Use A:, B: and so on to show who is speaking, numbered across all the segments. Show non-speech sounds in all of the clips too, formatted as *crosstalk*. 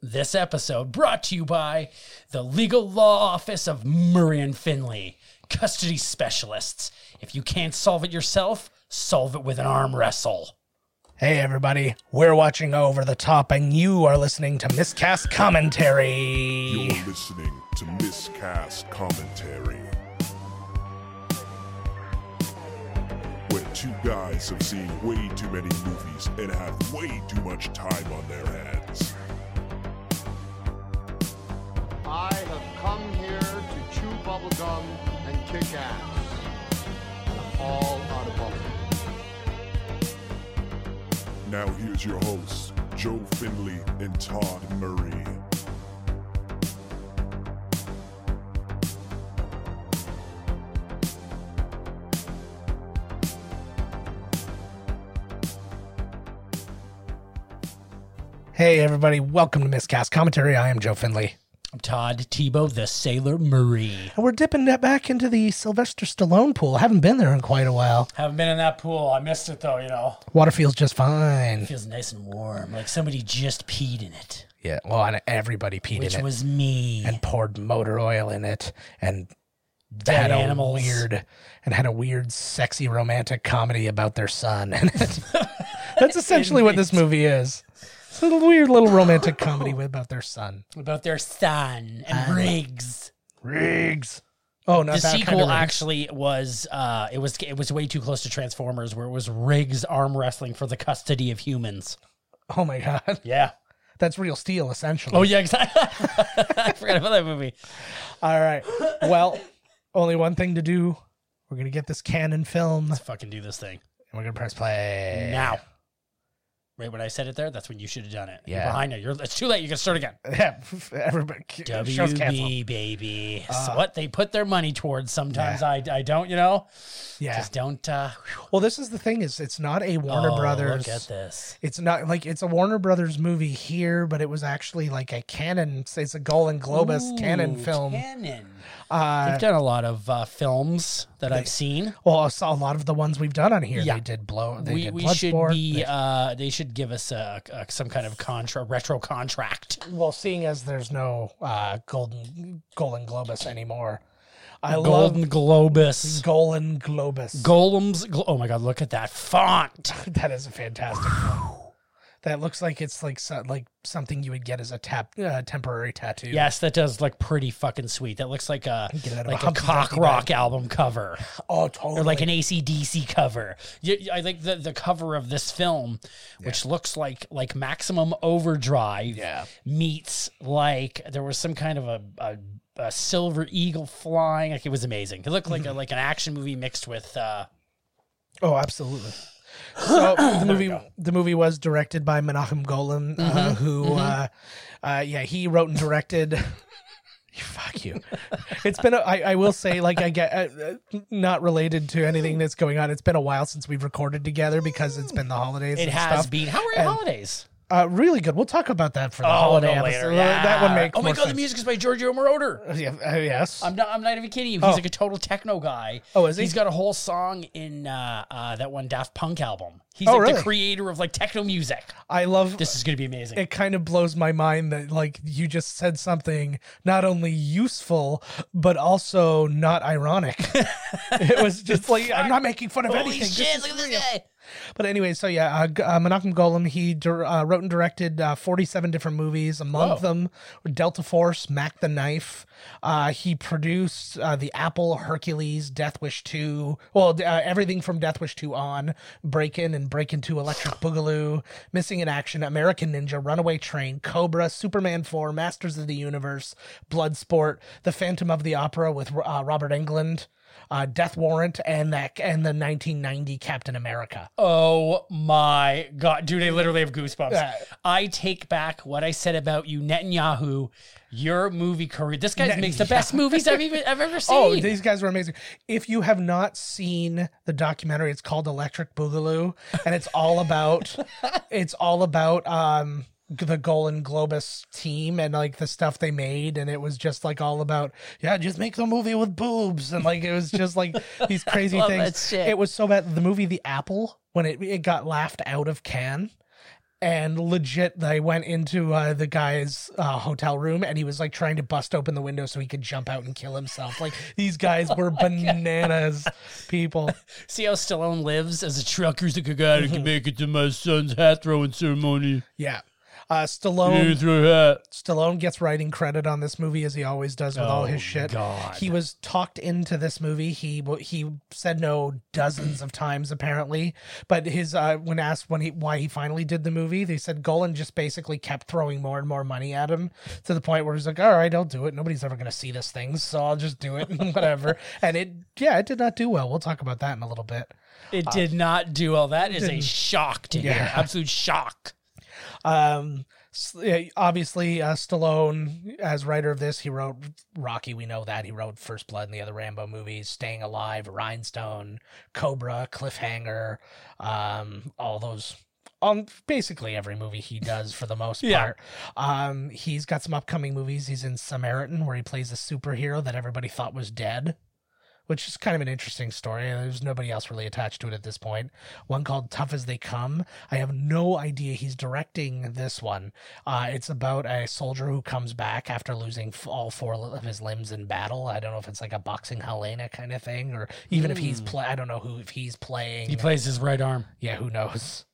A: This episode brought to you by the Legal Law Office of Murray and Finley, custody specialists. If you can't solve it yourself, solve it with an arm wrestle.
B: Hey, everybody, we're watching Over the Top, and you are listening to Miscast Commentary.
C: You're listening to Miscast Commentary. Where two guys have seen way too many movies and have way too much time on their hands.
D: I have come here to chew bubblegum and kick ass. And I'm all out of bubblegum.
C: Now here's your hosts, Joe Finley and Todd Murray.
B: Hey, everybody, welcome to Miscast Commentary. I am Joe Finley.
A: I'm Todd Tebow, the Sailor Murray.
B: And we're dipping that back into the Sylvester Stallone pool. Haven't been there in quite a while.
A: Haven't been in that pool. I missed it though, you know.
B: Water feels just fine.
A: Feels nice and warm, like somebody just peed in it,
B: Yeah, well, and everybody peed
A: which
B: in it
A: was me.
B: and poured motor oil in it and had
A: animals.
B: a weird and had a weird, sexy romantic comedy about their son *laughs* in it.
A: *laughs*
B: That's essentially what this movie is. It's a little weird little
A: *laughs*
B: romantic comedy about their son.
A: about their son and Riggs.
B: Riggs. Oh, not
A: The
B: that
A: sequel
B: kind of Riggs.
A: actually was uh it was it was way too close to Transformers where it was Riggs arm wrestling for the custody of humans.
B: *laughs* Oh my god, *laughs*
A: Yeah.
B: that's Real Steel essentially.
A: Oh yeah, exactly. *laughs* I forgot about that movie.
B: All right. Well, only one thing to do. We're gonna get this canon film, and
A: Let's fucking do this thing.
B: we're gonna press play
A: Now. Right when I said it there, that's when you should have done it. You're
B: Yeah.
A: behind it. You're it's too late. You can start again.
B: *laughs* Yeah, *laughs* everybody. Show's canceled. Uh,
A: WB baby. It's what they put their money towards. Sometimes I, I don't, you know.
B: Yeah.
A: Just don't uh whew.
B: Well, this is the thing is it's not a Warner
A: Oh,
B: Brothers.
A: Look at this.
B: It's not like it's a Warner Brothers movie here, but it was actually like a canon. It's a Golden Globus canon
A: Ooh,
B: film.
A: Canon.
B: uh,
A: I've done a lot of uh, films that I've seen.
B: well, I saw a lot of the ones we've done on here.
A: Yeah.
B: They did blow. They
A: We,
B: did
A: we should
B: Bloodsport.
A: be.
B: They-
A: Uh, they should give us a, a some kind of contra retro contract.
B: well, seeing as there's no uh, Golden Golden Globus anymore, I
A: Golden
B: love
A: Globus.
B: Golden Globus.
A: Golems. Glo- oh my God! Look at that font.
B: *laughs* that is a fantastic. film. That looks like it's like so, like something you would get as a tap uh, temporary tattoo.
A: Yes, that does look pretty fucking sweet. That looks like a
B: Get it out of
A: like a
B: a Humpty
A: cock
B: Dumpty
A: rock album cover.
B: Oh, totally.
A: or like an ACDC cover. You, you- I like the, the cover of this film, which looks like like Maximum Overdrive
B: Yeah.
A: meets like there was some kind of a, a, a silver eagle flying. Like it was amazing. It looked like
B: Mm-hmm.
A: a, like an action movie mixed with uh,
B: Oh, absolutely.
A: *clears throat*
B: So the movie the movie was directed by Menachem Golem, uh,
A: Mm-hmm.
B: who Uh, uh, yeah he wrote and directed. *laughs* Fuck you. It's been a, I, I will say like I get uh, uh, not related to anything that's going on. It's been a while since we've recorded together because it's been the holidays.
A: it
B: and
A: has
B: stuff.
A: been. How are your
B: And-
A: holidays?
B: Uh, really good. We'll talk about that for the
A: Oh,
B: holiday
A: no,
B: episode.
A: later.
B: That would
A: Yeah.
B: make.
A: Oh my
B: more
A: god, the
B: sense.
A: music's by Giorgio Moroder.
B: Yeah, uh, yes.
A: I'm not. I'm not even kidding you. He's
B: Oh.
A: like a total techno guy.
B: Oh, is he?
A: He's got a whole song in uh, uh, that one Daft Punk album. He's
B: Oh,
A: like the
B: really?
A: creator of like techno music.
B: I love
A: This is gonna be amazing.
B: it kind of blows my mind that like you just said something not only useful but also not ironic. *laughs* it was just like I'm not making fun of anything. This is real. But anyway, so yeah, uh, G- uh, Menachem Golem he dir- uh, wrote and directed uh, 47 different movies. Among
A: Whoa.
B: them, Delta Force, Mac the Knife. Uh, he produced uh, the Apple, Hercules, Death Wish 2. Well, d- uh, everything from Death Wish 2 on. Break In and Break Into Electric Boogaloo, Missing in Action, American Ninja, Runaway Train, Cobra, Superman 4, Masters of the Universe, Bloodsport, The Phantom of the Opera with uh, Robert Englund. Uh, Death Warrant and that and the 1990 Captain America.
A: Oh my god, dude! I literally have goosebumps.
B: Yeah.
A: I take back what I said about you, Netanyahu. Your movie career. This guy makes the best movies I've even I've *laughs* ever seen.
B: Oh, these guys were amazing. If you have not seen the documentary, it's called Electric Boogaloo, and it's all about it's all about um the Golan Globus team and like the stuff they made, and it was just like all about yeah, just make the movie with boobs, and like it was just like these crazy
A: love
B: things.
A: that shit.
B: It was so bad. The movie The Apple when it it got laughed out of Cannes and legit they went into uh, the guy's uh, hotel room and he was like trying to bust open the window so he could jump out and kill himself like
A: *laughs*
B: these
A: Oh
B: guys were bananas people
A: See how Stallone lives as a trucker's like, I gotta make it to my son's hat throwing ceremony.
B: yeah uh, Stallone
A: You throw hat.
B: Stallone gets writing credit on this movie as he always does with all his shit.
A: God.
B: He was talked into this movie. He w- he said no dozens of times apparently, but his uh, when asked when he why he finally did the movie, they said Golan just basically kept throwing more and more money at him to the point where he's like, "All right, I'll do it. Nobody's ever gonna see this thing, so I'll just do it, *laughs* and whatever." and it yeah, it did not do well. We'll talk about that in a little bit.
A: It did not do well. That is a shock to hear.
B: Yeah.
A: Absolute shock.
B: Um, s- uh, obviously, uh, Stallone, as writer of this, he wrote Rocky. We know that he wrote First Blood and the other Rambo movies, Staying Alive, Rhinestone, Cobra, Cliffhanger, um, all those. On basically every movie he does for the most
A: Yeah.
B: part. Um, he's got some upcoming movies. He's in Samaritan, where he plays a superhero that everybody thought was dead which is kind of an interesting story. There's nobody else really attached to it at this point. One called Tough as They Come. I have no idea he's directing this one. Uh, it's about a soldier who comes back after losing f- all four of his limbs in battle. I don't know if it's like a boxing Helena kind of thing, or even if he's play. I don't know who if he's playing.
A: He plays his right arm.
B: yeah, who knows?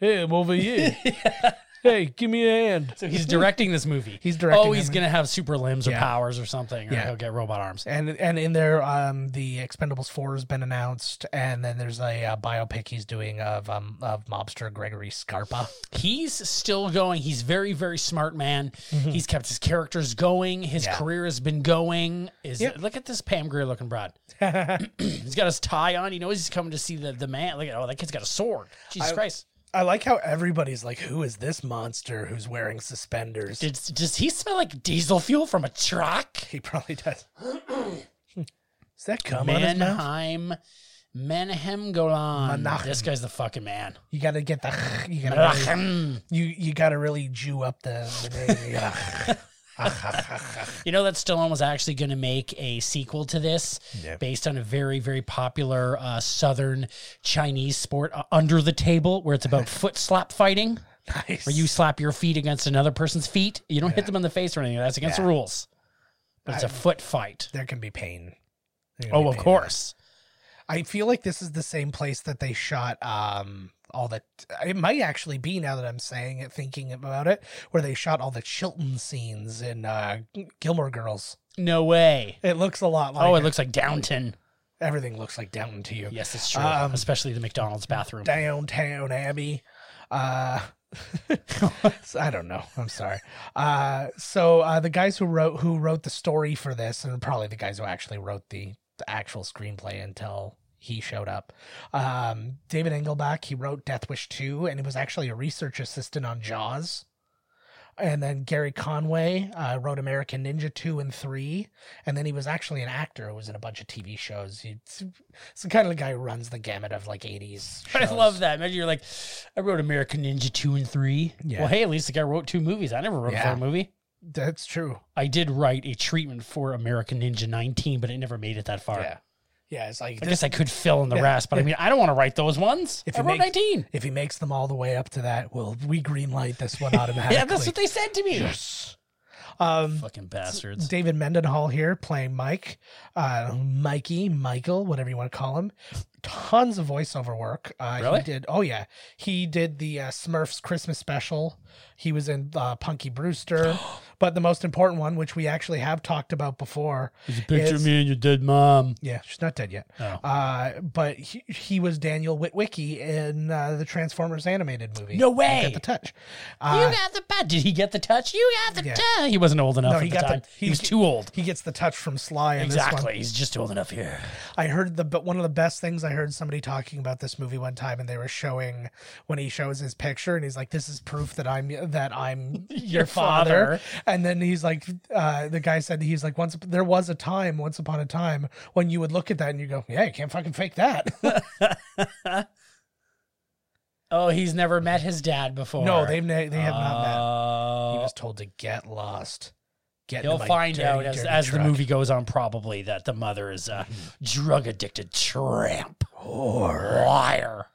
B: Hey, I'm over here. *laughs* Hey, give me a hand.
A: So *laughs* he's directing this movie.
B: He's directing
A: Oh, he's
B: him.
A: gonna have super limbs or
B: Yeah.
A: powers or something, or
B: Yeah.
A: he'll get robot arms.
B: And and in there, um, the Expendables Four has been announced, and then there's a uh, biopic he's doing of um of mobster Gregory Scarpa.
A: He's still going. He's very, very smart man. He's kept his characters going. His
B: Mm-hmm. Yeah.
A: career has been going. Is
B: Yep.
A: look at this Pam Grier looking
B: *laughs*
A: broad. he's got his tie on. He knows he's coming to see the, the man. Look at oh that kid's got a sword. Jesus
B: I-
A: Christ.
B: I like how everybody's like, "Who is this monster who's wearing suspenders?"
A: Did, does he smell like diesel fuel from a truck?
B: he
A: *clears throat*
B: probably does. is that cum on his mouth?
A: Mannheim, Mannheim Golan.
B: Mannheim.
A: This guy's the fucking man.
B: You gotta get the *laughs* you gotta really,
A: Mannheim.
B: you you gotta really Jew up the. the name.
A: *laughs*
B: You gotta-
A: You know that Stallone was actually going to make a sequel to this based on a very, very popular uh, Southern Chinese sport, uh, Under the Table, where it's
B: *laughs*
A: about foot slap fighting,
B: nice.
A: where you slap your feet against another person's feet. You don't hit them in the face or anything. That's against the rules. But it's a foot fight.
B: there can be pain. There can
A: Oh,
B: be
A: of
B: pain.
A: course.
B: I feel like this is the same place that they shot um all the it might actually be now that I'm saying it thinking about it where they shot all the Chilton scenes in uh Gilmore Girls.
A: No way.
B: It looks a lot like
A: Oh, it looks like Downton.
B: everything looks like Downton to you.
A: Yes, it's true.
B: Um,
A: Especially the McDonald's bathroom.
B: Downtown Abbey. Uh *laughs* so I don't know. I'm sorry. Uh so uh the guys who wrote who wrote the story for this and probably the guys who actually wrote the, the actual screenplay until he showed up. Um David Engelbach, he wrote Death Wish 2 and he was actually a research assistant on Jaws. And then Gary Conway uh, wrote American Ninja 2 and 3. And then he was actually an actor who was in a bunch of TV shows. He's, he's the kind of guy who runs the gamut of like 80s.
A: *laughs* *laughs* I
B: shows.
A: love that. Imagine you're like, I wrote American Ninja 2 and 3.
B: Yeah.
A: Well, hey, at least the guy wrote two movies. I never wrote
B: Yeah.
A: a third movie.
B: That's true.
A: I did write a treatment for American Ninja 19, but it never made it that far.
B: Yeah. Yeah, it's like
A: I
B: this-
A: guess I could fill in the
B: Yeah.
A: rest, but I mean, I don't want to write those ones.
B: If
A: I
B: it
A: wrote
B: makes-
A: 19.
B: if he makes them all the way up to that, well, we green light this one automatically.
A: *laughs* Yeah, that's what they said to me.
B: um,
A: Fucking bastards.
B: David Mendenhall here playing Mike, uh, Mikey, Michael, whatever you want to call him. Tons of voiceover work. Uh,
A: Really?
B: He did. Oh yeah, he did the uh, Smurfs Christmas special. He was in uh, Punky
A: *gasps*
B: Brewster, but the most important one, which we actually have talked about before,
A: There's a
B: picture of
A: me and your dead mom.
B: yeah, she's not dead yet.
A: Oh.
B: Uh, but he, he was Daniel Witwicky in uh, the Transformers animated movie.
A: No
B: He
A: way!
B: Got the touch.
A: you
B: Uh,
A: got the bat. Did he get the touch? You got the
B: Yeah.
A: touch. He wasn't old enough
B: No,
A: at
B: he
A: the
B: got the-
A: time. he
B: he-
A: was too old.
B: he gets the touch from Sly. In This one.
A: Exactly. He's just old enough here.
B: I heard the but one of the best things I heard somebody talking about this movie one time, and they were showing when he shows his picture, and he's like, "This is proof that I'm
A: *laughs*
B: that I'm your, father.
A: father.
B: And then he's like, uh, "The guy said he's like once there was a time, once upon a time, when you would look at that and you go, yeah, you can't fucking fake that.' *laughs*
A: Oh, he's never met his dad before.
B: no, they've ne- they have not met.
A: Oh.
B: He was told to get lost. Get into
A: You'll
B: my
A: find
B: dirty,
A: out as,
B: dirty
A: as the
B: truck. Mm-hmm.
A: movie goes on, probably that the mother is a drug addicted tramp or liar.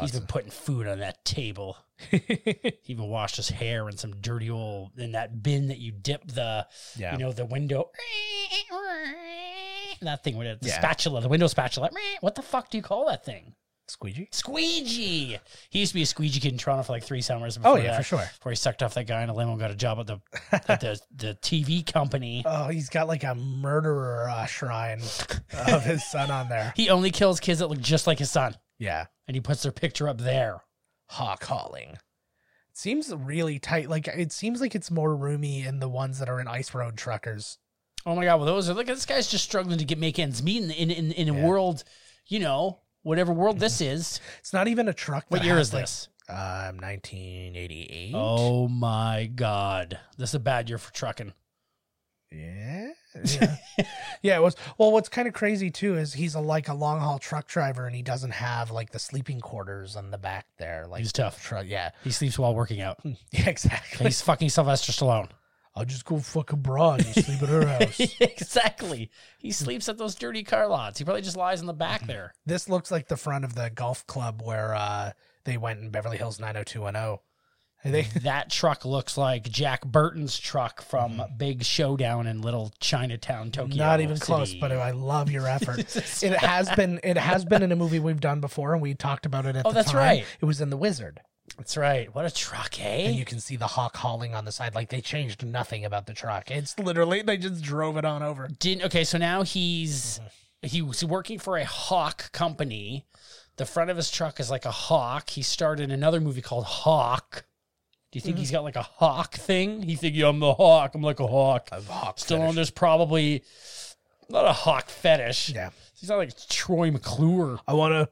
A: He's been putting food on that table.
B: *laughs*
A: he even washed his hair in some dirty old in that bin that you dip the
E: Yeah.
A: you know the window that thing with the
E: Yeah.
A: spatula, the window spatula. What the fuck do you call that thing?
E: Squeegee?
A: Squeegee. He used to be a squeegee kid in Toronto for like three summers.
B: Oh,
A: Before
E: Oh, yeah,
A: that-
E: for sure.
A: Before he sucked off that guy in a limo and got a
E: *laughs*
A: job at the at the, the TV company.
B: Oh, he's got like a murderer uh, shrine of his son on there. *laughs*
A: He only kills kids that look just like his son,
E: Yeah.
A: and he puts their picture up there.
B: Hawk hauling. Seems really tight. Like it seems like it's more roomy in the ones that are in Ice Road Truckers.
A: Oh my god! Well, those are look. This guy's just struggling to get make ends meet in in in, in a
E: Yeah.
A: world, you know, whatever
E: *laughs*
A: world this is.
B: It's not even a truck.
A: What
B: that
A: year
B: has,
A: is
B: like,
A: this?
E: Um, 1988.
A: Oh my god! This is a bad year for trucking.
E: Yeah.
A: *laughs*
B: Yeah, it was. Well, what's kind of crazy too is he's a, like a long haul truck driver and he doesn't have like the sleeping quarters on the back there. Like
A: He's tough.
B: Truck. Yeah. *laughs*
A: *laughs* He sleeps while working out.
B: Yeah.
A: *laughs*
B: Exactly.
A: He's fucking Sylvester Stallone.
B: I'll just go fuck a broad and sleep at her house.
A: *laughs* exactly. He sleeps at those dirty car lots. He probably just lies in the back there.
B: this looks like the front of the golf club where uh, they went in Beverly Hills 90210. And They
A: *laughs* That truck looks like Jack Burton's truck from Big Showdown in Little Chinatown, Mm,
B: *laughs*
A: Tokyo.
B: not even close,
A: City.
B: but I love
A: *laughs*
B: your effort. it has been it has been in a movie we've done before, and we talked about it at
A: Oh,
B: the
A: that's
B: time.
A: right.
B: It was in The Wizard,
A: that's right. What a truck, eh?
B: and you can see the hawk hauling on the side. Like they changed nothing about the truck. It's literally they just drove it on over.
A: didn't okay so now he's he was working for a hawk company the front of his truck is like a hawk he started another movie called hawk do you think
E: Mm-hmm.
A: he's got like a hawk thing he think yeah, i'm the hawk i'm like a hawk
E: A hawk
A: still
E: fetish.
A: on there's probably not a hawk fetish
B: Yeah,
A: he's not like troy mcclure
B: I want to.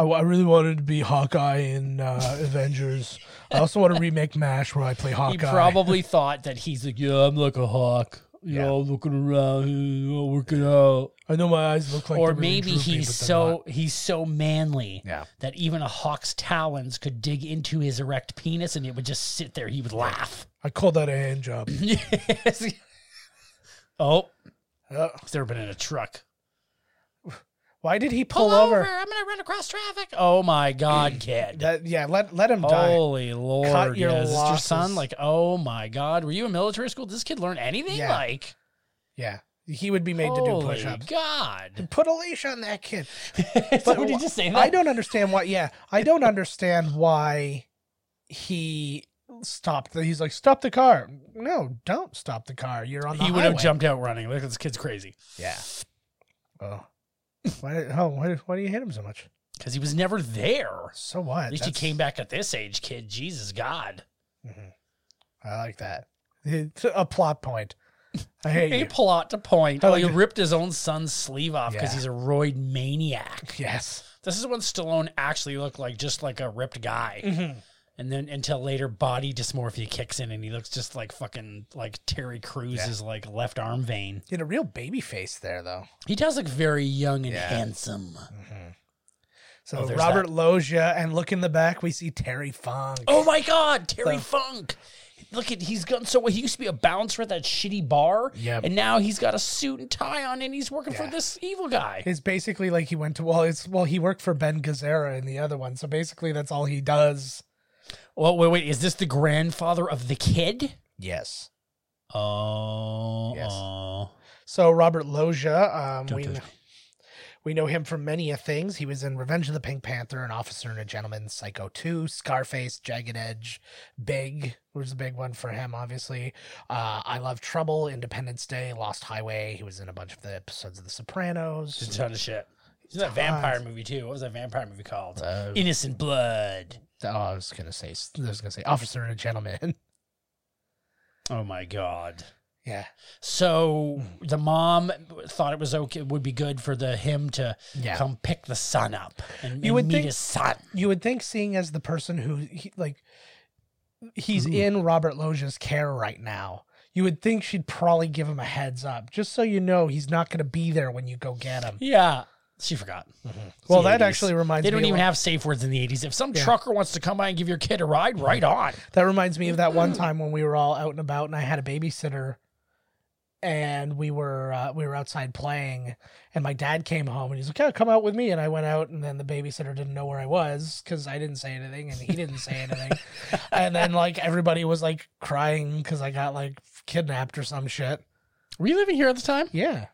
B: I, I really wanted to be Hawkeye in uh, Avengers. I also want to remake Mash where I play
A: he
B: Hawkeye.
A: probably thought that he's like yeah i'm like a hawk you
E: Yeah.
A: know looking around you know, working out
B: I know my eyes look like
A: or
B: they're really
A: maybe
B: droopy,
A: he's
B: but they're
A: so he's so manly
E: Yeah.
A: that even a hawk's talons could dig into his erect penis and it would just sit there. He would laugh. *laughs*
B: I call that a hand job.
A: yes. Oh,
B: Uh,
A: he's never been in a truck.
B: why did he pull, over?
A: I'm gonna run across traffic. Oh my
B: *clears throat*
A: god, kid.
B: That, yeah, let let him die.
A: Holy lord.
B: your
A: yeah, is this your son?
B: losses.
A: Like, oh my god. Were you in military school? Did this kid learn anything?
B: Yeah.
A: Like
B: Yeah, he would be made to
A: holy
B: do push-ups. *laughs*
A: God. *laughs*
B: Put a leash on that kid.
A: so did you just say that?
B: I don't understand why. Yeah, I don't understand why he stopped. The, he's like, stop the car. No, don't stop the car. You're on the.
A: he would have
B: highway.
A: jumped out running. Look, this kid's crazy.
E: Yeah.
B: Oh, why? did- Oh, why, why do you hate him so much?
A: Because he was never there.
B: So what?
A: At least
B: That's-
A: he came back at this age, kid. Jesus God.
B: I like that. It's a plot point. I hate
A: A
B: you.
A: plot to point.
B: I
A: Oh,
B: like
A: he
B: it.
A: ripped his own son's sleeve off because
B: Yeah.
A: he's a roid maniac.
B: Yes.
A: This is when Stallone actually looked like just like a ripped guy. And then until later, body dysmorphia kicks in and he looks just like fucking like Terry Cruz's like left arm vein.
B: He had a real baby face there, though.
A: He does look very young and
E: Yeah.
A: handsome. *laughs*
B: So
A: Oh, there's
B: Robert Loggia, and look in the back, we see Terry Funk.
A: Oh my God, Terry Funk. Look at he's gotten so he used to be a bouncer at that shitty bar.
E: Yep.
A: And now he's got a suit and tie on and he's working for
B: Yeah.
A: this evil guy.
B: It's basically like he went to well, it's well he worked for Ben Gazzara in the other one, so basically that's all he does.
A: Well, wait, wait. Is this the grandfather of the kid?
E: Yes.
A: Oh,
E: Yes.
A: oh.
B: So Robert Loggia, um,
A: Don't
B: we
A: touch
B: kn- we know him from many a things. He was in Revenge of the Pink Panther, An Officer and a Gentleman, Psycho Two, Scarface, Jagged Edge, Big was a big one for him, obviously. Uh, I Love Trouble, Independence Day, Lost Highway. He was in a bunch of the episodes of The
A: Just
B: Sopranos.
A: a ton of shit. It's that vampire movie too. What was that vampire movie called? Innocent Blood.
B: Uh, Oh, I was gonna say I was gonna say Officer and a Gentleman. *laughs*
A: Oh my god.
B: yeah,
A: So the mom thought it was okay, would be good for the him to
B: Yeah.
A: come pick the son up and,
B: You
A: and
B: would
A: meet
B: think-
A: his son.
B: you would think seeing as the person who he, like he's in Robert Loggia's care right now, you would think she'd probably give him a heads up just so you know he's not going to be there when you go get him.
A: Yeah, she forgot. It's
B: Mm-hmm. Well,
A: the
B: that
A: 80s.
B: actually reminds
A: They don't
B: me a
A: even
B: lot-
A: have safe words in the eighties. If some trucker wants to come by and give your kid a ride,
B: Mm-hmm.
A: right on.
B: That reminds me of that one time when we were all out and about and I had a babysitter
F: and we were uh, we were outside playing, and my dad came home and he's like, "Yeah, come out with me." And I went out, and then the babysitter didn't know where I was because I didn't say anything, and he didn't say
A: *laughs*
F: anything, and then like everybody was like crying because I got like kidnapped or some shit.
A: Were you living here at the time?
F: Yeah,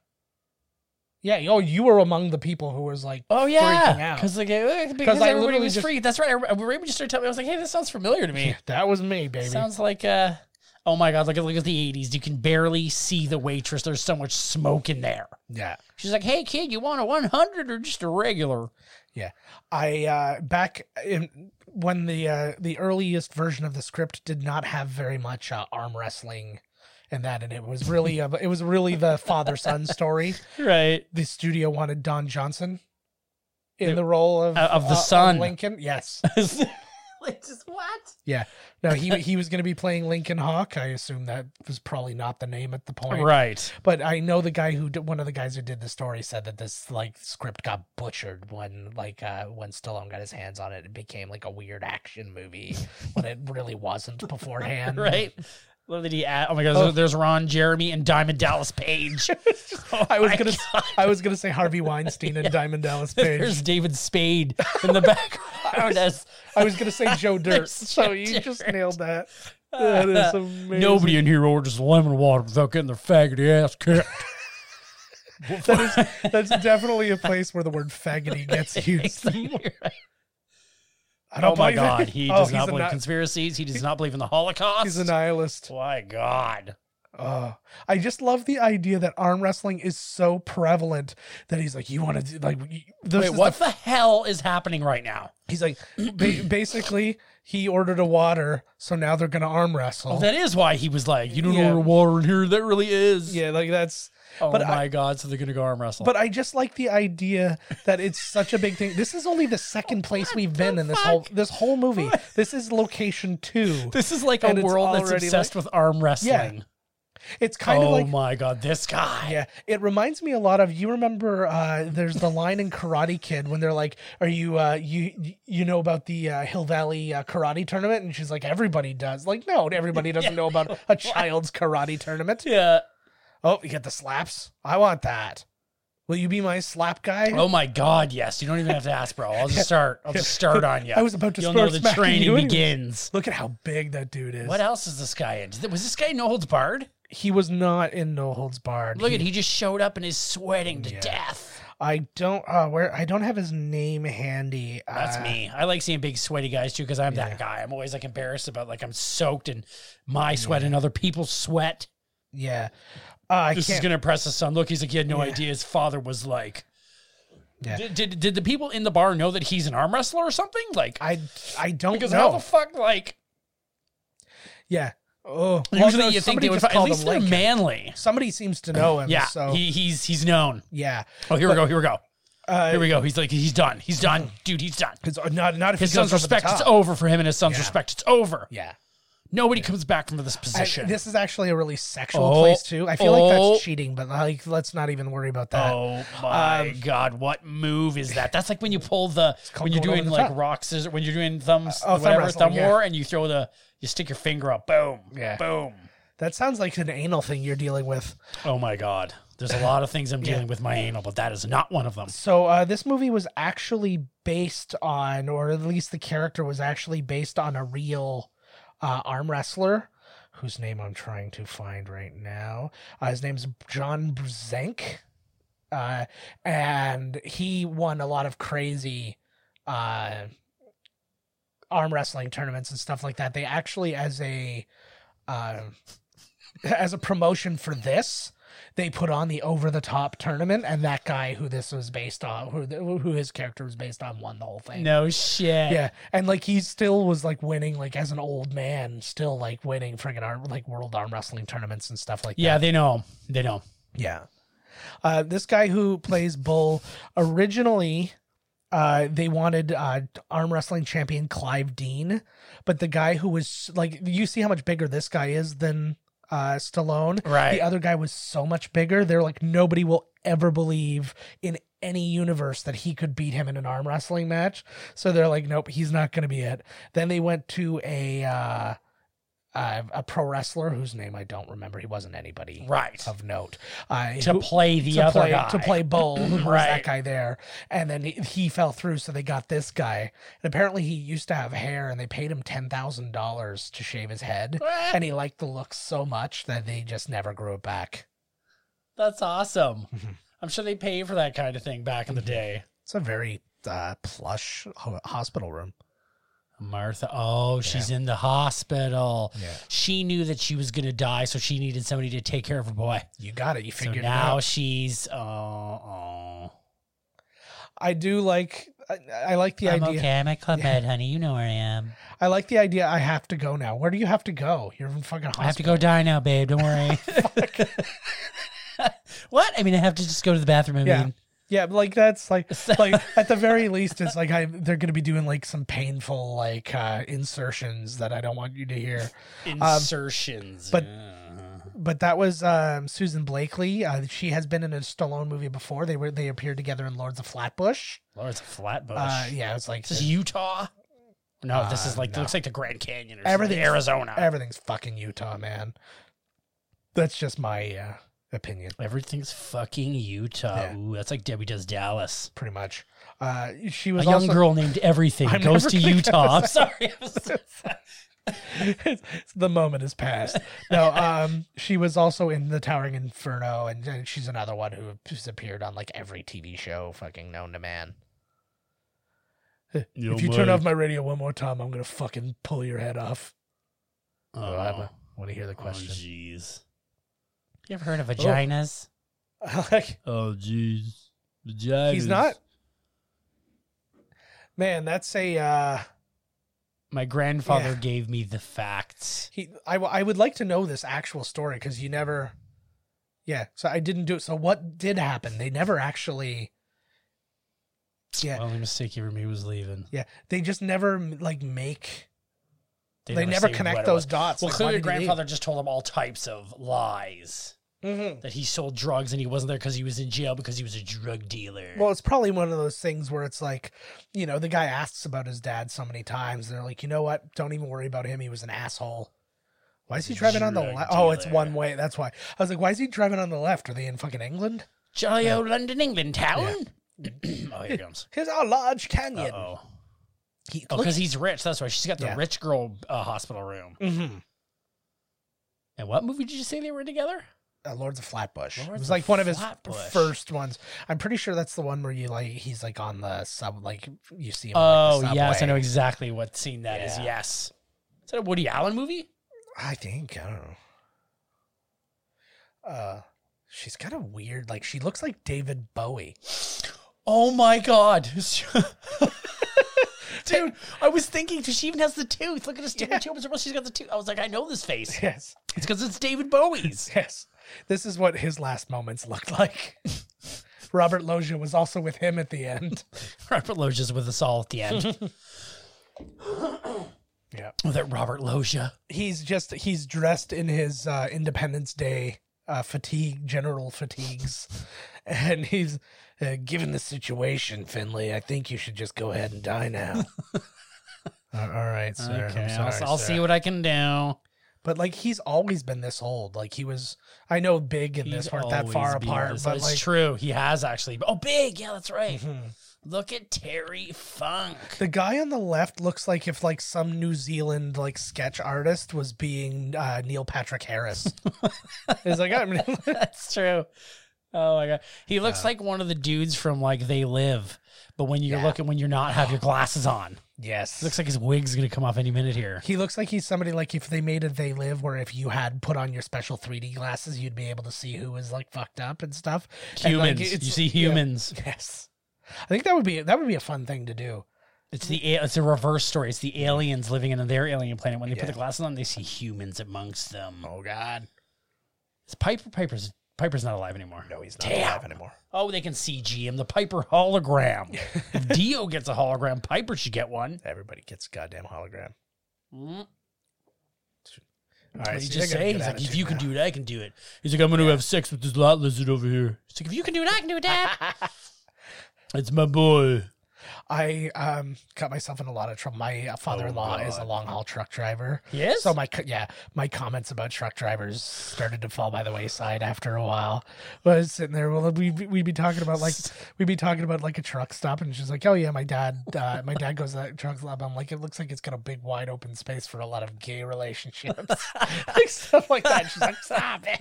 F: yeah. Oh, you were among the people who was like,
A: Oh
F: Freaking
A: yeah,
F: out.
A: because like, uh, because
F: I
A: everybody
F: literally
A: was
F: just-
A: free. That's right. I- I- Raymond just started telling me. I was like, hey, this sounds familiar to me.
F: "That was me, baby."
A: Sounds like uh, oh my god, look at look at the '80s. You can barely see the waitress. There's so much smoke in there.
F: yeah.
A: She's like, hey kid, you want a 100 or just a regular?
F: I uh, back in when the uh, the earliest version of the script did not have very much uh, arm wrestling and that, and it was *laughs* really a, it was really the father son story.
A: *laughs* Right.
F: The studio wanted Don Johnson
A: They-
F: in the role of
A: Uh, of the son.
F: Lincoln. Yes,
A: like just what?
F: yeah. No, he he was going to be playing Lincoln Hawk. I assume that was probably not the name at the point.
A: Right.
F: But I know the guy who did, one of the guys who did the story said that this like script got butchered when like uh when Stallone got his hands on it. It became like a weird action movie when it really *laughs* wasn't beforehand.
A: Right. Love that he add, oh my god, there's- there's Ron Jeremy and Diamond Dallas
F: *laughs*
A: Page. Oh
F: I was
A: my
F: *laughs* gonna
A: God.
F: I was gonna say Harvey
A: *laughs*
F: Weinstein and Diamond Dallas Page.
A: There's David Spade in the *laughs* background as
F: I was
A: *laughs*
F: gonna say Joe Dirt.
A: There's
F: so
A: Joe
F: you
A: Dirt.
F: just nailed
A: *laughs*
F: that. That is amazing.
A: nobody in here orders lemon water without getting their faggoty ass
F: *laughs*
A: kicked.
F: That is,
A: *laughs*
F: that's definitely a place where the word faggoty gets used. I don't
A: oh my
F: believe it.
A: god, he
F: *laughs* Oh,
A: does
F: he's
A: not
F: a
A: believe
F: ni-
A: conspiracies. He does not believe in the Holocaust.
F: He's a nihilist.
A: my god.
F: Oh, I just love the idea that arm wrestling is so prevalent that he's like, you want to do like you- this
A: Wait,
F: is
A: what
F: the-
A: the hell is happening right now?
F: he's like, ba- basically, he ordered a water, so now they're gonna arm wrestle.
A: Oh, that is why he was like, "You don't
F: Yeah.
A: order water in here." That really is.
F: yeah, like that's.
A: Oh
F: But
A: my god! So they're gonna go arm wrestle.
F: But I just like the idea that it's such a big thing. This is only the second place we've been in this whole this whole movie. This is location two.
A: this is like a
F: And it's
A: world that's
F: already
A: obsessed with arm wrestling.
F: It's kind
A: oh
F: of like
A: my god, this guy.
F: Yeah, it reminds me a lot of you remember uh there's the line in Karate Kid when they're like, "Are you uh you you know about the uh, Hill Valley uh, karate tournament?" and she's like, "Everybody does." Like, "No,
A: *laughs*
F: everybody doesn't know about a child's karate tournament."
A: Yeah.
F: Oh, you get the slaps? I want that. Will you be my slap guy?
A: Oh my god, yes. You don't even have to ask, bro. I'll just start. I'll
F: *laughs*
A: just start on you.
F: I was about to
A: You'll
F: start
A: know the
F: smacking
A: training
F: you anyway.
A: begins.
F: Look at how big that dude is.
A: What else is this guy in? Did- Was this guy in No Holds Barred?
F: He was not in No Holds Barred.
A: Look
F: He-
A: at he just showed up and is sweating to death.
F: I don't uh where I don't have his name handy.
A: That's
F: Uh,
A: me. I like seeing big sweaty guys too because I'm that guy. I'm always like embarrassed about like I'm soaked in my sweat and other people's sweat.
F: Yeah. Uh, I
A: this
F: can't
A: is gonna impress his son. Look, he's like he had no
F: Yeah.
A: idea his father was like.
F: Yeah.
A: Did, did did the people in the bar know that he's an arm wrestler or something? Like,
F: I I don't
A: because
F: know.
A: how the fuck like
F: yeah. Oh,
A: usually
F: well, no,
A: you think
F: somebody
A: they would
F: just
A: fi- at
F: called
A: least
F: him
A: they're
F: Lincoln.
A: manly.
F: Somebody seems to know him.
A: Yeah,
F: So
A: he, he's he's known.
F: yeah.
A: Oh, here we go. Here we go.
F: Uh,
A: Here we go. He's like he's done. He's
F: *laughs*
A: done, dude. He's done.
F: His, uh, not not if
A: His
F: he goes
A: son's
F: over the
A: respect. It's
F: top.
A: over for him and his son's
F: Yeah.
A: respect. It's over.
F: Yeah.
A: Nobody comes back from this
F: I-
A: position.
F: this is actually a really sexual
A: Oh,
F: place too. I feel like
A: oh.
F: that's cheating, but like let's not even worry about that.
A: Oh my
F: Um,
A: god, what move is that? That's like when you pull the
F: called
A: when you're
F: going over
A: doing
F: the
A: like
F: top.
A: rock scissors when you're doing thumbs
F: Uh, oh, thumb
A: whatever
F: wrestling,
A: thumb
F: yeah.
A: war and you throw the you stick your finger up. Boom.
F: Yeah.
A: Boom.
F: That sounds like an anal thing you're dealing with.
A: Oh my god. There's a lot of things
F: *laughs*
A: I'm dealing with my anal, but that is not one of them.
F: So uh, this movie was actually based on, or at least the character was actually based on a real uh, arm wrestler whose name I'm trying to find right now. Uh, his name's John Brzenk, uh, and he won a lot of crazy uh, arm wrestling tournaments and stuff like that. They actually, as a uh, *laughs* as a promotion for this, they put on the over the top tournament, and that guy who this was based on, who the, who his character was based on, won the whole thing.
A: No shit.
F: Yeah, and like he still was like winning, like as an old man, still like winning friggin' arm, like world arm wrestling tournaments and stuff like
A: Yeah,
F: that.
A: they know. him. They know. him.
F: Yeah, Uh, this guy who plays Bull originally. Uh, they wanted uh, arm wrestling champion Clive Dean, but the guy who was like, you see how much bigger this guy is than uh, Stallone.
A: Right.
F: The other guy was so much bigger. They're like, nobody will ever believe in any universe that he could beat him in an arm wrestling match. So they're like, nope, he's not going to be it. Then they went to a uh, uh, a pro wrestler whose name I don't remember. He wasn't anybody
A: Right.
F: of note. Uh,
A: to
F: who-
A: play the
F: to
A: other
F: play
A: guy.
F: to play
A: *clears throat*
F: Bull, who was
A: Right.
F: that guy there, and then he, he fell through, so they got this guy. And apparently, he used to have hair, and they paid him ten thousand dollars to shave his head, and he liked the look so much that they just never grew it back.
A: That's
F: *laughs*
A: awesome. I'm sure they pay for that kind of thing back
F: Mm-hmm.
A: in the day.
F: It's a very uh, plush ho- hospital room.
A: Martha, oh, she's in the hospital.
F: Yeah.
A: She knew that she was going to die, so she needed somebody to take care of her boy.
F: You got it. You
A: So
F: figured it
A: now
F: out.
A: she's, oh, oh.
F: I do like. I, I like the
A: I'm
F: idea.
A: okay. I'm at Club Med, honey. You know where I am.
F: I like the idea. I have to go now. Where do you have to go? You're in fucking hospital.
A: I have to go die now, babe. Don't
F: *laughs*
A: worry. *laughs* what? I mean, I have to just go to the bathroom. I
F: Yeah.
A: mean,
F: Yeah, but, like
A: *laughs*
F: that's like like at the very least, it's like I they're gonna be doing like some painful like uh, insertions that I don't want you to hear.
A: insertions.
F: Um, but- But that was um, Susan Blakely. Uh, she has been in a Stallone movie before. They were they appeared together in Lords of Flatbush.
A: Lord's a flatbush.
F: Uh, yeah, it's like
A: This is Utah. No, this is
F: Uh,
A: like
F: no.
A: looks like the Grand Canyon or
F: Everything's-
A: everything. Arizona.
F: everything's fucking Utah, man. That's just my uh, opinion,
A: Everything's fucking Utah.
F: Yeah.
A: Ooh, that's like Debbie does Dallas.
F: pretty much. Uh, she
A: A
F: was
A: young
F: also,
A: girl named Everything
F: I'm
A: goes
F: never
A: to
F: gonna get
A: Utah. I'm
F: this
A: sorry. I'm so-
F: *laughs* the moment has passed. No, um, she was also in The Towering Inferno, and, and she's another one who has appeared on like every TV show fucking known to man. if you turn off my radio one more time, I'm gonna fucking pull your head off. *laughs*
A: Oh,
F: I want to hear the
A: oh,
F: question.
A: jeez. You ever heard of vaginas?
F: Like,
A: Oh, jeez. Vaginas.
F: he's not. Man, that's a uh,
A: My grandfather
F: Yeah.
A: gave me the facts.
F: he. I, w- I would like to know this actual story because you never. Yeah, so I didn't do it. So what did happen? They never actually. Yeah,
A: Only mistake you ever made was leaving.
F: Yeah, they just never like make. They,
A: say
F: never,
A: what
F: connect
A: it was.
F: those dots.
A: Well,
F: like, why
A: clearly, your
F: did he leave?
A: grandfather just told him all types of lies
F: Mhm.
A: that he sold drugs and he wasn't there because he was in jail because he was a drug dealer.
F: Well, it's probably one of those things where it's like, you know, the guy asks about his dad so many times, and they're like, you know what? Don't even worry about him. He was an asshole. Why is he driving on the
A: Drug
F: left? Oh, it's
A: dealer.
F: one way. That's why. I was like, why is he driving on the left? Are they in fucking England?
A: jolly old London, England town. *clears throat* oh, here it comes.
F: Here's our large canyon.
A: Uh-oh.
F: He,
A: Oh,
F: look-
A: because he's rich. That's why she's got the
F: Yeah.
A: rich girl uh, hospital room.
F: Mhm.
A: And what movie did you say they were in together?
F: Uh, Lords of Flatbush. it
A: Lords
F: was
A: of
F: like one of his
A: Flatbush.
F: first ones. I'm pretty sure that's the one where you like he's like on the sub, like you see him.
A: Oh
F: on, like, the
A: yes, I
F: subway.
A: know exactly what scene that is.
F: Yeah.
A: Yes, is that a Woody Allen movie?
F: I think I don't know. Uh, she's kind of weird. Like she looks like David Bowie. *laughs*
A: Oh my god, *laughs* dude! I was thinking, 'cause she even has the tooth. Look at his
F: Yeah.
A: stupid tooth. She's got the tooth. I was like, I know this face.
F: Yes,
A: It's because it's David Bowie's.
F: yes. This is what his last moments looked like. Robert Loggia was also with him at the end.
A: *laughs* Robert Loggia's with us all at the end. *laughs*
F: Yeah,
A: With that Robert Loggia.
F: he's just he's dressed in his uh, Independence Day uh, fatigue, general fatigues, and he's uh, given the situation, Finley. I think you should just go ahead and
A: *laughs*
F: die now. Uh, All right, sir.
A: okay,
F: I'm
A: I'll-
F: sorry,
A: I'll,
F: sir.
A: see what I can do.
F: But like he's always been this old. Like he was, I know big and this
A: He's
F: weren't that
A: always
F: far
A: been
F: apart,
A: this-
F: but
A: it's
F: like
A: true. He has actually. Oh, big. Yeah, that's right.
F: Mhm.
A: Look at Terry Funk.
F: the guy on the left looks like if like some New Zealand like sketch artist was being uh, Neil Patrick Harris. it's like I'm
A: *laughs* that's true. Oh my god, he looks like one of the dudes from like They Live. But when you're
F: Yeah.
A: looking, when you're not, have your glasses on.
F: yes.
A: Looks like his wig's gonna come off any minute here.
F: he looks like he's somebody like if they made a They Live where if you had put on your special 3D glasses, you'd be able to see who was like *laughs* fucked up and stuff. And, like,
A: Humans,
F: it's-
A: you see
F: yeah.
A: humans.
F: Yes, I think that would be that would be a fun thing to do.
A: It's the a- it's a reverse story. It's the aliens living in their alien planet. When they put the
F: Yeah.
A: glasses on, they see humans amongst them.
F: Oh God,
A: It's Piper. Piper's Piper's not alive anymore.
F: no, he's not
A: Damn.
F: alive anymore.
A: Oh, they can CG him. The Piper
F: *laughs*
A: hologram. if Dio gets a hologram, Piper should get one.
F: Everybody gets a goddamn hologram.
A: Mm.
F: All
A: What
F: right,
A: did he
F: so
A: just
F: I got
A: say?
F: a good
A: He's like, if
F: attitude
A: you can
F: now.
A: do it, I can do it. He's like, I'm going to have sex with
F: *laughs*
A: this lot lizard over here. He's like, if you can do it, I can do it, Dad. it's my boy.
F: I um got myself in a lot of trouble. My uh, father-in-law is a long haul truck driver.
A: Yes?
F: So my co- yeah, my comments about truck drivers started to fall by the wayside after a while. But I was sitting there, well, we we'd be talking about like we'd be talking about like a truck stop, and she's like, "Oh yeah, my dad, uh, my dad goes to that truck stop." I'm like, "It looks like it's got a big wide open space for a lot of
A: *laughs*
F: gay relationships, like stuff like *laughs* that." She's like, "Stop it."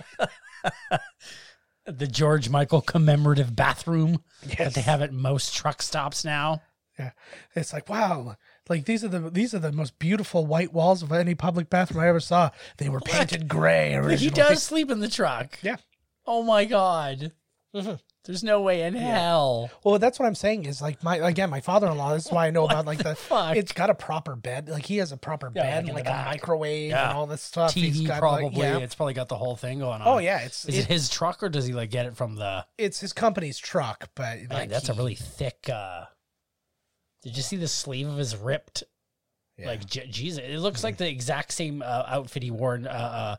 A: the George Michael commemorative bathroom that
F: Yes.
A: they have at most truck stops now.
F: Yeah. It's like, wow, like these are the these are the most beautiful white walls of any public bathroom I ever saw. They were painted gray originally.
A: He does sleep in the truck.
F: Yeah. Mm-hmm.
A: Oh my god. There's no way in hell.
F: Well, that's what I'm saying is like my again, my father-in-law, this is why I know
A: *laughs*
F: about like the,
A: fuck?
F: it's got a proper bed. Like he has a proper
A: Yeah,
F: bed,
A: like in
F: like,
A: the
F: a
A: back.
F: microwave
A: Yeah.
F: and all this stuff.
A: TV
F: got, like,
A: probably.
F: yeah.
A: It's probably got the whole thing going on.
F: Oh yeah, it's
A: Is
F: it,
A: it his truck or does he like get it from the?
F: it's his company's truck, but
A: Man,
F: like
A: that's a
F: he-
A: really thick. uh Did you see the sleeve of his ripped?
B: Yeah.
A: Like Je- Jesus, it looks like the exact same uh, outfit he wore in uh, uh,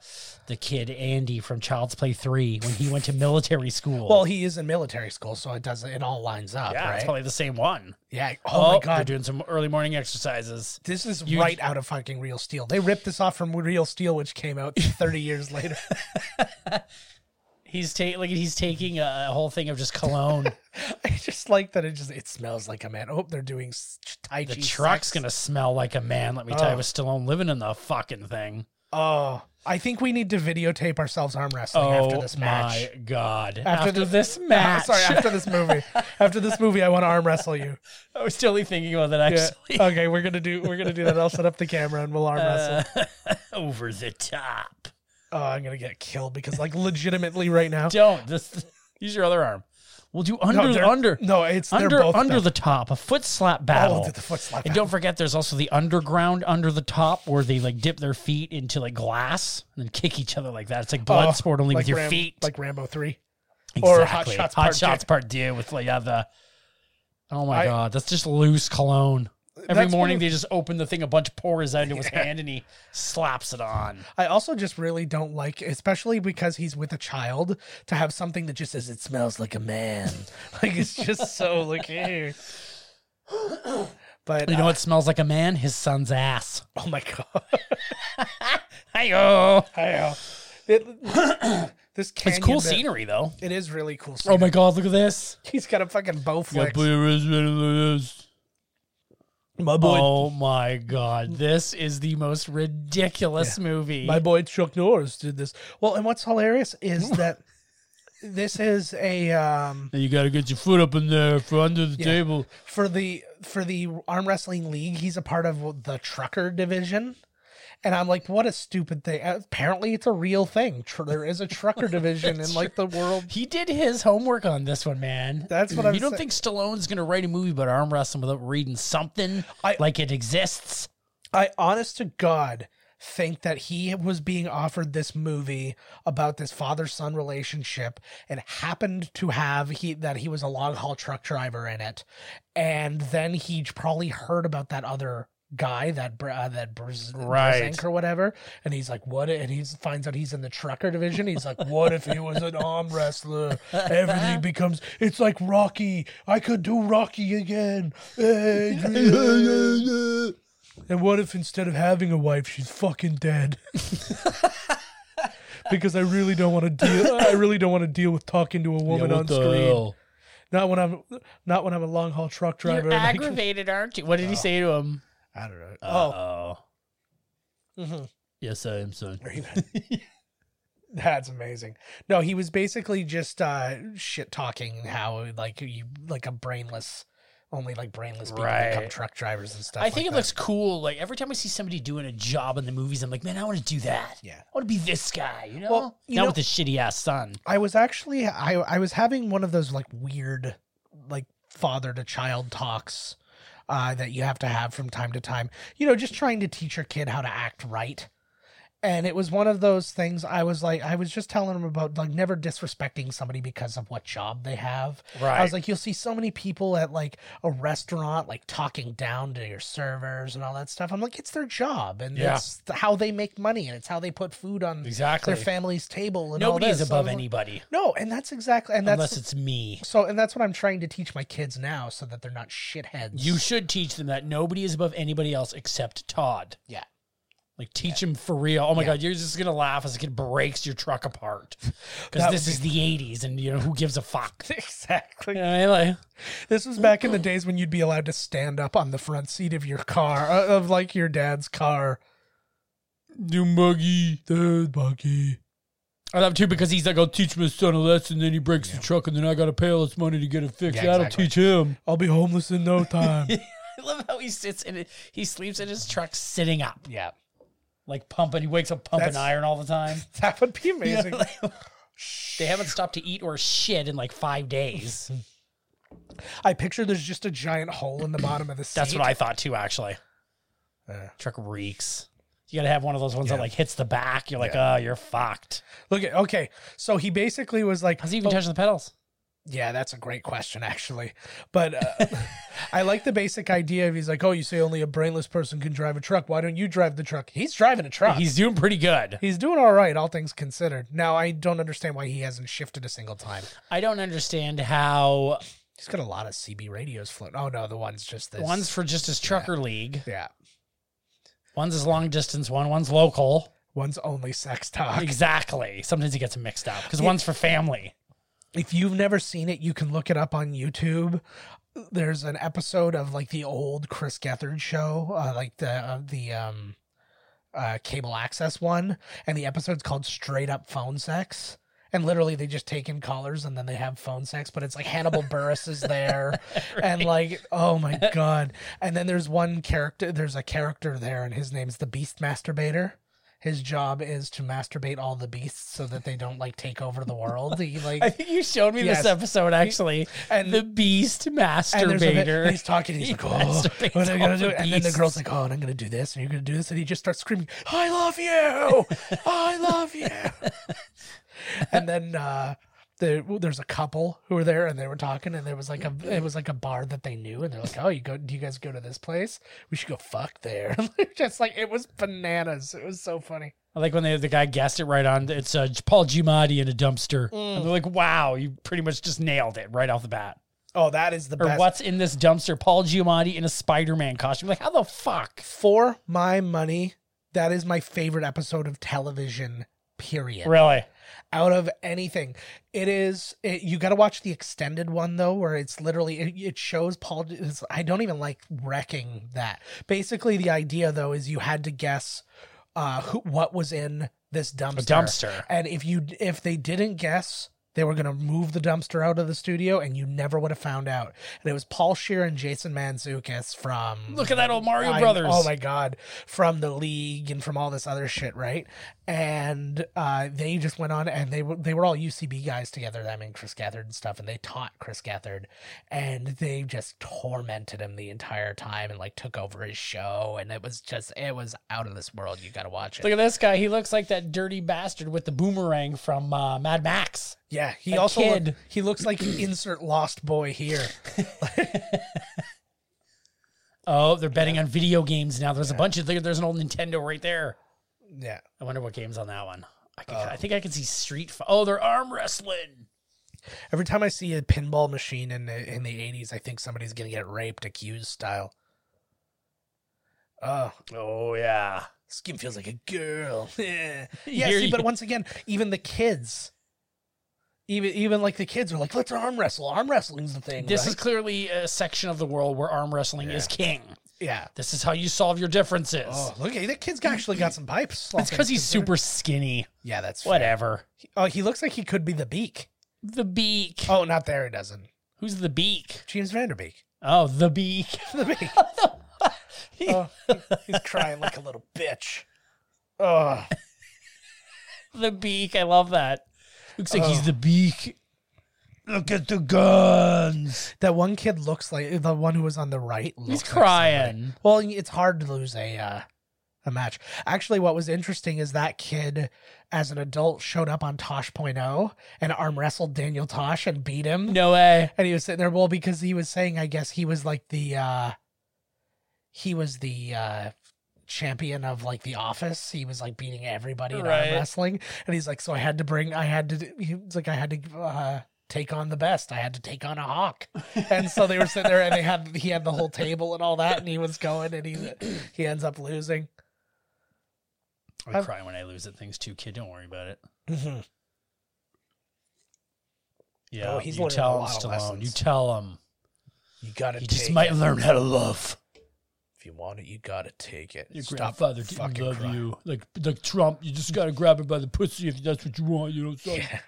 A: the kid Andy from Child's Play Three when he went to military school.
F: well, he is in military school, so it does it all lines up,
A: yeah, it's
F: right?
A: probably the same one.
F: Yeah. Oh, my
A: they're
F: god.
A: doing some early morning exercises.
F: This is
A: You-
F: right out of fucking Real Steel. They ripped this off from Real Steel, which
A: *laughs*
F: came out 30 years later. *laughs*
A: He's taking like he's taking a, a whole thing of just
F: *laughs*
A: cologne.
F: I just like that it just it smells like a man. Oh, they're doing s- tai chi.
A: the truck's
F: sex.
A: gonna smell like a man. Let me tell you,
F: Oh.
A: with Stallone living in the fucking thing.
F: Oh, I think we need to videotape ourselves arm wrestling after
A: Oh
F: this match.
A: my god! After, this,
F: Ah,
A: match,
F: *laughs* sorry, after this movie. after this movie, I want to arm
A: *laughs*
F: wrestle you.
A: I was totally thinking about that
F: Yeah.
A: actually.
F: Okay, we're gonna do we're gonna do that. I'll set up the camera and we'll arm
A: Uh,
F: wrestle.
A: *laughs*
F: *laughs*
A: Over the top.
F: Oh, I'm gonna get killed because like legitimately right now.
A: Don't this. Use your other arm. We'll do under
F: no, they're-
A: under
F: No, it's
A: under
F: they're both
A: under
F: done. Oh,
A: the top. A foot slap battle.
F: the foot slap
A: and
F: battle.
A: don't forget, there's also the underground under the top where they like dip their feet into like glass and then kick each other like that. It's like blood
F: Oh,
A: sport only
F: like
A: with your
F: Ram-
A: feet.
F: like Rambo three. or Hot
A: Exactly.
F: Shots
A: Hot
F: Part Two.
A: Shots Part Two with like yeah, the. Oh my
F: I-
A: god, that's just loose cologne. Every
F: That's
A: morning
F: one of-
A: they just open the thing, a bunch pours out into his hand, and he slaps it on.
F: I also just really don't like, especially because he's with a child, to have something that just says it smells like a man. *laughs* like it's just so
A: *coughs*
F: like. ew. But
A: You know what smells like a man? His son's ass.
F: uh, oh my god!
A: *laughs*
F: *laughs*
A: Hi-yo.
F: Hi-yo. It- this
A: It's
F: canyon
A: cool
F: bit-
A: scenery though.
F: It is really cool. Scenery.
A: Oh my god, look at this.
F: He's got a fucking bow flex.
A: My boy. Oh my god, this is the most ridiculous movie.
F: My boy Chuck Norris did this. Well, and what's hilarious *laughs* is that this is a um,
A: you gotta get your foot up in there for under the
F: Yeah.
A: table.
F: for the for the arm wrestling league he's a part of the trucker division and i'm like what a stupid thing apparently it's a real thing Tr- there is a
A: *laughs*
F: trucker division in like the world
A: He did his homework on this one, man.
F: That's what I'm
A: You don't
F: sa-
A: think Stallone's going to write a movie about arm wrestling without reading something
F: I-
A: like it exists?
F: i honest to god think that he was being offered this movie about this father-son relationship and happened to have he that he was a long haul truck driver in it and then he probably heard about that other guy that Bra- uh, that Braz-
A: Right.
F: Brzezinski or whatever and he's like what i- and he finds out he's in the trucker division he's like what if he was an arm wrestler everything becomes it's like rocky i could do rocky again and what if instead of having a wife she's fucking dead *laughs* because i really don't want to deal i really don't want to deal with talking to a woman on screen not when i'm not when i'm a long haul truck driver
A: You're
F: and I can-
A: aggravated, aren't you? What did he say to him?
B: I don't know. Uh,
A: Oh.
F: Mhm.
A: Yes, I am, son.
B: *laughs*
F: That's amazing. No, he was basically just uh shit talking how like you like a brainless only like brainless people become
A: Right.
F: truck drivers and stuff.
A: I think
F: like
A: it
F: that.
A: looks cool. Like every time I see somebody doing a job in the movies, I'm like, man, I want to do that.
B: Yeah.
A: I want to be this guy, you know?
F: Well, you
A: Not
F: know-
A: with his shitty ass son.
F: I was actually I I was having one of those like weird like father to child talks uh that you have to have from time to time. You know, just trying to teach your kid how to act right. and it was one of those things I was like, I was just telling him about like never disrespecting somebody because of what job they have. I
A: Right.
F: was like, you'll see so many people at like a restaurant like talking down to your servers and all that stuff. I'm like, it's their job and
A: Yeah.
F: it's how they make money and it's how they put food on
A: Exactly.
F: their family's table. And all
A: Nobody's
F: this. So I
A: above
F: was like-
A: anybody
F: No, and that's exactly and that's
A: unless it's me.
F: so and that's what I'm trying to teach my kids now so that they're not shitheads.
A: You should teach them that nobody is above anybody else except Todd.
F: Yeah.
A: Like teach him for real. Oh my god, you're just gonna laugh as a kid breaks your truck apart because
F: That
A: this
F: would
A: is the '80s, and you know who gives a fuck.
F: *laughs* *laughs* Exactly.
A: You know, what I mean? like,
F: This was back in the days when you'd be allowed to stand up on the front seat of your car, uh, of like your dad's car.
A: new muggy.
F: Dude, buggy.
A: I love too because he's like, I'll teach my son a lesson, then he breaks the truck, and then I gotta pay all this money to get it fixed.
F: Yeah,
A: That'll
F: exactly.
A: teach him.
F: I'll be homeless in
A: *laughs*
F: no time.
A: I love how he sits in it. He sleeps in his truck sitting up,
F: yeah.
A: like pumping. He wakes up pumping
F: That's-
A: iron all the *laughs* time.
F: That would be
A: You know,
F: amazing.
A: *laughs* like, they haven't stopped to eat or shit in like five *laughs* days.
F: I picture there's just a giant hole in the bottom of the seat.
A: That's what I thought too, actually.
F: Yeah.
A: Truck reeks. You gotta have one of those ones that like hits the back. You're like, oh, you're fucked.
F: look at. Okay, so he basically was like, oh,
A: How's he even touching the pedals?
F: Yeah, that's a great question, actually. But
A: *laughs*
F: uh, I like the basic idea of he's like, oh, you say only a brainless person can drive a truck. Why don't you drive the truck? He's driving a truck. He's,
A: He's doing pretty good.
F: doing all right, all things considered. Now, I don't understand why he hasn't shifted a single time.
A: I don't understand how
F: He's got a lot of CB radios floating. Oh, no, the one's just this.
A: one's for just his trucker league,
F: Yeah.
A: one's his long distance one, one's local.
F: One's only sex
A: *laughs*
F: talk.
A: Exactly. Sometimes he gets them mixed up because one's for family.
F: if you've never seen it, you can look it up on YouTube. There's an episode of like the old Chris Gethard show, uh, like the uh, the um, uh, cable access one, and the episode's called "Straight Up Phone Sex." And literally, they just take in callers and then they have phone sex. But it's like Hannibal Burris is there, and like, oh my god! And then there's one character. There's a character there, and his name's the Beast Masturbator. His job is to masturbate all the beasts so that they don't like take over the world. He like
A: I think *laughs* you showed me
F: Yes.
A: this episode actually.
F: and-
A: And the beast
F: And there's a bit-
A: masturbator.
F: he's talking.
A: *laughs*
F: He's
A: He
F: like, "Oh,
A: masturbates
F: what am I
A: all
F: gonna do?"
A: the
F: And then the
A: beasts.
F: girl's like, "Oh, and I'm gonna do this, and you're gonna do this," and he just starts screaming, "I love you! I love
A: *laughs*
F: you!" and then uh, there, there's a couple who were there, and they were talking, and there was like a it was like a bar that they knew, and they're like, "Oh, you go? Do you guys go to this place? We should go fuck there." *laughs* just like it was bananas. It was so funny.
A: I like when they, the guy guessed it right on. It's uh, Paul Giamatti in a dumpster.
F: Mm.
A: And they're like, wow, you pretty much just nailed it right off the bat.
F: Oh, that is the
A: Or
F: best.
A: what's in this dumpster? Paul Giamatti in a Spider Man costume. Like, how the fuck?
F: For my money, that is my favorite episode of television. Period.
A: Really?
F: out of anything. It is it, you got to watch the extended one though, where it's literally it, it shows Paul. It's, I don't even like wrecking that. Basically, the idea though is you had to guess uh, who what was in this dumpster.
A: dumpster.
F: and if you if they didn't guess. They were gonna move the dumpster out of the studio, and you never would have found out. And it was Paul Shear and Jason Manzukis from
A: Look at that old Mario
F: I-
A: Brothers.
F: Oh my god, from the league and from all this other shit, right? And uh, they just went on, and they were they were all UCB guys together. I mean, Chris Gethard and stuff, and they taught Chris Gethard, and they just tormented him the entire time, and like took over his show, and it was just it was out of this world. You got to watch it.
A: Look at this guy. He looks like that dirty bastard with the boomerang from uh, Mad Max.
F: yeah, he
A: that
F: also look-
A: kid.
F: he looks
A: *clears throat*
F: like insert Lost Boy here.
A: Oh, they're betting on video games now. There's a bunch of, there- there's an old Nintendo right there.
F: Yeah.
A: I wonder what game's on that one. I, can,
F: Oh.
A: I think I can see Street. Fi- oh, they're arm wrestling.
F: Every time I see a pinball machine in the in the eighties, I think somebody's gonna get raped, accused style. Oh,
A: Oh, yeah.
F: skin feels like a girl. *laughs*
A: *laughs*
F: yeah,
A: Here
F: see,
A: you-
F: but once again, even the kids, even even like the kids are like, let's arm wrestle. Arm wrestling's the thing.
A: This
F: right?
A: is clearly a section of the world where arm wrestling is king.
F: yeah.
A: This is how you solve your differences.
F: Oh, look, hey, that kid's actually got some pipes. all
A: it's because
F: things
A: he's
F: considered.
A: super skinny.
F: Yeah, that's fair.
A: Whatever.
F: Oh, he looks like he could be the beak.
A: The beak.
F: Oh, not there. He doesn't.
A: Who's the beak?
F: James Vanderbeek. *laughs*
A: Oh, the beak. *laughs*
F: The beak. Oh, he's crying like a little bitch. Oh.
A: the beak. I love that. Looks like he's
F: Oh.
A: the beak. Look at the guns.
F: That one kid looks like the one who was on the right. Looks
A: He's
F: like somebody.
A: crying.
F: well, it's hard to lose a uh, a match. Actually, what was interesting is that kid, as an adult, showed up on Tosh.0 and arm wrestled Daniel Tosh and beat him.
A: No way.
F: And he was sitting there, well, because he was saying, I guess he was like the, uh, he was the, uh, champion of like the office he was like beating everybody in
A: Right.
F: arm wrestling and he's like so i had to bring i had to do- he was like i had to uh take on the best i had to take on a hawk and so they were sitting there and they had he had the whole table and all that and he was going and he he ends up losing
A: I cry when I lose at things too, kid. Don't worry about it. Yeah,
F: Mm-hmm. Oh, he's
A: you
F: learning a
A: tell him,
F: lot of
A: Stallone.
F: lessons.
A: You tell him.
B: You gotta
A: He
B: take
A: just might
B: it.
A: learn how to love.
B: If you want it, you gotta take it.
A: Your
B: Stop
A: grandfather didn't
B: fucking
A: love
B: crying.
A: you. Like like Trump, you just gotta grab him by the pussy if that's what you want, you know. Son.
B: Yeah.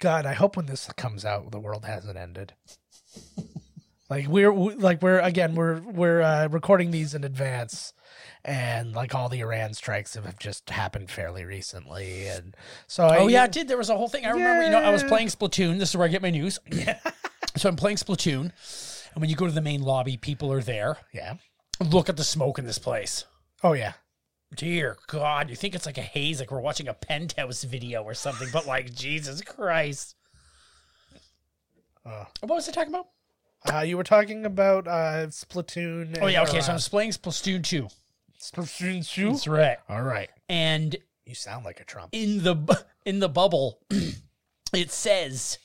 F: God, I hope when this comes out, the world hasn't ended. like we're we, like we're again we're we're uh, recording these in advance, and like all the Iran strikes have, have just happened fairly recently, and so I,
A: Oh yeah, it did. There was a whole thing. I remember, you know, I was playing Splatoon. This is where I get my news. so I'm playing Splatoon. And when you go to the main lobby, people are there.
F: yeah,
A: Look at the smoke in this place.
F: oh yeah,
A: Dear God, you think it's like a haze, like we're watching a penthouse video or something, but like Jesus Christ.
F: Uh.
A: what was I talking about?
F: uh, you were talking about uh, Splatoon.
A: Oh yeah, okay. So I'm
F: Iran.
A: playing Splatoon 2.
F: Splatoon two.
A: That's right.
F: All right,
A: And
B: You sound like a Trump.
A: in the *laughs* bu- in the bubble, *clears throat* it says,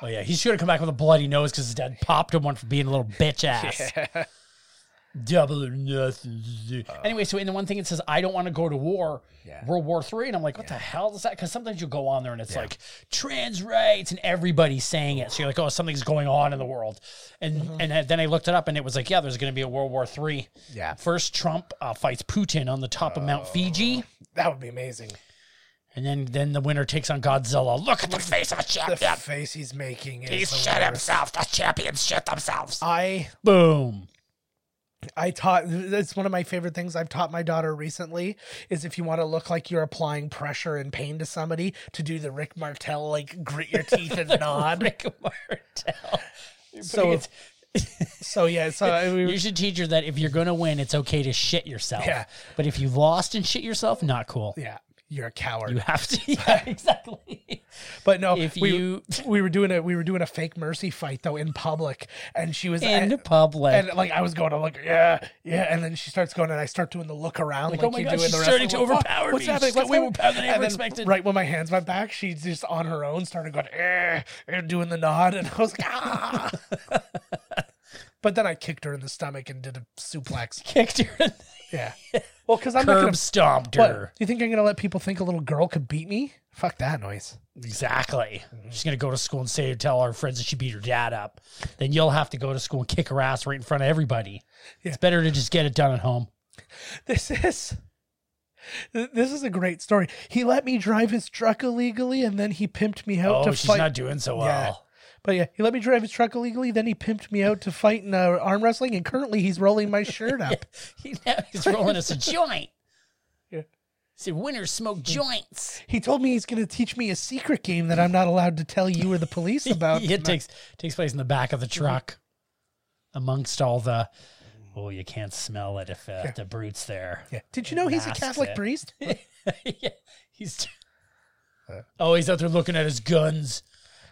A: "Oh yeah, he's gonna come back with a bloody nose because his dad popped him one for being a little
B: *laughs*
A: bitch ass." Double or nothing. anyway, so in the one thing it says, "I don't want to go to war."
B: Uh. Yeah.
A: World War Three, and I'm like, "What the hell is that?" Because sometimes you go on there and it's like trans rights, and everybody's saying it. So you're like, "Oh, something's going on in the world," and
B: Mm-hmm.
A: and then I looked it up, and it was like, "Yeah, there's going to be a World War Three.
B: Yeah.
A: First, Trump uh, fights Putin on the top of Mount
B: Oh.
A: Fiji.
F: that would be amazing.
A: And then, then the winner takes on Godzilla. Look at the face of a
F: The
A: champion.
F: face he's making is
A: He
F: the
A: shit
F: worst.
A: himself. The champions shit themselves.
F: I
A: Boom. *laughs*
F: I taught it's one of my favorite things I've taught my daughter recently is if you want to look like you're applying pressure and pain to somebody to do the Rick Martel like grit your teeth and
A: *laughs*
F: nod.
A: Rick Martel.
F: So-
A: So
F: So yeah, so I-
A: you
F: we,
A: should teach her that if you're gonna win, it's okay to shit yourself.
F: Yeah.
A: But if you lost and shit yourself, not cool.
F: yeah, you're a
A: You
F: coward.
A: have
F: *laughs*
A: to. Yeah, exactly.
F: But no,
A: If
F: we,
A: you-
F: we were doing a we were doing a fake mercy fight though in public, and she
A: *laughs*
F: was
A: In
F: and,
A: public.
F: and like I was going, I'm like yeah, yeah, and then she starts going, and I start doing the look around, like,
A: oh my
F: you
A: God,
F: do in
A: she's
F: the
A: starting
F: wrestling.
A: to
F: Like, what?
A: overpower
F: What's
A: me.
F: happening?
A: She's like
F: What's
A: way
F: happening?
A: more power than I
F: And
A: ever
F: then
A: expected.
F: Right when my hands went back, she just on her own started going eh, eh, doing the nod, and I was like ah. but then I kicked her in the stomach and did a suplex.
A: *laughs* Kicked her. in
F: Yeah. Well, because
A: the
F: I'm not
A: Curb
F: gonna.
A: stomped
F: What?
A: her.
F: You think I'm gonna let people think a little girl could beat me? Fuck that noise.
A: Exactly. She's gonna go to school and say, tell our friends that she beat her dad up. Then you'll have to go to school and kick her ass right in front of everybody. It's better to just get it done at home.
F: This is. This is a great story. He let me drive his truck illegally, and then he pimped me out
A: Oh,
F: to
A: she's
F: fight.
A: not doing so well. *laughs*
F: Yeah. But yeah, he let me drive his truck illegally. Then he pimped me out to fight in uh, arm wrestling, and currently he's rolling my
A: *laughs*
F: shirt up.
A: He, now he's rolling us a joint.
F: Yeah. Mm.
A: See, winners smoke
F: *laughs*
A: joints.
F: He told me he's going to teach me a secret game that I'm not allowed to tell you or the
A: *laughs*
F: police about. Mm-hmm.
A: it takes takes place in the back of the truck, amongst all the. Oh, you can't smell it if uh, the brute's there.
F: Yeah. Did you know he's a
A: Masks
F: Catholic
A: it. *laughs*
F: priest?
A: yeah, he's. Oh, he's out there looking at his guns,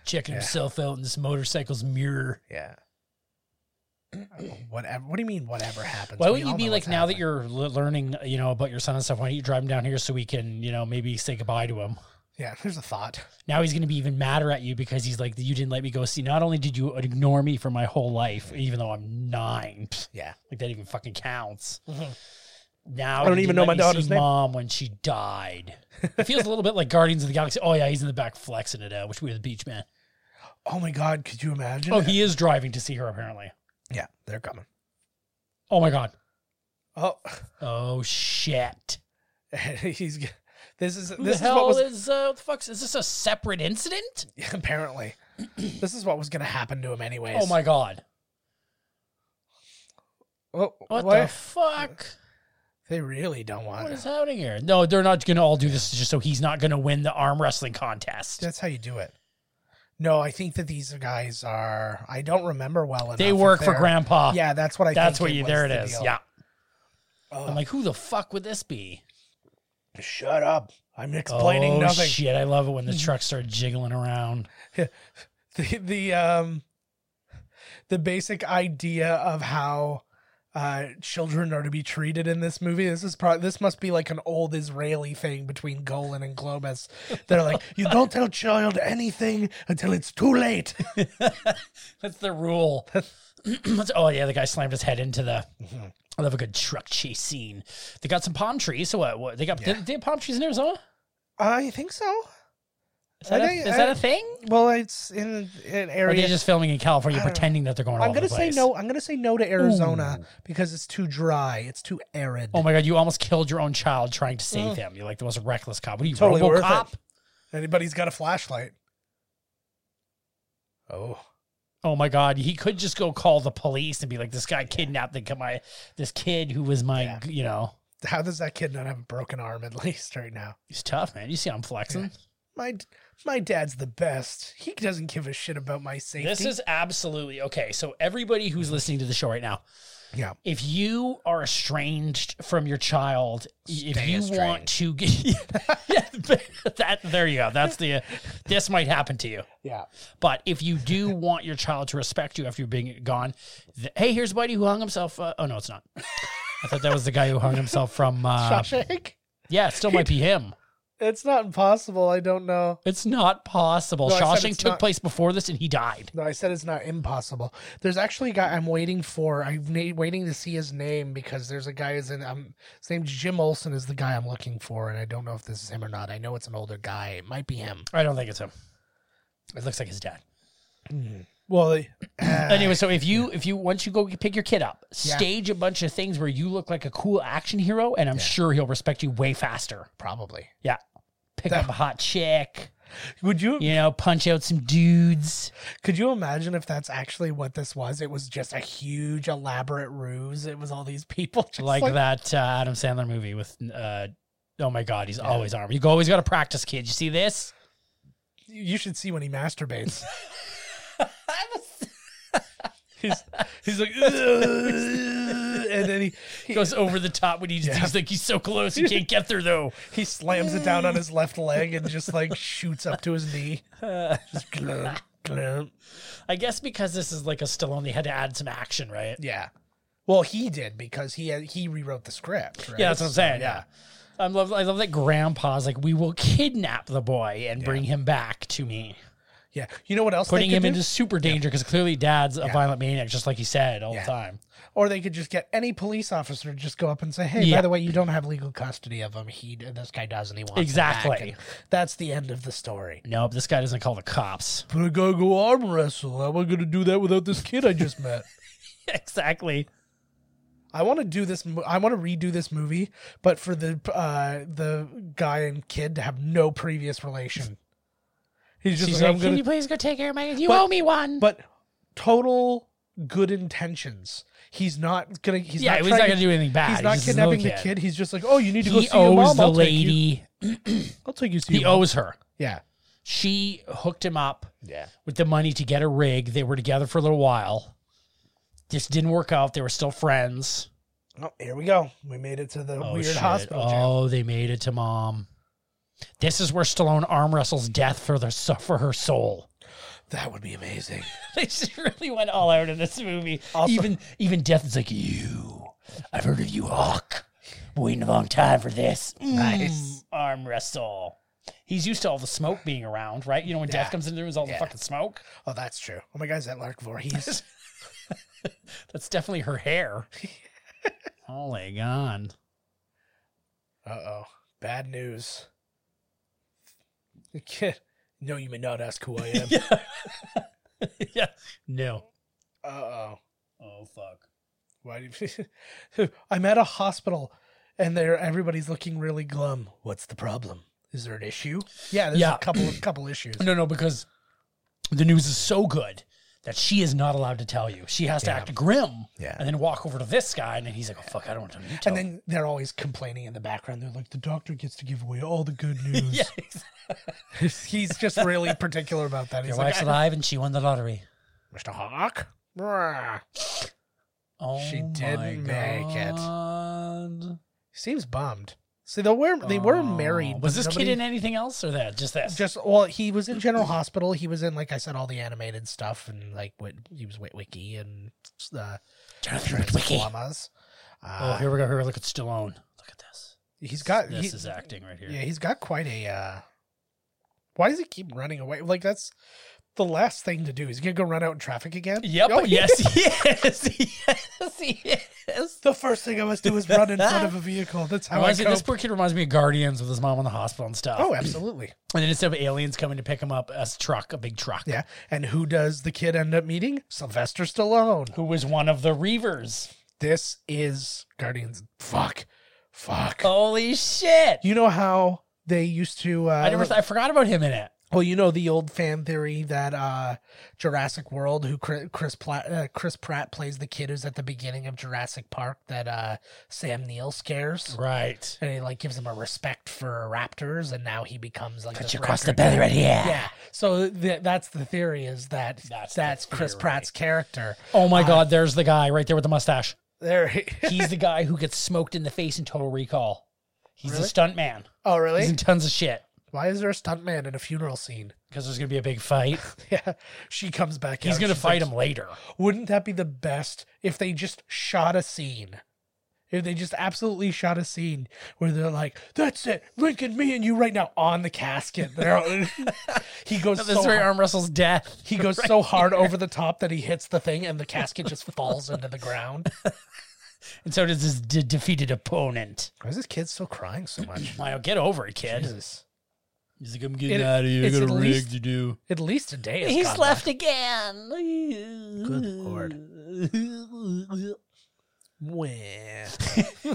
A: checking himself out in this motorcycle's mirror.
B: Yeah.
F: Whatever. What do you mean? Whatever happens?
A: Why
F: We
A: wouldn't you
F: all
A: be
F: know
A: like
F: what's
A: now that
F: happening.
A: you're le- learning, you know, about your son and stuff? Why don't you drive him down here so we can, you know, maybe say goodbye to him?
F: Yeah. There's a thought.
A: Now he's going to be even madder at you because he's like, you didn't let me go see. Not only did you ignore me for my whole life, even though I'm nine, Pfft,
B: Yeah.
A: like that even fucking counts. Now
F: Mm-hmm. I don't
A: you
F: even
A: didn't
F: know
A: let
F: my
A: me
F: daughter's
A: see
F: name.
A: Mom, when she died, it feels a little bit like Guardians of the Galaxy. Oh yeah, he's in the back flexing it out. Which we the beach man.
F: Oh my God! Could you imagine?
A: Oh,
F: that?
A: he is driving to see her apparently.
F: yeah. They're coming.
A: Oh my god.
F: Oh, *laughs*
A: Oh shit.
F: he's. g- This is
A: Who
F: this
A: the
F: is
A: hell
F: what was
A: is uh, what the fuck? Is this a separate incident?
F: *laughs* apparently. this is what was going to happen to him anyways.
A: Oh my god.
F: Oh,
A: What, the fuck?
F: They really don't want.
A: What
F: it.
A: is happening here? No, they're not going to all do this just so he's not going to win the arm wrestling contest.
F: That's how you do it. No, I think that these guys are. I don't remember well enough.
A: they
F: if
A: work for
F: they're-
A: Grandpa.
F: Yeah, that's what I.
A: that's
F: think
A: what you.
F: was
A: There it
F: the
A: is.
F: deal.
A: Yeah. I'm like, who the fuck would this be?
B: Shut up. I'm explaining
A: oh,
B: nothing.
A: shit. I love it *laughs* when the trucks start jiggling around.
F: *laughs* the the um the basic idea of how uh children are to be treated in this movie this is probably this must be like an old israeli thing between golan and globus they're like you don't tell child anything until it's too late
A: *laughs* That's the rule. *clears throat* That's- oh yeah, the guy slammed his head into the. I
F: Mm-hmm.
A: love a good truck chase scene. They got some palm trees. So what? what they got? They, they have palm trees in Arizona.
F: i think so
A: Is that,
F: I
A: a,
F: think- uh,
A: is that
F: I-
A: a thing?
F: well it's in
A: Or are
F: an area
A: they just filming in California, pretending that they're going? All
F: i'm
A: over
F: gonna
A: the
F: say
A: place?
F: no i'm gonna say no to arizona because it's too dry it's too arid
A: Oh my god! You almost killed your own child trying to save him. You're like the most reckless cop. What are you,
F: Mm. Totally worth
A: RoboCop?
F: it. anybody's got a flashlight
B: Oh.
A: Oh my god! He could just go call the police and be like, "This guy kidnapped the, my this kid who was my
F: Yeah.
A: you know."
F: how does that kid not have a broken arm at *laughs* least right now
A: He's tough, man. You see, I'm flexing.
F: My my dad's the best. He doesn't give a shit about my safety.
A: This is absolutely okay. So everybody who's listening to the show right now,
F: yeah.
A: if you are estranged from your child, y- if
B: Stay
A: you want to get *laughs* yeah, that there you go. That's the this might happen to you.
F: Yeah.
A: But if you
F: *laughs*
A: do want your child to respect you after you're being gone, th- hey, here's a buddy who hung himself. Uh, oh no, it's not. I thought that was the guy who hung himself from.
F: *laughs*
A: Uh,
F: Shawshank.
A: yeah, it still might be him.
F: It's not impossible. I don't know.
A: It's not possible.
F: No, I said
A: Shawshank
F: it's
A: took
F: not-
A: place before this, and he died.
F: No, I said it's not impossible. There's actually a guy I'm waiting for. I'm na- waiting to see his name because there's a guy is in. Um, his name's Jim Olson is the guy I'm looking for, and I don't know if this is him or not. I know it's an older guy. It might be him.
A: I don't think it's him. It looks like his dad.
F: Well,
A: anyway, so if you if you once you go pick your kid up, stage a bunch of things where you look like a cool action hero, and I'm sure he'll respect you way faster.
F: probably.
A: Yeah, pick up a hot chick,
F: Would you?
A: you know, punch out some dudes.
F: Could you imagine if that's actually what this was? It was just a huge, elaborate ruse. It was all these people *laughs* just
A: like, that uh, Adam Sandler movie with. Uh, oh my God, he's always armed. You always got to practice, kid. You see this?
F: you should see when he *laughs* masturbates. he's he's like, *laughs* "Ugh," and then he, he
A: Goes over the top when he just, he's like he's so close he can't get there though.
F: he slams it down on his left leg and just like shoots up to his knee. Just glump, glump.
A: I guess because this is like a Stallone, they had to add some action, right?
F: Yeah. Well, he did because he had, he rewrote the script. Right?
A: Yeah, that's what I'm saying.
F: yeah.
A: Yeah. I love I love that grandpa's like we will kidnap the boy and bring him back to me,
F: Yeah. You know what else?
A: putting
F: they could
A: him
F: do?
A: into super danger because clearly dad's a
F: Yeah.
A: violent maniac, just like he said all
F: Yeah.
A: the time.
F: or they could just get any police officer to just go up and say, "Hey,
A: Yeah.
F: by the way, you don't have legal custody of him. He this guy does, and he wants him
A: Exactly.
F: back." And That's the end of the story.
A: Nope, this guy doesn't call the
F: *laughs*
A: cops. *laughs*
F: But I gotta go arm wrestle. How am I gonna do that without this kid I just *laughs* met?
A: exactly.
F: I want to do this. mo- I want to redo this movie, but for the uh, the guy and kid to have no previous relation. He's just
A: She's
F: like,
A: like,
F: I'm
A: "Can
F: gonna,
A: you please go take care of my? You
F: But-
A: owe me one."
F: but total good intentions. He's not gonna. He's
A: yeah,
F: not
A: he's
F: trying
A: not
F: to-
A: gonna do anything bad.
F: He's not
A: just a little
F: kidnapping the kid. He's just like, oh, you need to go
A: He
F: see your
A: owes
F: mom.
A: the
F: I'll take you."
A: lady.
F: I'll take you to
A: He
F: your mom.
A: owes her.
F: Yeah.
A: She hooked him up
B: Yeah.
A: with the money to get a rig. They were together for a little while. This didn't work out. They were still friends.
F: Oh, here we go. We made it to the weird
A: Oh, shit.
F: hospital. jail.
A: Oh, they made it to mom. This is where Stallone arm wrestles death for the for her soul. *laughs*
F: That would be amazing.
A: They just really went all out in this movie. even even death is like you. I've heard of you, Hawk. Waiting a long time for this. Nice arm wrestle. He's used to all the smoke being around, right? You know when death comes in the room, is all the fucking smoke.
F: oh, that's true. Oh my God, is that
A: *laughs*
F: Lark Voorhees?
A: That's definitely her *laughs* hair. Holy god!
F: uh oh, bad news. *laughs* The kid. No, you may not ask who
A: *laughs*
F: I am.
A: yeah. No.
F: Uh oh.
A: Oh fuck.
F: Why? Did you... *laughs* I'm at a hospital, and there everybody's looking really glum. What's the problem? Is there an issue? Yeah, there's
A: Yeah. *clears throat*
F: a couple couple issues.
A: No, no, because the news is so good that she is not allowed to tell you. She has to act grim
F: Yeah.
A: and then walk over to this guy, and then he's like, oh, fuck, I don't want to tell you.
F: And then they're always complaining in the background. They're like, the doctor gets to give away all
A: *laughs*
F: the good news.
A: yeah, he's-
F: He's just really particular about that.
A: your
F: He's
A: wife's
F: like,
A: alive and she won the lottery.
F: Mr. Hawk? Brr.
A: Oh,
F: She didn't make it.
A: God. Oh.
F: seems bummed. See, they were they were married.
A: Was
F: but
A: this
F: nobody-
A: kid in anything else or that? Just this?
F: Just well, he was in General Hospital. He was in like I said, all the animated stuff, and like what he was with Wiki and uh,
A: Jonathan Wiki.
F: Transformers.
A: Oh,
F: Uh,
A: here we go. Here, look at Stallone. Look at this.
F: he's got
A: this
F: he-
A: is acting right here.
F: yeah, he's got quite a. Uh, why does he keep running away? Like that's the last thing to do. He's gonna go run out in traffic again.
A: Yep.
F: Oh, he-
A: yes. *laughs* Yes. Yes. Yes.
F: The first thing I must do is run in front of a vehicle. That's
A: *laughs*
F: how I
A: Reminds me,
F: cope.
A: this poor kid reminds me of Guardians with his mom in the hospital and stuff.
F: oh, absolutely.
A: and then instead of aliens coming to pick him up, a truck, a big truck.
F: Yeah. And who does the kid end up meeting? Sylvester Stallone.
A: Who was one of the
F: *laughs*
A: Reavers?
F: This is Guardians. Fuck. Fuck.
A: Holy shit!
F: You know how they used to. Uh,
A: I never, th- I forgot about him in it.
F: well, you know the old fan theory that uh, Jurassic World, who Chris Chris, Pla- uh, Chris Pratt plays the kid who's at the beginning of Jurassic Park that uh, Sam Neill scares.
A: Right.
F: And he like gives him a respect for raptors, and now he becomes like
A: Cut
F: this
A: you across the
F: raptor guy.
A: belly right here.
F: Yeah. So th- that's the theory is that
A: That's
F: that's,
A: the
F: Chris
A: theory.
F: Pratt's character.
A: Oh my god, there's the guy right there with the
F: *laughs*
A: mustache.
F: There. He-
A: He's the guy who gets smoked in the face in Total Recall. He's a stunt man.
F: oh,
A: He's
F: really?
A: in tons of shit
F: Why is there a stuntman in a funeral scene? *laughs*
A: because there's gonna be a big fight.
F: Yeah. She comes back.
A: He's
F: out,
A: gonna
F: she's
A: fight
F: like,
A: him
F: *laughs*
A: later.
F: Wouldn't that be the best if they just shot a scene? If they just absolutely shot a scene where they're like, "That's it, Lincoln, me and you right now on the casket." They're all- *laughs* he goes
A: this
F: so
A: is where
F: hard,
A: arm wrestles death.
F: he goes so hard over the top that he hits the thing and the casket just falls into the ground.
A: And so does his de- defeated opponent.
F: Why is this kid still crying so much? *clears throat*
A: Wow, get over it, kid.
F: Jesus.
A: He's like, I'm getting
F: It-
A: out of here. I
F: it's
A: got a
F: at
A: rig
F: least-
A: to do.
F: At least a day. has gone by.
A: again. *laughs* Good
F: lord. Wah.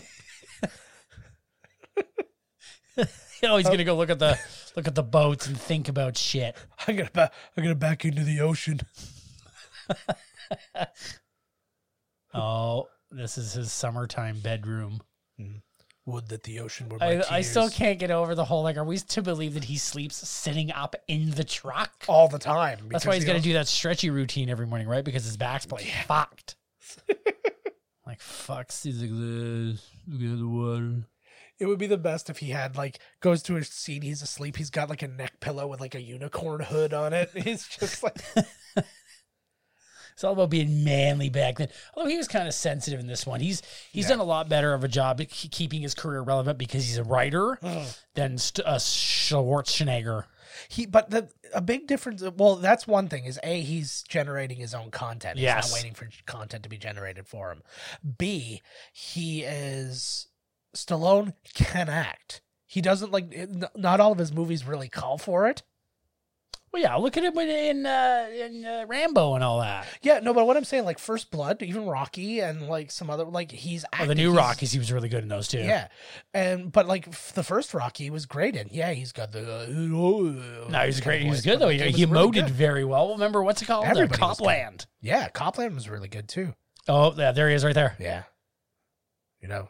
A: oh, he's gonna go look at the look at the boats and think about shit.
F: I'm gonna ba- I'm gonna back into the ocean.
A: Oh, this is his summertime bedroom.
F: Would that the ocean were my
A: I, I
F: tears.
A: still can't get over the whole like, are we to believe that he sleeps sitting up in the truck?
F: all the time.
A: That's why
F: because
A: he's
F: the
A: got to
F: ocean-
A: do that stretchy routine every morning, right? Because his back's like *laughs* fucked. like fuck, he's like this. Look at the water.
F: It would be the best if he had like goes to a scene, he's asleep, he's got like a neck pillow with like a unicorn hood on it. *laughs* He's just like
A: It's all about being manly back then. Although he was kind of sensitive in this one, he's he's done a lot better of a job at ke- keeping his career relevant because he's a writer
F: Mm.
A: than st- uh, Schwarzenegger.
F: he. But the a big difference. Well, that's one thing is a he's generating his own content. He's
A: Yes.
F: not waiting for content to be generated for him. B he is Stallone can act. He doesn't like n- not all of his movies really call for it.
A: Well, yeah, look at him in in, uh, in uh, Rambo and all that.
F: Yeah, no, but what I'm saying, like First Blood, even Rocky, and like some other, like he's
A: Or
F: acting,
A: the new
F: he's-
A: Rockies, he was really good in those too.
F: Yeah, and but like f- the first Rocky he was great in. Yeah, he's got the. Uh,
A: No, he was great. He was
F: voice,
A: good
F: but
A: though. He,
F: was
A: he
F: really
A: emoted
F: good.
A: very well. Remember what's it called? Uh,
F: Everybody was good.
A: Copland.
F: Yeah, Copland was really good too.
A: Oh, yeah, there he is right there. *laughs*
F: Yeah, you know.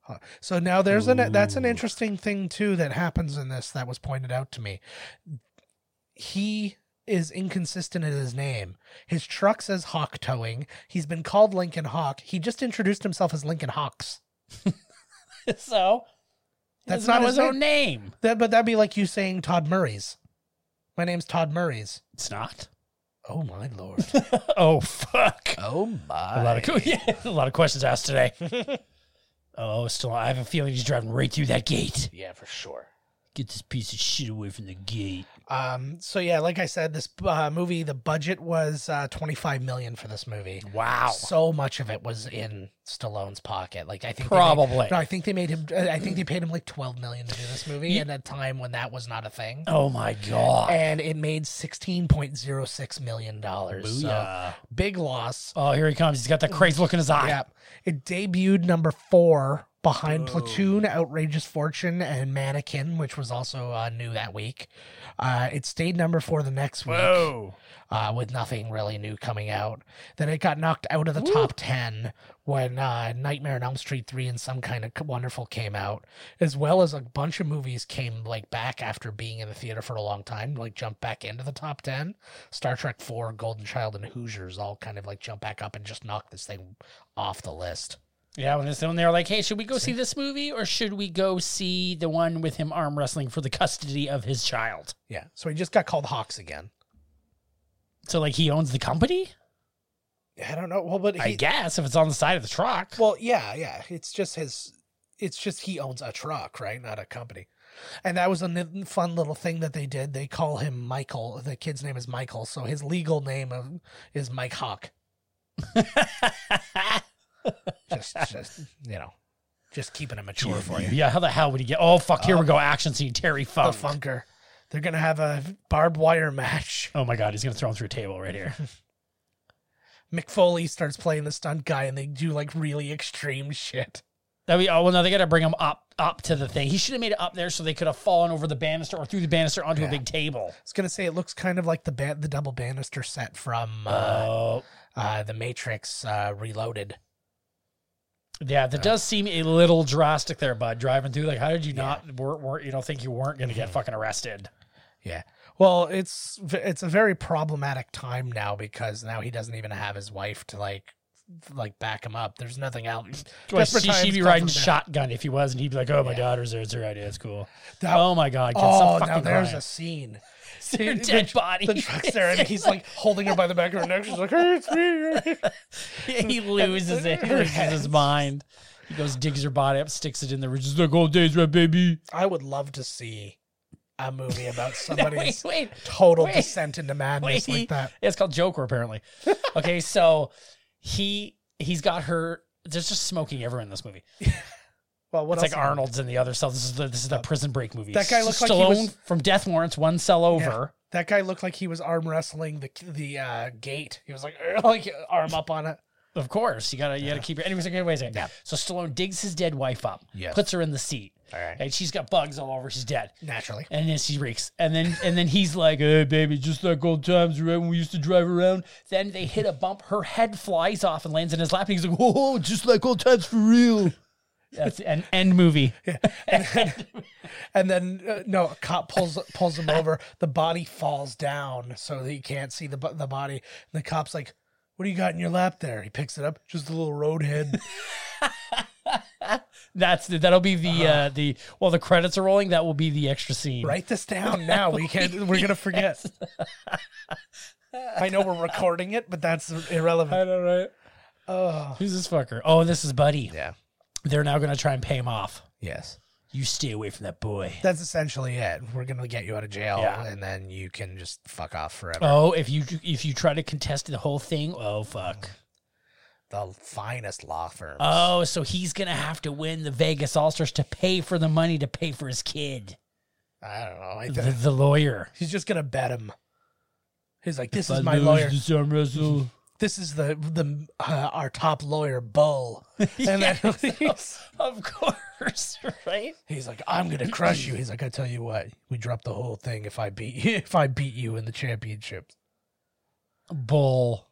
F: Huh. So now there's an that's an
A: Ooh.
F: interesting thing too that happens in this that was pointed out to me. He is inconsistent in his name. His truck says Hawk Towing. He's been called Lincoln Hawk. He just introduced himself as Lincoln Hawks.
A: so he
F: That's
A: doesn't
F: not
A: know
F: his
A: his own name.
F: That but that'd be like you saying Todd Murray's. My name's Todd Murray's.
A: It's not. *laughs*
F: Oh my lord.
A: oh fuck.
F: *laughs* oh my.
A: A lot of co- *laughs* yeah, a lot of questions asked today. *laughs* oh, still, I have a feeling he's driving right through that gate.
F: yeah, for sure.
A: Get this piece of shit away from the gate.
F: Um. So yeah, like I said, this uh, movie, the budget was uh, twenty five million for this movie.
A: Wow.
F: So much of it was in Stallone's pocket. Like I think they made-
A: Probably.
F: *laughs* no, I think they made him. I think they paid him like twelve million to do this movie
A: Ye-
F: in a time when that was not a thing.
A: Oh my god.
F: And it made sixteen point zero six million dollars. So
A: Booyah.
F: big loss.
A: Oh, here he comes. He's got that crazy look in his eye.
F: Yeah. It debuted number four behind Platoon, Outrageous Fortune, and Mannequin, which was also uh, new that week. Uh, it stayed number four the next week
A: Whoa.
F: uh, with nothing really new coming out. Then it got knocked out of the top 10 when uh, Nightmare on Elm Street 3 and Some Kind of Wonderful came out, as well as a bunch of movies came like back after being in the theater for a long time, like jump back into the top 10. Star Trek 4, Golden Child, and Hoosiers all kind of like jump back up and just knock this thing off the list.
A: Yeah, when it's when they're like, "Hey, should we go see this movie or should we go see the one with him arm wrestling for the custody of his child?"
F: Yeah. So he just got called Hawks again.
A: So like he owns the company,
F: I don't know. Well, but he,
A: I guess, if it's on the side of the
F: *laughs*
A: truck.
F: Well, yeah, yeah. It's just his. It's just he owns a truck, right? Not a company. And that was a n- fun little thing that they did. They call him Michael. The kid's name is Michael, so his legal name of, is Mike Hawk. Just, *laughs* just you know, just keeping it mature for you.
A: yeah, how the hell would he get? Oh fuck, here we go, action scene, Terry
F: Uh, The
A: Funk.
F: Funker. They're gonna have a barbed wire match. *laughs*
A: Oh my god, he's gonna throw him through a table right here. *laughs*
F: Mick Foley starts playing the stunt guy, and they do like really extreme shit.
A: That'd be, oh well, no, they got to bring him up up to the thing. He should have made it up there so they could have fallen over the banister or through the banister onto a
F: Yeah.
A: big table.
F: I was gonna say it looks kind of like the ba- the double banister set from uh,
A: Oh,
F: uh, the Matrix uh, Reloaded.
A: yeah, that does seem a little drastic there, bud. Driving through, like, how did you not weren't, weren't you don't think you weren't gonna
F: Mm-hmm.
A: get fucking arrested?
F: Yeah. Well, it's v- it's a very problematic time now because now he doesn't even have his wife to like f- like back him up. There's nothing else.
A: Well,
F: *laughs* Desperate
A: she, she'd
F: times
A: be
F: call
A: riding
F: for death.
A: shotgun if he was, and he'd be like, "Oh, my
F: Yeah.
A: daughter's there. It's her idea. It's cool."
F: That-
A: oh my god, get
F: Oh,
A: some
F: now
A: fucking
F: there's
A: crying. *laughs*
F: a scene.
A: Their
F: The-
A: dead
F: the,
A: body. *laughs*
F: The truck's there, and he's like holding her by the back of her neck. She's like, "Hey, it's me." *laughs*
A: he loses it. He
F: Her
A: loses his
F: head.
A: mind. He goes, digs her body up, sticks it in the It's like old days, right, baby?
F: I would love to see a movie about
A: *laughs* No, wait,
F: somebody's
A: wait.
F: total
A: wait.
F: descent into madness
A: Wait, he-
F: like that.
A: It's called Joker,
F: *laughs*
A: apparently. okay, so he he's got her. There's just smoking everywhere in this movie.
F: Well, what
A: It's
F: else?
A: like Arnold's and the other cell. This is the this is the prison break movie.
F: That guy looked like he
A: Stallone
F: was-
A: from Death Warrants, one cell over.
F: That guy looked like he was arm wrestling the the uh, gate. He was like *laughs* like arm up on it.
A: Of course, you gotta you gotta keep your. Anyways, okay, wait a second.
F: Yeah.
A: So Stallone digs his dead wife up,
F: Yes.
A: puts her in the seat,
F: All right.
A: and she's got bugs all over. She's dead.
F: Naturally.
A: And then she reeks. And then and then he's like, Hey baby, just like old times, right? When we used to drive around. Then they hit a bump, her head flies off and lands in his lap, and he's like, Whoa, just like old times for real. That's an end movie.
F: And then uh, no, a cop pulls pulls him over. The body falls down so that he can't see the bo- the body. And the cop's like, "What do you got in your lap there?" He picks it up, just a
A: *laughs*
F: little roadhead.
A: That's the, that'll be the uh, the while the credits are rolling, that will be the extra scene.
F: Write this down now. We can't. We're
A: *laughs*
F: gonna forget. I know we're recording it, but that's irrelevant.
A: know, right?
F: Oh.
A: Who's this fucker? Oh, this is Buddy.
F: Yeah.
A: They're now gonna try and pay him off.
F: Yes.
A: You stay away from that boy.
F: That's essentially it. We're gonna get you out of jail,
A: Yeah.
F: and then you can just fuck off forever.
A: Oh, if you if you try to contest the whole thing, oh fuck.
F: The finest law firms.
A: Oh, so he's gonna have to win the Vegas All Stars to pay for the money to pay for his kid,
F: I don't know. I
A: the, *laughs*
F: th-
A: the lawyer.
F: he's just gonna bet him. He's like, this is my lawyer. This is the the uh, our top lawyer, Bull. *laughs* And then he's,
A: of course, *laughs* right?
F: *laughs* he's like, I'm gonna crush you. He's like, I tell you what, we drop the whole thing if I beat *laughs* you, if I beat you in the championships.
A: Bull,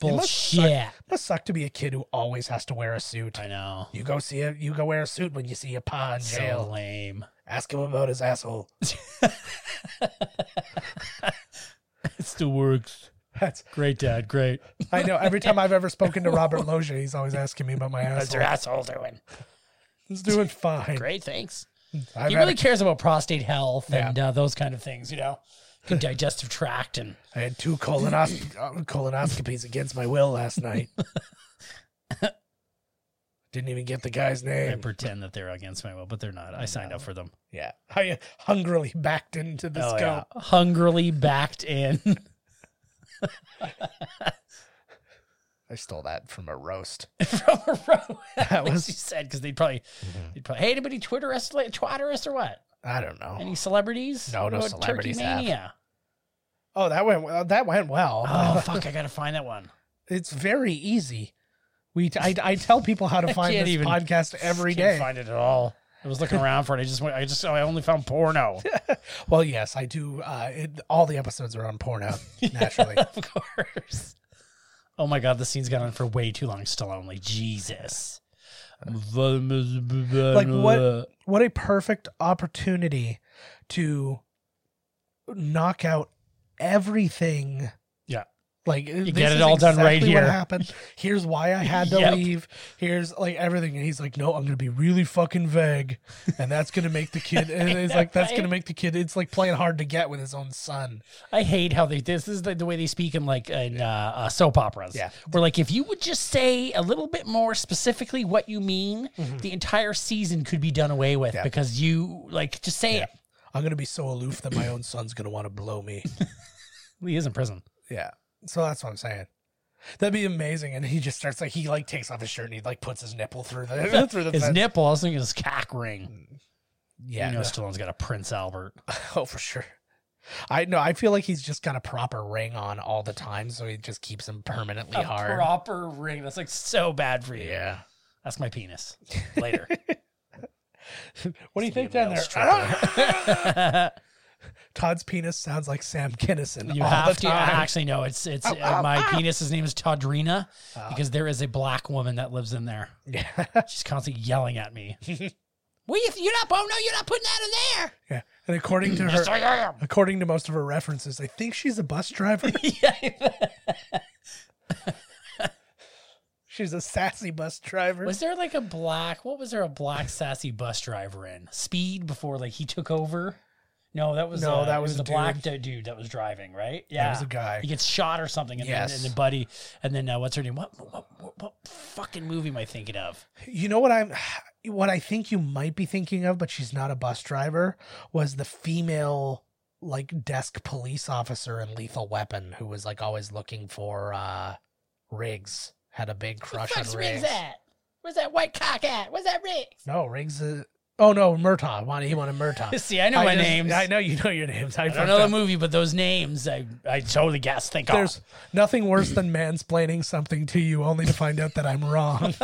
F: It must suck-
A: bullshit.
F: must suck to be a kid who always has to wear a suit.
A: I know.
F: You go see a, you go wear a suit when you see a pa in
A: So
F: jail.
A: lame.
F: Ask him about his asshole. *laughs*
A: It still works.
F: That's
A: Great, Dad. Great.
F: I know. Every time I've ever spoken to Robert Loja, he's always asking me about my
A: How's your
F: asshole.
A: asshole doing?
F: He's doing fine.
A: Great, thanks.
F: I've
A: he
F: had
A: really cares about prostate health
F: Yeah.
A: and uh, those kind of things, you
F: *laughs*
A: know, good digestive tract and
F: I had two colonosc- uh, colonoscopies against my will last
A: *laughs*
F: night. Didn't even get the guy's
A: I
F: name.
A: pretend that they're against my will, but they're not. I signed up for them.
F: Yeah. I hungrily backed into the
A: Oh,
F: scope.
A: yeah. Hungrily backed in. *laughs*
F: I stole that from a roast.
A: from a row. That
F: *laughs*
A: *laughs*
F: That
A: was
F: was-
A: you said because they'd probably, they'd probably, hey, anybody Twitter us, like, Twitter us or what?
F: I don't know.
A: Any celebrities?
F: Oh. No, no
A: What,
F: celebrities
A: Turkey
F: have.
A: Mania.
F: Oh, that went well. That went well.
A: Oh fuck, I gotta find that one.
F: *laughs* It's very easy. We I, I tell people how to find
A: can't
F: this
A: even-
F: podcast *laughs* every
A: Can't
F: day.
A: find it at all. I was looking around for it. I just went. I just. I only found porno.
F: well, yes, I do. Uh, it, all the episodes are on Pornhub *laughs*
A: *laughs*
F: naturally.
A: of course. Oh my god, this scene's gone on for way too long. Still only Jesus.
F: like
A: Like
F: what what a perfect opportunity to knock out everything
A: Yeah.
F: Like you
A: get it all done right here.
F: What happened? Here's why I had to
A: Yep.
F: leave. Here's like everything. And he's like, no, I'm gonna be really fucking vague, and that's gonna make the kid. And it's like that's gonna make the kid. It's like playing hard to get with his own son.
A: I hate how they this is the, the way they speak in like in uh, uh, soap operas.
F: Yeah.
A: where like if you would just say a little bit more specifically what you mean, the entire season could be done away with
F: Mm-hmm. Yeah.
A: because you like just say it.
F: I'm gonna be so aloof that my own son's gonna want to blow me.
A: He is in prison.
F: Yeah. So that's what I'm saying. That'd be amazing. And he just starts like he like takes off his shirt and he like puts his nipple through the *laughs* through the
A: His
F: fence.
A: nipple, I was thinking his cock ring.
F: Yeah.
A: you know,
F: no.
A: Stallone's got a Prince Albert.
F: *laughs* Oh, for sure. I know. I feel like he's just got a proper ring on all the time, so he just keeps him permanently
A: A
F: hard.
A: proper ring. That's like so bad for you.
F: yeah.
A: that's my
F: *laughs*
A: penis. Later.
F: What do you think
A: Somebody
F: down there?
A: else tripping.
F: Todd's penis sounds like Sam Kinison *laughs* Oh,
A: You
F: all
A: have
F: the
A: to
F: time.
A: actually no. It's it's uh, my penis's name is Todrina because there is a black woman that lives in there.
F: Yeah.
A: She's constantly yelling at me. *laughs* Well, you, you're not. Oh no, you're not putting that in there.
F: yeah. And according to
A: Yes, I
F: her,
A: *laughs* am.
F: according to most of her references, I think she's a bus driver. *laughs* she's a sassy bus driver.
A: Was there like a black? What was there a black sassy bus driver in Speed before like he took over? No, that was
F: No,
A: uh,
F: that
A: it
F: was
A: the
F: a
A: black du- dude that was driving, right? Yeah,
F: That was a guy.
A: He gets shot or something, and then
F: Yes.
A: and then Buddy, and then uh, what's her name? What, what what what fucking movie am I thinking of?
F: You know what I'm what I think you might be thinking of, but she's not a bus driver, was the female like desk police officer in Lethal Weapon who was like always looking for uh Riggs. Had a big
A: Where
F: crush
A: the
F: on
A: fuck's Riggs
F: Riggs.
A: at? Where's that white cock at? Where's that Riggs?
F: No, Riggs is Oh no, Murtaugh. Wanted he wanted Murtaugh.
A: *laughs* See, I know my
F: just-
A: names.
F: I know you know your names. I,
A: I don't know the movie, but those names, I, I totally guess. Thank God.
F: There's nothing worse than mansplaining something to you only to find out that I'm
A: *laughs*
F: wrong.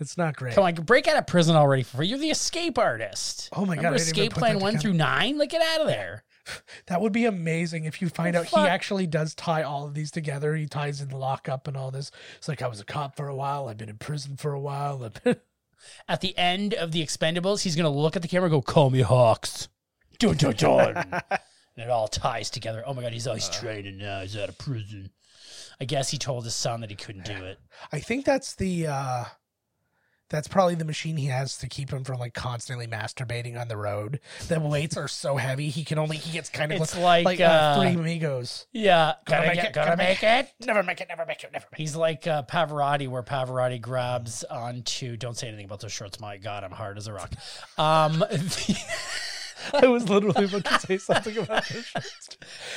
F: it's not great.
A: oh, Come on, break out of prison already! For you're the escape artist.
F: Oh my God, I
A: Remember
F: didn't even
A: escape
F: put
A: plan
F: that
A: one
F: together.
A: through nine. Like get out of there.
F: That would be amazing if you find
A: Oh,
F: out
A: fuck.
F: he actually does tie all of these together. He ties in the lockup and all this. It's like I was a cop for a while. I've been in prison for a while. I've been-
A: At the end of the Expendables, he's gonna look at the camera, and go, "Call me Hawks." Dun dun
F: *laughs*
A: dun. and it all ties together. Oh my God, he's
F: Uh.
A: always training now. He's out of prison. I guess he told his son that he couldn't do it.
F: I think that's the. uh that's probably the machine he has to keep him from like constantly masturbating on the road. The weights are so heavy he can only he gets kind of
A: It's like, uh,
F: three amigos.
A: Yeah, gotta,
F: make
A: get-
F: it,
A: gotta
F: gotta
A: make
F: make
A: it.
F: Never make it, never make it, never make
A: He's like uh, Pavarotti, where Pavarotti grabs onto. Don't say anything about those shorts. My God, I'm hard as a rock. Um, *laughs*
F: it. I was literally about to say something about this.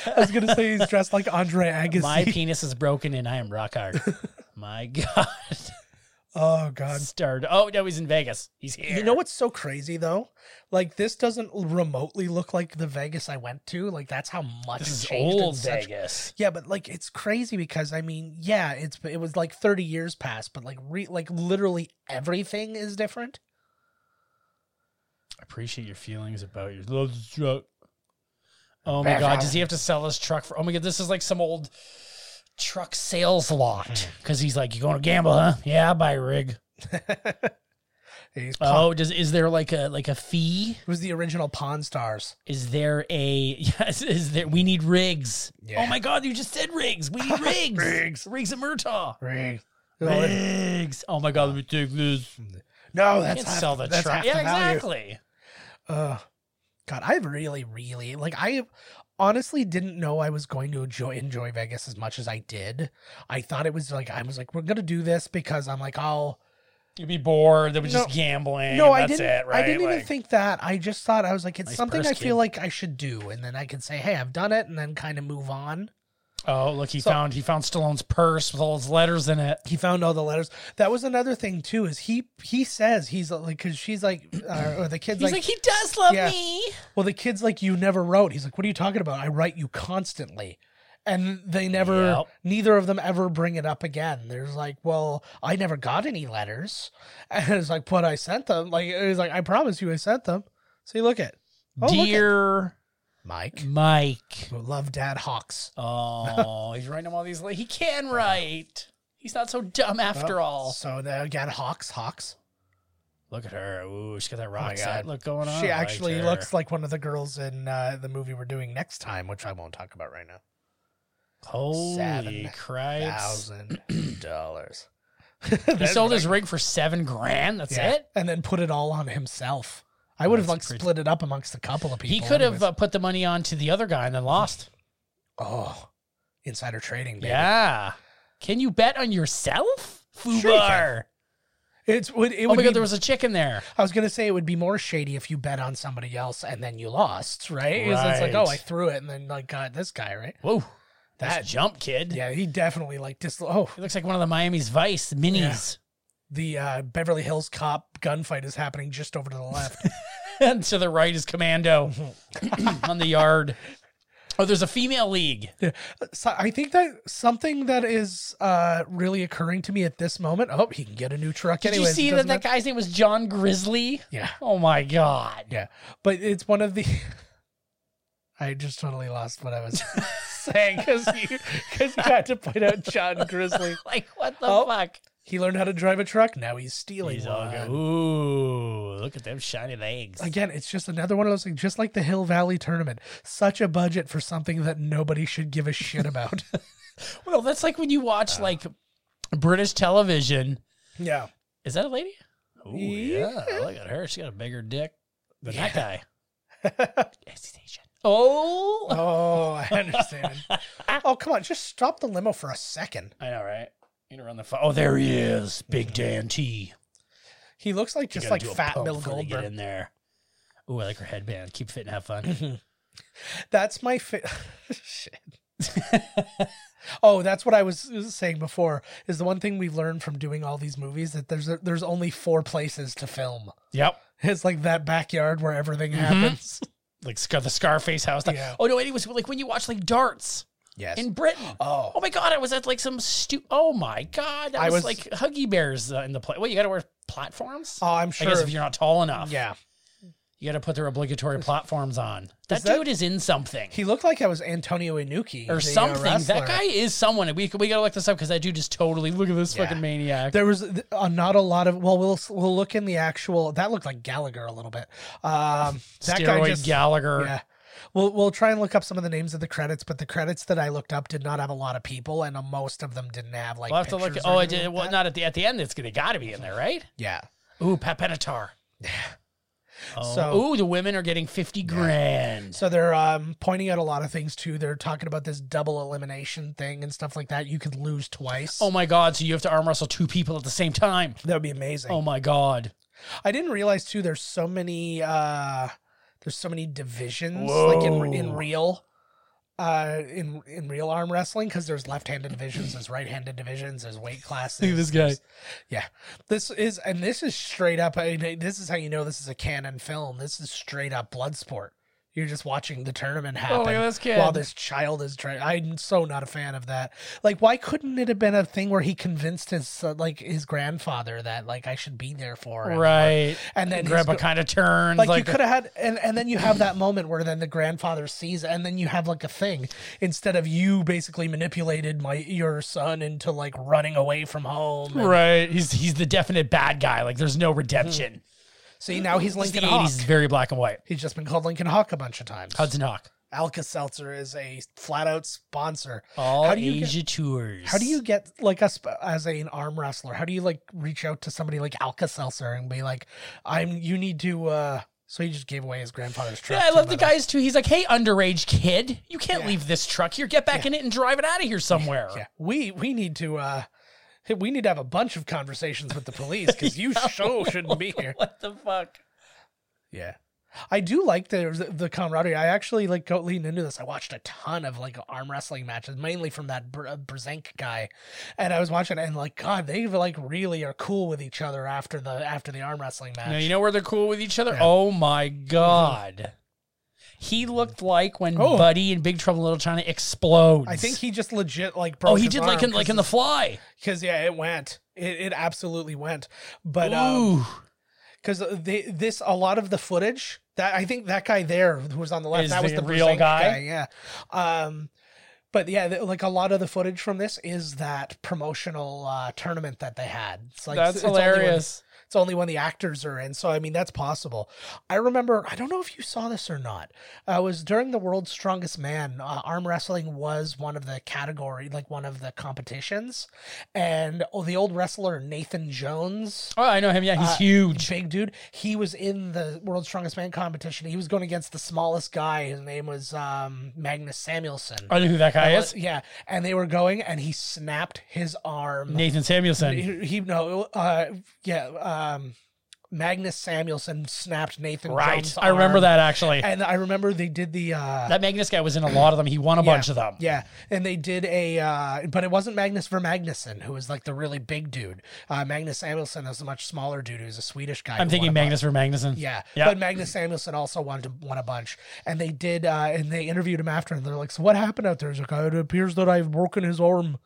F: I was gonna say he's dressed like Andre Agassi.
A: my penis is broken and I am rock *laughs* hard. My God,
F: *laughs* oh god.
A: started. Oh no, he's in Vegas. He's here.
F: You know what's so crazy though? Like this doesn't remotely look like the Vegas I went to. Like that's how much
A: This
F: has
A: is
F: changed in
A: old
F: such-
A: Vegas.
F: Yeah, but like it's crazy because I mean, yeah, it's it was like 30 years past, but like re, like literally everything is different. *laughs*
A: I appreciate your feelings about your love truck. Oh my God, does he have to sell his truck for? Oh my God, this is like some old truck sales lot. Because he's like, you going to gamble, huh? Yeah, I buy a rig.
F: He's Pawn-
A: Oh, does is there like a like a fee?
F: it was the original Pawn Stars.
A: Is there a *laughs* yes? Is there? We need rigs.
F: Yeah.
A: Oh my God! You just said rigs. We
F: *laughs*
A: need
F: Oh
A: rigs. rigs. Rigs at Murtaugh.
F: Right.
A: Rigs. Oh my God! Let me take this.
F: No,
A: I
F: that's
A: can't
F: half-
A: sell the
F: that's
A: truck.
F: half
A: Yeah,
F: the value.
A: exactly.
F: Uh, God, I really, really like. I honestly didn't know I was going to enjoy enjoy Vegas as much as I did. I thought it was like I was like, we're gonna do this because I'm like, I'll.
A: You'd be bored. They were
F: No.
A: just gambling.
F: No, I
A: That's
F: didn't.
A: It, right?
F: I didn't even
A: Like,
F: think that. I just thought I was like, it's
A: Nice
F: something
A: purse,
F: I
A: kid.
F: feel like I should do, and then I can say, hey, I've done it, and then kind of move on.
A: Oh, look! He
F: So-
A: found he found Stallone's purse with all his letters in it.
F: He found all the letters. That was another thing too. Is he? He says he's like, because she's like, uh, or the kids
A: He's like, he does love
F: Yeah.
A: me.
F: well the kid's like you never wrote he's like what are you talking about i write you constantly and they never Oh,
A: Yep.
F: neither of them ever bring it up again there's like well i never got any letters *laughs* and it's like but i sent them like it was like i promise you i sent them see look at Oh, look at-
A: Dear
F: mike
A: Mike.
F: love dad hawks
A: Oh, he's writing him all these. le- He can write. He's not so dumb
F: Oh.
A: after all.
F: so there again hawks hawks
A: Look at her. Ooh, she's got that rock
F: Oh God.
A: set look going on.
F: she
A: I like
F: actually
A: her.
F: looks like one of the girls in uh, the movie we're doing next time which i won't talk about right now
A: Holy
F: Seven
A: Christ.
F: thousand dollars.
A: *laughs* He sold his rig for seven grand. That's
F: Yeah,
A: it.
F: and then put it all on himself. I would have like split it up amongst a couple of people.
A: He could have
F: anyways.
A: uh, put the money on to the other guy and then lost.
F: oh, insider trading. Baby.
A: Yeah. Can you bet on yourself? Fubar.
F: Sure you can. it's would it
A: oh
F: would
A: my
F: be,
A: god, there was a chick in there.
F: I was gonna say it would be more shady if you bet on somebody else and then you lost, right? It's- It's, like
A: Right.
F: oh, I threw it and then like got this guy, right?
A: Whoa.
F: That-
A: That jump kid.
F: Yeah, he definitely like dis. Oh,
A: He looks like one of the Miami's Vice minis.
F: the uh, Beverly Hills Cop gunfight is happening just over to the left.
A: *laughs* and to the right is
F: *laughs*
A: Commando on the yard. Oh, there's a female league.
F: so I think that something that is uh, really occurring to me at this moment. Oh, he can get a new truck.
A: Did
F: anyways,
A: you see
F: it
A: that
F: doesn't
A: that
F: matter.
A: guy's name was John Grizzly?
F: Yeah,
A: Oh my god. *laughs*
F: yeah, but it's one of the. *laughs* I just totally lost what I
A: *laughs*
F: was saying because you because you had to point
A: *laughs*
F: out John Grizzly.
A: Like what the
F: Oh.
A: fuck?
F: He learned how to drive a truck. Now he's stealing.
A: He's all
F: one.
A: good. Ooh, look at them shiny legs.
F: Again, it's just another one of those things, just like the Hill Valley tournament. Such a budget for something that nobody should give a
A: *laughs*
F: shit about.
A: Well, that's like when you watch like British television.
F: yeah.
A: Is that a lady? Oh
F: Yeah.
A: yeah. Look at her. She got a bigger dick than that guy. *laughs* Yes, he's Asian. Oh.
F: Oh, I
A: *laughs*
F: understand. oh, come on, just stop the limo for a second.
A: I know, right? You know, run the phone. Oh, there he is, Big Dan T.
F: He looks like just
A: Gotta
F: like
A: do a
F: fat
A: pump
F: Bill
A: before they Get
F: Goldberg.
A: in there. Ooh, I like her headband. Keep fit and have *laughs* fun.
F: *laughs* That's my fa- *laughs* shit. oh, that's what I was saying before. Is the one thing we've learned from doing all these movies that there's there's only four places to film.
A: yep.
F: It's like that backyard where everything
A: Mm-hmm.
F: happens.
A: Like Scar- the Scarface house.
F: Yeah.
A: Oh no, it was like when you watch like darts
F: Yes.
A: in Britain.
F: oh,
A: Oh my god, I was at like some stu. Oh my god, that
F: I
A: was,
F: was-
A: like Huggy Bears uh, in the play. Well, you got to wear platforms.
F: oh, I'm
A: I
F: sure.
A: guess if you're not tall enough,
F: yeah.
A: you got to put their obligatory platforms on. That,
F: that-
A: dude is in something
F: He looked like I was Antonio uh, Inoki
A: or something. That guy is someone. We we gotta look this up because that dude is totally look at this
F: Yeah.
A: fucking maniac.
F: There was uh, not a lot of. Well, we'll we'll look in the actual. That looked like Gallagher a little bit. Um, that guy
A: Steroid
F: just,
A: Gallagher.
F: Yeah. We'll we'll try and look up some of the names of the credits, but the credits that I looked up did not have a lot of people, and uh, most of them didn't have like.
A: We'll have to look.
F: pictures or
A: Oh, I
F: anything
A: did.
F: like
A: Well,
F: that.
A: not at the at the end. It's gonna gotta be in there, right?
F: Yeah.
A: Ooh, Pat Benatar. Oh.
F: So-
A: ooh, the women are getting fifty grand.
F: So they're um, pointing out a lot of things too. They're talking about this double elimination thing and stuff like that. You could lose twice.
A: Oh my god! So you have to arm wrestle two people at the same time.
F: that would be amazing.
A: Oh my god!
F: I didn't realize too. There's so many. Uh, there's so many divisions, like in in
A: Whoa.
F: real, uh, in in real arm wrestling, because there's left-handed divisions, there's right-handed divisions, there's weight classes.
A: Look at this guy.
F: Yeah, this is and this is straight up. I mean, this is how you know this is a canon film. This is straight up blood sport. You're just watching the tournament happen
A: look at this kid.
F: while this child is trying. I'm so not a fan of that. Like, why couldn't it have been a thing where he convinced his son- like his grandfather that like I should be there for him?
A: Right.
F: And then
A: Grandpa
F: he's go-
A: kind of turns.
F: like,
A: Like,
F: you could have had and, and then you have that moment where then the grandfather sees and then you have like a thing instead of you basically manipulated my your son into like running away from home and-
A: right. He's he's the definite bad guy. Like there's no
F: Mm-hmm.
A: redemption.
F: see now he's
A: It's the
F: lincoln hawk
A: eighties, very black and white.
F: he's just been called lincoln hawk a bunch of times
A: Hudson Hawk.
F: alka-seltzer is a flat-out sponsor
A: All
F: How do you get-
A: Asia tours.
F: how do you get like us as a, an arm wrestler how do you like reach out to somebody like alka-seltzer and be like i'm you need to uh so he just gave away his grandfather's truck
A: Yeah, I
F: to
A: love the
F: another-
A: guys too. He's like, "Hey, underage kid, you can't leave this truck here. Get back in it and drive it out of here somewhere."
F: Yeah, we we need to uh we need to have a bunch of conversations with the police
A: *laughs*
F: because you sure shouldn't be here.
A: *laughs* What the fuck?
F: Yeah, I do like the the camaraderie. I actually like go lean into this. I watched a ton of like arm wrestling matches, mainly from that Br- uh, Brzenk guy, and I was watching and like God, they like really are cool with each other after the after the arm wrestling match.
A: Now you know where they're cool with each other. Oh my god, he looked like when
F: Mm-hmm. Oh.
A: Buddy and Big Trouble in Little China explodes.
F: I think he just legit like broke.
A: Oh, he
F: his
A: did like in
F: arm
A: like in the Fly.
F: because yeah, it went. It, it absolutely went. But um,
A: Ooh,
F: because they this a lot of the footage that I think that guy there who was on the left
A: Is
F: that was
A: the
F: the
A: real
F: Brzezinski
A: guy?
F: yeah. Um, but yeah, th- like a lot of the footage from this is that promotional uh, tournament that they had. It's like
A: that's
F: it's only when-
A: hilarious.
F: It's only when the actors are in. So I mean, that's possible. I remember. I don't know if you saw this or not. Uh, it was during the World's Strongest Man. Uh, arm wrestling was one of the category, like one of the competitions, and oh, the old wrestler Nathan Jones.
A: Oh, I know him. Yeah,
F: Uh,
A: he's huge.
F: Big dude. He was in the World's Strongest Man competition. He was going against the smallest guy. His name was um, Magnus Samuelson.
A: I know who that guy
F: Uh,
A: is.
F: Yeah, and they were going, and he snapped his arm.
A: Nathan Samuelson.
F: He, he- no, uh, yeah, um, Magnus Samuelson snapped Nathan.
A: Right.
F: Jones'
A: I remember
F: arm.
A: that actually.
F: and I remember they did the. Uh,
A: That Magnus guy was in a lot of them. He won a
F: yeah,
A: bunch of them.
F: Yeah, and they did a, uh, but it wasn't Magnus Vermagnuson who was like the really big dude. Uh, Magnus Samuelson is a much smaller dude who's a Swedish guy.
A: I'm
F: who
A: thinking
F: won a bunch.
A: Magnus for Magnuson.
F: Yeah.
A: Yeah.
F: But Magnus Samuelson also wanted to won a bunch. And they did uh and they interviewed him after and they're like, So what happened out there? He's like, It appears that I've broken his arm.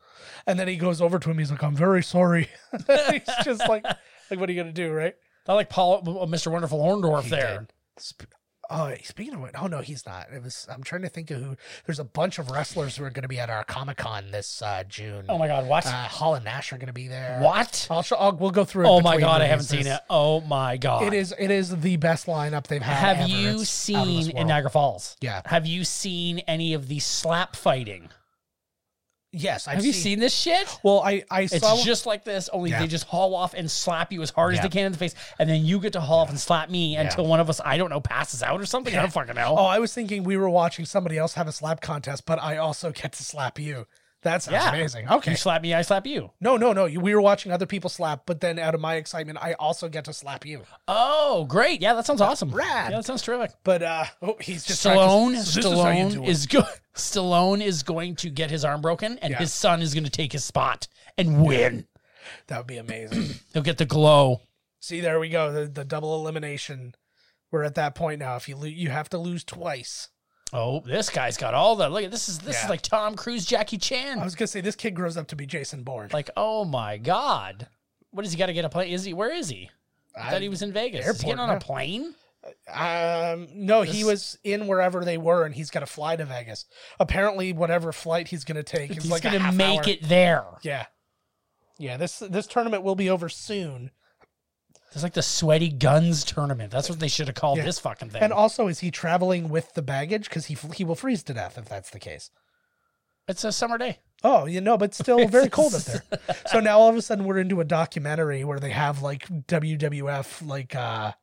F: And then he goes over to him, he's like, I'm very sorry. *laughs* he's just like like what are you gonna do, right?
A: Not like Paul, Mr. Wonderful Horndorf
F: He
A: there.
F: did. Sp- Oh, speaking of what, oh no, he's not. It was I'm trying to think of who. There's a bunch of wrestlers who are going to be at our Comic Con this uh, June.
A: Oh my God. What?
F: Uh, Hall and Nash are going to be there.
A: what?
F: I'll show. I'll, we'll go through. it
A: Oh my
F: between
A: God. I haven't
F: releases.
A: seen it. Oh my God.
F: It is. It is the best lineup they've had.
A: Have
F: ever. It's out of
A: you
F: this
A: seen in
F: world.
A: Niagara Falls?
F: Yeah.
A: Have you seen any of the slap fighting?
F: Yes, I've
A: Have you seen this shit?
F: Well, I I
A: It's
F: saw
A: just like this, only
F: Yeah.
A: they just haul off and slap you as hard as
F: Yeah.
A: they can in the face, and then you get to haul off and slap me until one of us, I don't know, passes out or something. I don't fucking know.
F: Oh, I was thinking we were watching somebody else have a slap contest, but I also get to slap you. That sounds
A: Yeah.
F: amazing. Okay.
A: You slap me, I slap you.
F: no, no, no. you- We were watching other people slap, but then out of my excitement, I also get to slap you.
A: Oh, great. Yeah, that sounds awesome.
F: rad.
A: Yeah, that sounds terrific.
F: But uh, oh, he's just
A: Stallone,
F: practicing. This how you do
A: Stallone
F: it.
A: is, go- *laughs* Stallone is going to get his arm broken, and
F: Yeah.
A: his son is going to take his spot and win.
F: that would be amazing. *clears throat*
A: He'll get the glow.
F: See, there we go. The, the double elimination. We're at that point now. If you lo- you have to lose twice.
A: Oh, this guy's got all the look. at This is this
F: Yeah.
A: is like Tom Cruise, Jackie Chan.
F: I was gonna say this kid grows up to be Jason Bourne.
A: like, oh my god, what does he got to get a plane? Is he? Where is he? I thought he was in Vegas. Is he
F: airport,
A: getting on
F: yeah.
A: a plane?
F: Um, no, he
A: This-
F: was in wherever they were, and he's got to fly to Vegas. Apparently, whatever flight he's going to take is
A: He's
F: like
A: gonna
F: a half
A: make
F: hour.
A: it there.
F: Yeah, yeah. This this tournament will be over soon.
A: It's like the sweaty guns tournament. That's what they should have called
F: Yeah.
A: this fucking thing.
F: And also, is he traveling with the baggage? Because he he will freeze to death if that's the case.
A: it's a summer day.
F: Oh, you know,
A: *laughs*
F: but still very cold up there. So now all of a sudden we're into a documentary where they have like WWF like uh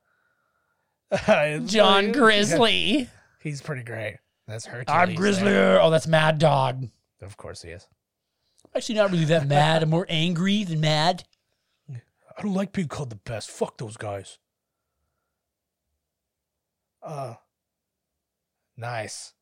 F: *laughs*
A: John
F: Yeah.
A: Grizzly.
F: He's pretty great. That's Hercules.
A: I'm Grizzly. Oh, that's Mad Dog.
F: there. Of course he is.
A: Actually, not really that mad. I'm more angry than mad.
F: I don't like being called the best. Fuck those guys. Uh, nice.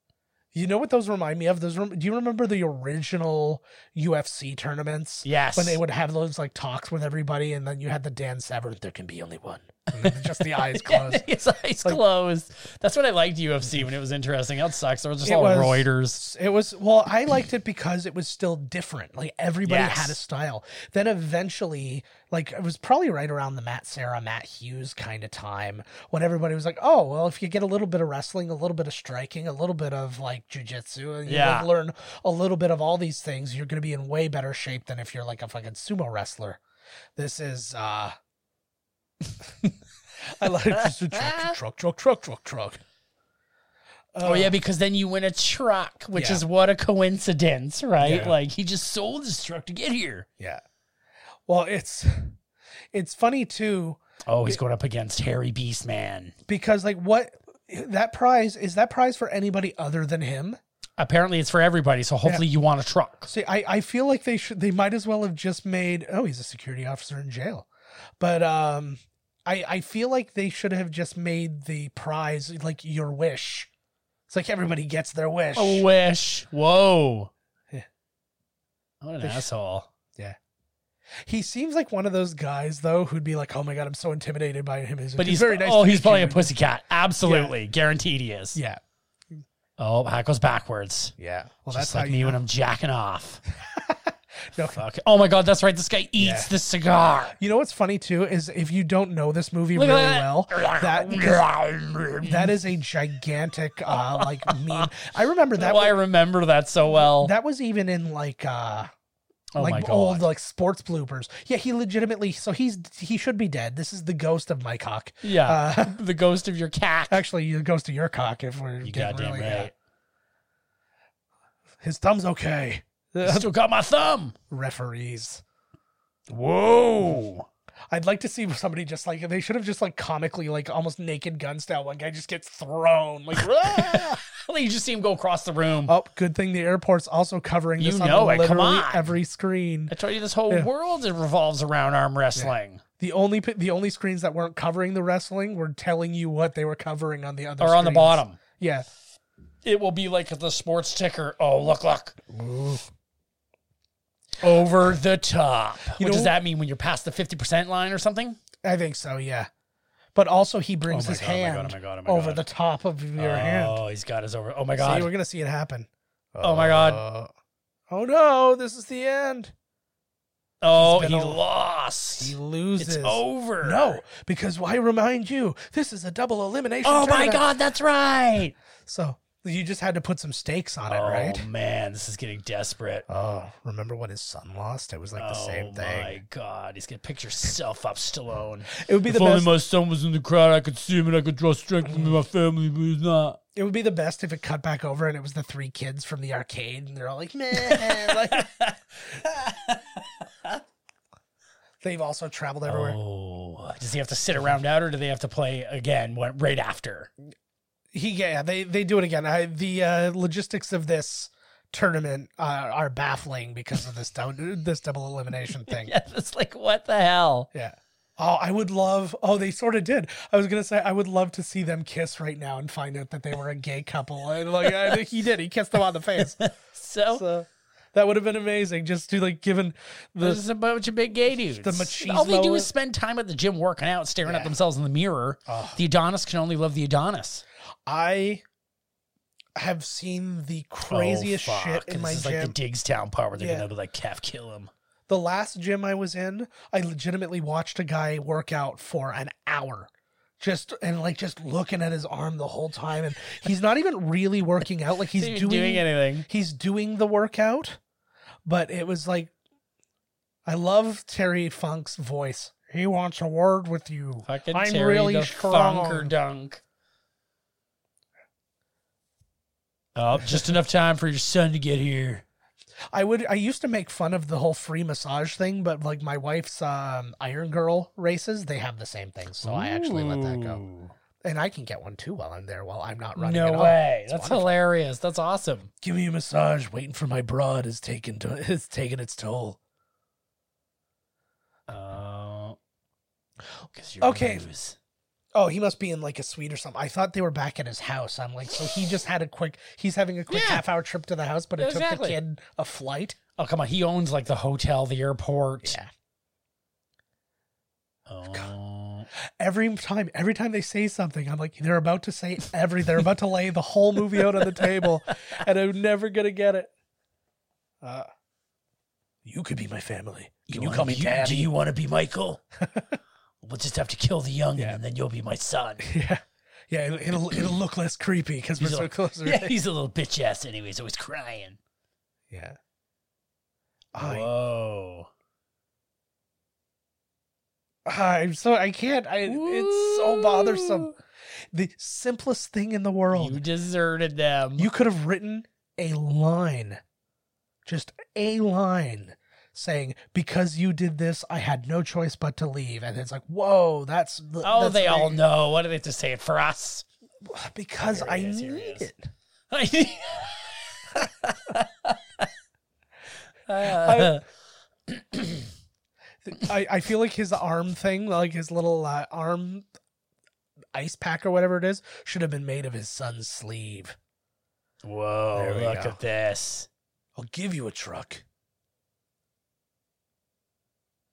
F: You know what those remind me of? Those rem- do you remember the original UFC tournaments?
A: Yes.
F: When
A: *laughs*
F: they would have those like talks with everybody, and then you had the Dan Severn. There can be only one. And then just the eyes closed.
A: His eyes closed. That's when I liked UFC when it was interesting. That sucks. There was just
F: It
A: all
F: was-
A: Reuters.
F: It was well, I liked it because it was still different. Like everybody
A: Yes.
F: had a style. Then eventually, like it was probably right around the Matt Sarah, Matt Hughes kind of time when everybody was like, "Oh, well, if you get a little bit of wrestling, a little bit of striking, a little bit of like jujitsu, and you
A: Yeah.
F: like, learn a little bit of all these things, you're going to be in way better shape than if you're like a fucking sumo wrestler." This is uh *laughs* I like just a truck, truck, truck, truck, truck, truck.
A: oh yeah, because then you win a truck, which
F: Yeah.
A: is what a coincidence, right?
F: Yeah.
A: Like he just sold his truck to get here.
F: Yeah. Well, it's it's funny too
A: Oh, he's going up against Harry Beastman.
F: because like what that prize is that prize for anybody other than him.
A: Apparently, it's for everybody. So hopefully, you want a truck.
F: See, I I feel like they should they might as well have just made oh he's a security officer in jail, but um I I feel like they should have just made the prize like your wish. It's like everybody gets their wish.
A: A wish. Whoa.
F: Yeah.
A: What an asshole.
F: He seems like one of those guys though who'd be like, oh my god, I'm so intimidated by him.
A: But he's,
F: very nice.
A: Oh,
F: to
A: he's
F: meet
A: probably
F: you."
A: a pussycat. Absolutely, guaranteed he is.
F: Yeah,
A: Oh, that goes backwards.
F: yeah. Well,
A: Just
F: that's
A: like
F: how
A: me
F: you
A: when I'm jacking off.
F: No.
A: Fuck. Oh my god, that's right. This guy eats
F: Yeah.
A: the cigar.
F: You know what's funny too is if you don't know this movie really
A: at that.
F: well, that that is a gigantic uh, like meme. I remember that
A: oh, I
F: was,
A: remember that so well.
F: that was even in like uh
A: Oh
F: like
A: my God.
F: old like sports bloopers. Yeah, he legitimately. So he's he should be dead. This is the ghost of my cock.
A: Yeah.
F: Uh, *laughs*
A: the ghost of your cat.
F: actually, the ghost of your cock. If we're
A: You
F: getting
A: goddamn
F: really- uh,
A: right.
F: His
A: *laughs*
F: thumb's okay.
A: Still got my thumb.
F: Referees.
A: *laughs* Whoa.
F: I'd like to see somebody just like they should have just like comically like almost naked gun style. One guy just gets thrown like. *laughs* "Rah!"
A: you just see him go across the room.
F: oh, good thing the airport's also covering this
A: You
F: on
A: know it, come
F: literally
A: on.
F: every screen.
A: I told you this whole
F: Yeah.
A: world it revolves around arm wrestling.
F: The only pi- the only screens that weren't covering the wrestling were telling you what they were covering on the other
A: Or on the
F: screens.
A: bottom.
F: Yeah.
A: It will be like the sports ticker. Oh, look, look. Over the top.
F: You
A: what
F: know-
A: does that mean when you're past the 50% line or something?
F: I think so, yeah. But also he brings
A: Oh my
F: his
A: God, oh my God,
F: hand
A: oh my God, oh my
F: over
A: God.
F: the top of your
A: oh,
F: hand.
A: he's got his over. Oh my
F: See, we're
A: God.
F: gonna see it happen.
A: Oh my God.
F: Uh, oh no, this is the end.
A: Oh,
F: He's
A: he
F: been all-
A: lost.
F: He loses.
A: it's over.
F: No, because I remind you, this is a double elimination.
A: Oh my
F: tournament.
A: God, that's right.
F: So you just had to put some stakes on it,
A: oh
F: right?
A: man, this is getting desperate.
F: Oh, remember when his son lost? It was like the same
A: Oh
F: thing.
A: my God, he's gonna pick yourself up, Stallone.
F: It would be the
G: if only
F: best.
G: my son was in the crowd, I could see him and I could draw strength from my family, but he's not.
F: it would be the best if it cut back over and it was the three kids from the arcade and they're all like, man,
A: *laughs*
F: like. They've also traveled everywhere.
A: Oh, does he have to sit around out, or do they have to play again what, right after? *laughs*
F: He yeah, they they do it again. I, the uh, logistics of this tournament uh, are baffling because of this dou- this double elimination thing.
A: Yeah, it's like what the hell?
F: Yeah. Oh, I would love. Oh, they sort of did. I was gonna say I would love to see them kiss right now and find out that they were a gay couple. And like I, think he did, he kissed them on
A: *laughs*
F: the face.
A: So,
F: So that would have been amazing. Just to like given
A: this
F: the
A: is a bunch of big gay dudes.
F: the machismo-
A: All they do is spend time at the gym working out, staring at themselves in the mirror. The Adonis can only love the Adonis.
F: I have seen the craziest
A: Oh, fuck.
F: shit
A: this
F: in my
A: is
F: gym.
A: like the Digstown part where they're
F: Yeah.
A: gonna be like, "Kev, kill him."
F: the last gym I was in, I legitimately watched a guy work out for an hour. Just and like just looking at his arm the whole time, and he's not even really working
A: *laughs*
F: out. Like he's
A: Not
F: doing,
A: even doing anything.
F: He's doing the workout, but it was like, I love Terry Funk's voice. He wants a word with you.
A: Fucking
F: I'm
A: Terry
F: really
A: the
F: strong.
A: Funker Dunk. Oh, just enough time for your son to get here.
F: I would. I used to make fun of the whole free massage thing, but like my wife's um, Iron Girl races, they have the same thing, so I actually let that go.
A: Ooh.
F: and I can get one too while I'm there while I'm not running. at
A: No
F: all.
A: way.
F: It's
A: That's
F: wonderful.
A: hilarious. That's awesome.
F: Give me a massage. Waiting for my broad is taking to, *laughs* is taking its toll.
A: Oh. 'Cause you're
F: Uh, Okay.
A: loose.
F: Oh, he must be in like a suite or something. I thought they were back at his house. I'm like, so he just had a quick. He's having a quick
A: Yeah.
F: half hour trip to the house, but it took the
A: Exactly.
F: kid a flight.
A: Oh, come on. He owns like the hotel, the airport.
F: Yeah.
A: Oh.
F: Every time, every time they say something, I'm like, they're about to say every. They're about to lay the whole movie out on the table, and I'm never gonna get it. Uh, you could be my family. Can you,
A: wanna
F: call me
A: be-
F: daddy?
A: Do you want to be Michael? we'll just have to kill the young
F: Yeah.
A: and then you'll be my son.
F: *laughs* *laughs* Yeah. Yeah, it'll it'll, it'll look less creepy because we're
A: He's
F: so
A: like,
F: close.
A: *laughs* Yeah,
F: right?
A: he's a little bitch ass anyway. He's always crying.
F: yeah. I,
A: Whoa.
F: I'm so I can't. I it's so bothersome. The simplest thing in the world.
A: You
F: You,
A: deserted them.
F: could have written a line, just a line, saying because you did this, I had no choice but to leave. And it's like, whoa, that's
A: oh,
F: that's
A: they all
F: very-
A: know. What do they have to say it for
F: *laughs*
A: us? *laughs*
F: because
A: Here
F: I
A: he is, here he
F: need
A: is.
F: it.
A: *laughs*
F: *laughs*
A: Uh,
F: I, I feel like his arm thing, like his little uh, arm ice pack or whatever it is, should have been made of his son's sleeve. There
A: whoa,
F: we
A: look
F: go.
A: at this.
F: I'll give you a truck.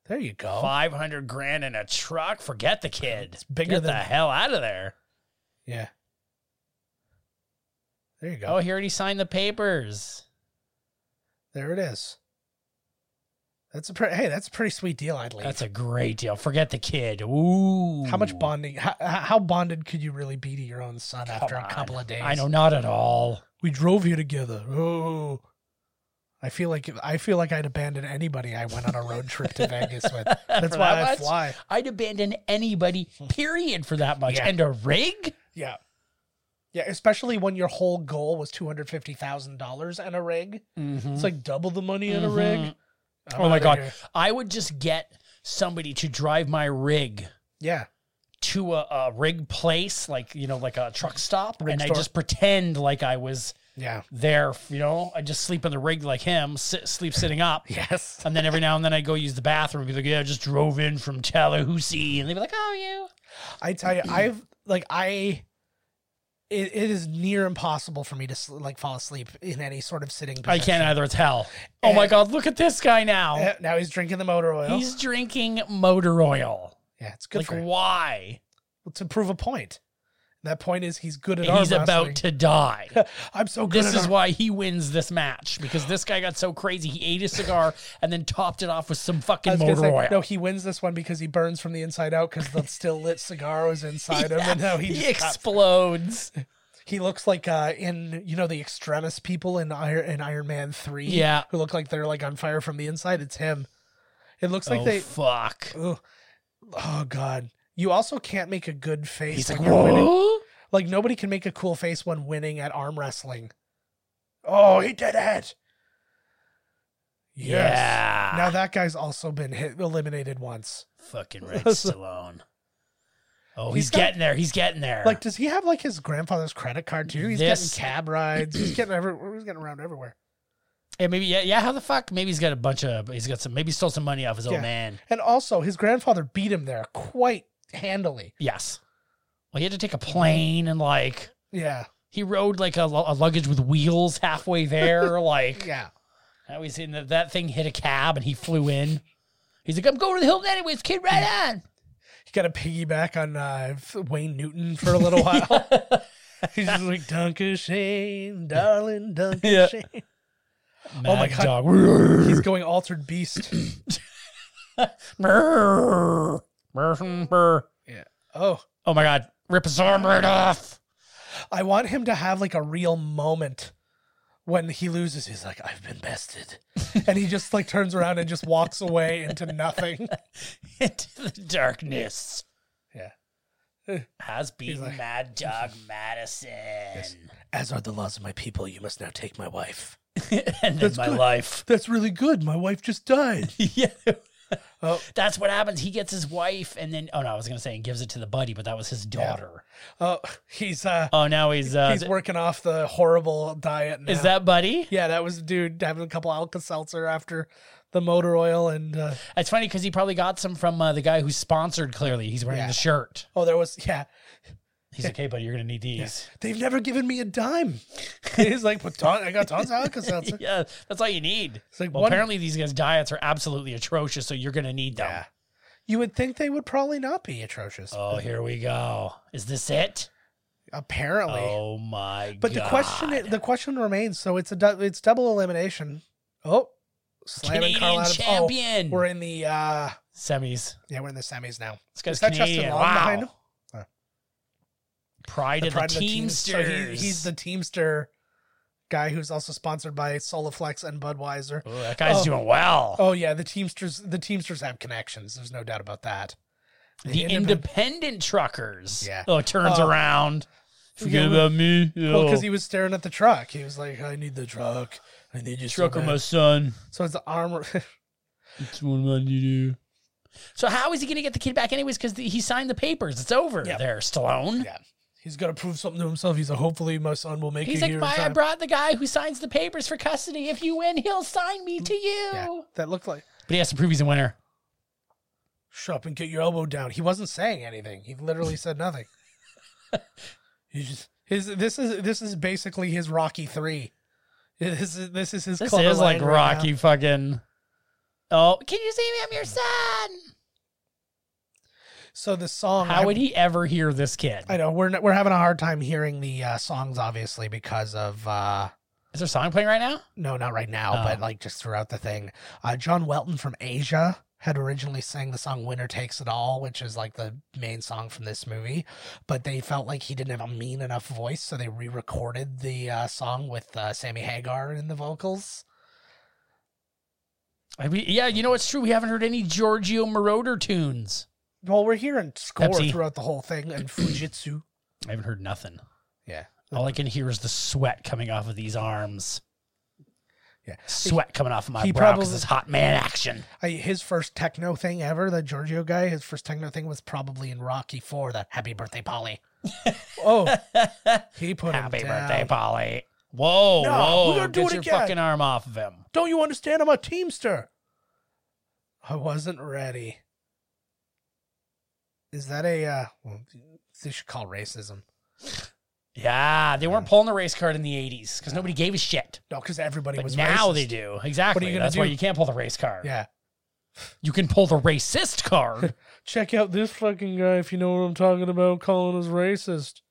F: There you go.
A: 500 grand in a truck? Forget the kid.
F: Oh. It's bigger
A: Get the
F: than-
A: hell out of there.
F: Yeah. There you go.
A: Oh, he already signed the papers.
F: there it is. That's a pre- hey, that's a pretty sweet deal. I'd leave.
A: That's a great deal. Forget the kid. Ooh.
F: how much bonding? How, how bonded could you really be to your own son
A: Come
F: after a
A: on.
F: couple of days?
A: I know, not at all.
F: We drove here together. Oh, I feel like I feel like I'd abandon anybody I went on a road trip
A: *laughs*
F: to Vegas with. *laughs* That's
A: For
F: why
A: that
F: I
A: much?
F: fly.
A: I'd abandon
F: *laughs*
A: anybody, period, for that much.
F: Yeah.
A: And a rig?
F: Yeah. Yeah, especially when your whole goal was two hundred fifty thousand dollars and a rig. It's like double the money in a rig. I'm
A: Mm-hmm. oh my
F: outta
A: god.
F: here.
A: I would just get somebody to drive my rig
F: Yeah,
A: to a, a rig place, like you know, like a truck stop,
F: Rig
A: and I
F: store.
A: just pretend like I was
F: yeah,
A: there. You know, I just sleep in the rig like him, sit, sleep sitting up.
F: yes.
A: And then every now and then I go use the bathroom and be like, yeah, I just drove in from Tallahassee. And they'd be like, oh,
F: I tell you, I've like I. It, it is near impossible for me to sl- like fall asleep in any sort of sitting.
A: you. I
F: Position.
A: can't either. It's
F: *laughs*
A: hell. Oh my God, look at this guy now.
F: Uh, Now he's drinking the motor oil.
A: He's drinking motor oil.
F: yeah, it's good
A: like,
F: for him.
A: why?
F: to prove a point. That point is he's good at
A: And
F: arm
A: he's about
F: wrestling.
A: to die.
F: I'm so *laughs* good.
A: This
F: at
A: is
F: arm-
A: why he wins this match because this guy got so crazy. He ate a cigar and then topped it off with some
F: I
A: fucking
F: was gonna
A: motor
F: say,
A: oil.
F: No, he wins this one because he burns from the inside out because the still lit cigar was inside him, and now
A: *laughs*
F: he
A: he
F: just pops-
A: explodes.
F: he looks like uh in you know the extremist people in Iron in Iron Man three,
A: Yeah.
F: who look like they're like on fire from the inside. It's him. It looks like
A: oh,
F: they.
A: fuck.
F: Oh god. You also can't make a good face.
A: He's like,
F: when you're
A: *gasps*
F: winning. *laughs*
A: whoa.
F: Like nobody can make a cool face when winning at arm wrestling. Oh, he did it. Yes.
A: Yeah.
F: Now that guy's also been hit, eliminated once.
A: Fucking Red Stallone. Oh, he's,
F: He's got-
A: getting there. He's getting there.
F: Like, does he have like his grandfather's credit card too? He's
A: This-
F: getting cab rides. He's getting every, he's getting around everywhere.
A: yeah, maybe. Yeah, yeah. How the fuck? Maybe he's got a bunch of. He's got some. Maybe he stole some money off his
F: Yeah.
A: old man.
F: And also, his grandfather beat him there quite handily.
A: Yes. Well, he had to take a plane and like
F: Yeah,
A: he rode like a, lu- a luggage with wheels halfway there. like
F: yeah.
A: now he's in the, that thing hit a cab and he flew in. He's like, I'm going to the Hilton anyways, kid. Right on.
F: He got a piggyback on uh, Wayne Newton for a little while. he's just like Duncan Shane, darling Duncan
A: Yeah.
F: Shane.
A: oh
F: my
A: my
F: God.
A: god. Dog.
F: He's going altered beast. *clears throat*
A: oh
F: Oh,
A: my god. Rip his arm right off.
F: I want him to have like a real moment when he loses. He's like, I've been bested. and he just like turns around and just walks away into nothing.
A: *laughs* into the darkness.
F: Yeah.
A: *laughs* Has been
F: like-
A: Mad
F: *laughs*
A: Dog Madison. *laughs*
F: As are the laws of my people, you must now take my wife.
A: and then my
F: good.
A: life. *laughs*
F: That's really good. My wife just died.
A: yeah.
F: *laughs* Oh.
A: That's what happens. He gets his wife and then oh no, I was gonna say he gives it to the buddy, but that was his daughter.
F: Oh, he's uh
A: Oh now he's uh
F: he's
A: th-
F: working off the horrible diet. Now.
A: is that buddy?
F: Yeah, that was the dude having a couple Alka Seltzer after the motor oil and uh,
A: It's funny because he probably got some from uh, the guy who sponsored clearly. He's wearing
F: Yeah.
A: the shirt.
F: oh, there was yeah.
A: He's like, hey, buddy, you're going to need these. *laughs*
F: They've never given me a dime. he's like, but ton- I got tons of Alka Seltzer.
A: *laughs* Yeah. that's all you need.
F: It's like
A: well,
F: one-
A: apparently these guys' diets are absolutely atrocious, so you're going to need them.
F: You would think they would probably not be atrocious.
A: Oh, here we go. Is this it?
F: Apparently.
A: Oh my
F: but
A: god.
F: the question the question remains, so it's a dou- it's double elimination. Oh, slamming
A: Canadian
F: Carl Adams.
A: champion.
F: Oh, we're in the uh
A: semis.
F: yeah, we're in the semis now.
A: This guy's
F: Is that
A: Canadian.
F: Justin Long
A: wow.
F: behind him?
A: Pride, of,
F: Pride
A: the
F: of the Teams- so
A: Teamsters.
F: he- he's the Teamster guy who's also sponsored by Solaflex and Budweiser.
A: Ooh, that guy's
F: Oh.
A: doing well.
F: Oh yeah, the Teamsters the Teamsters have connections. There's no doubt about that.
A: the
F: independent
A: independent truckers.
F: Yeah.
A: Oh, it turns
F: Oh.
A: around.
F: Forget Yeah,
G: about me.
F: well, because he was staring at the truck. He was like, "I need the truck. I need you." so
G: Trucker,
F: bad."
G: my son.
F: So it's the armor.
G: It's what I need to do.
A: So how is he going to get the kid back anyways? Because he signed the papers. It's over
F: Yeah.
A: there, Stallone.
F: Yeah. He's got to prove something to himself. He's like, hopefully my son will make
A: He's
F: it
A: like,
F: here. in
A: my, I
F: time."
A: brought the guy who signs the papers for custody. If you win, he'll sign me to you.
F: Mm-hmm. Yeah, that looked like,
A: But he has to prove he's a winner.
F: shut up and get your elbow down. He wasn't saying anything. He literally
A: *laughs*
F: said nothing. he just his this is this is basically his Rocky three. This is this is his.
A: This
F: clever
A: is like
F: line right now.
A: Rocky fucking. Oh, can you see me? I'm your son.
F: So the song.
A: How
F: I-
A: would he ever hear this kid?
F: I know we're not, we're having a hard time hearing the uh, songs, obviously, because of uh,
A: Is there a song playing right now?
F: no, not right now,
A: Oh.
F: but like just throughout the thing. Uh, John Welton from Asia had originally sang the song "Winner Takes It All," which is like the main song from this movie, but they felt like he didn't have a mean enough voice, so they re-recorded the uh, song with uh, Sammy Hagar in the vocals.
A: I mean, yeah, you know it's true. We haven't heard any Giorgio Moroder tunes.
F: Well, we're hearing score
A: Pepsi.
F: throughout the whole thing and Fujitsu. *clears throat*
A: I haven't heard nothing.
F: Yeah.
A: All I can hear is the sweat coming off of these arms.
F: Yeah.
A: sweat coming off of my
F: He
A: brow because
F: probably-
A: this hot man action.
F: I, his first techno thing ever, that Giorgio guy, his first techno thing was probably in Rocky Four, that Happy
A: *laughs*
F: Birthday Polly. oh, he put
A: Happy
F: him down.
A: birthday, Polly. Whoa,
F: No,
A: whoa!
F: we're gonna do
A: Get
F: it
A: your
F: again.
A: fucking arm off of him.
F: Don't you understand? I'm a teamster. I wasn't ready. Is that a? Uh, well, they should call racism.
A: Yeah, they weren't pulling the race card in the '80s because nobody gave a shit.
F: No, because everybody
A: But
F: was
A: now
F: racist.
A: they do. Exactly.
F: gonna
A: That's why
F: do?
A: you can't pull the race card.
F: Yeah.
A: You can pull the racist card.
F: Check out this fucking guy if you know what I'm talking about. Calling us racist.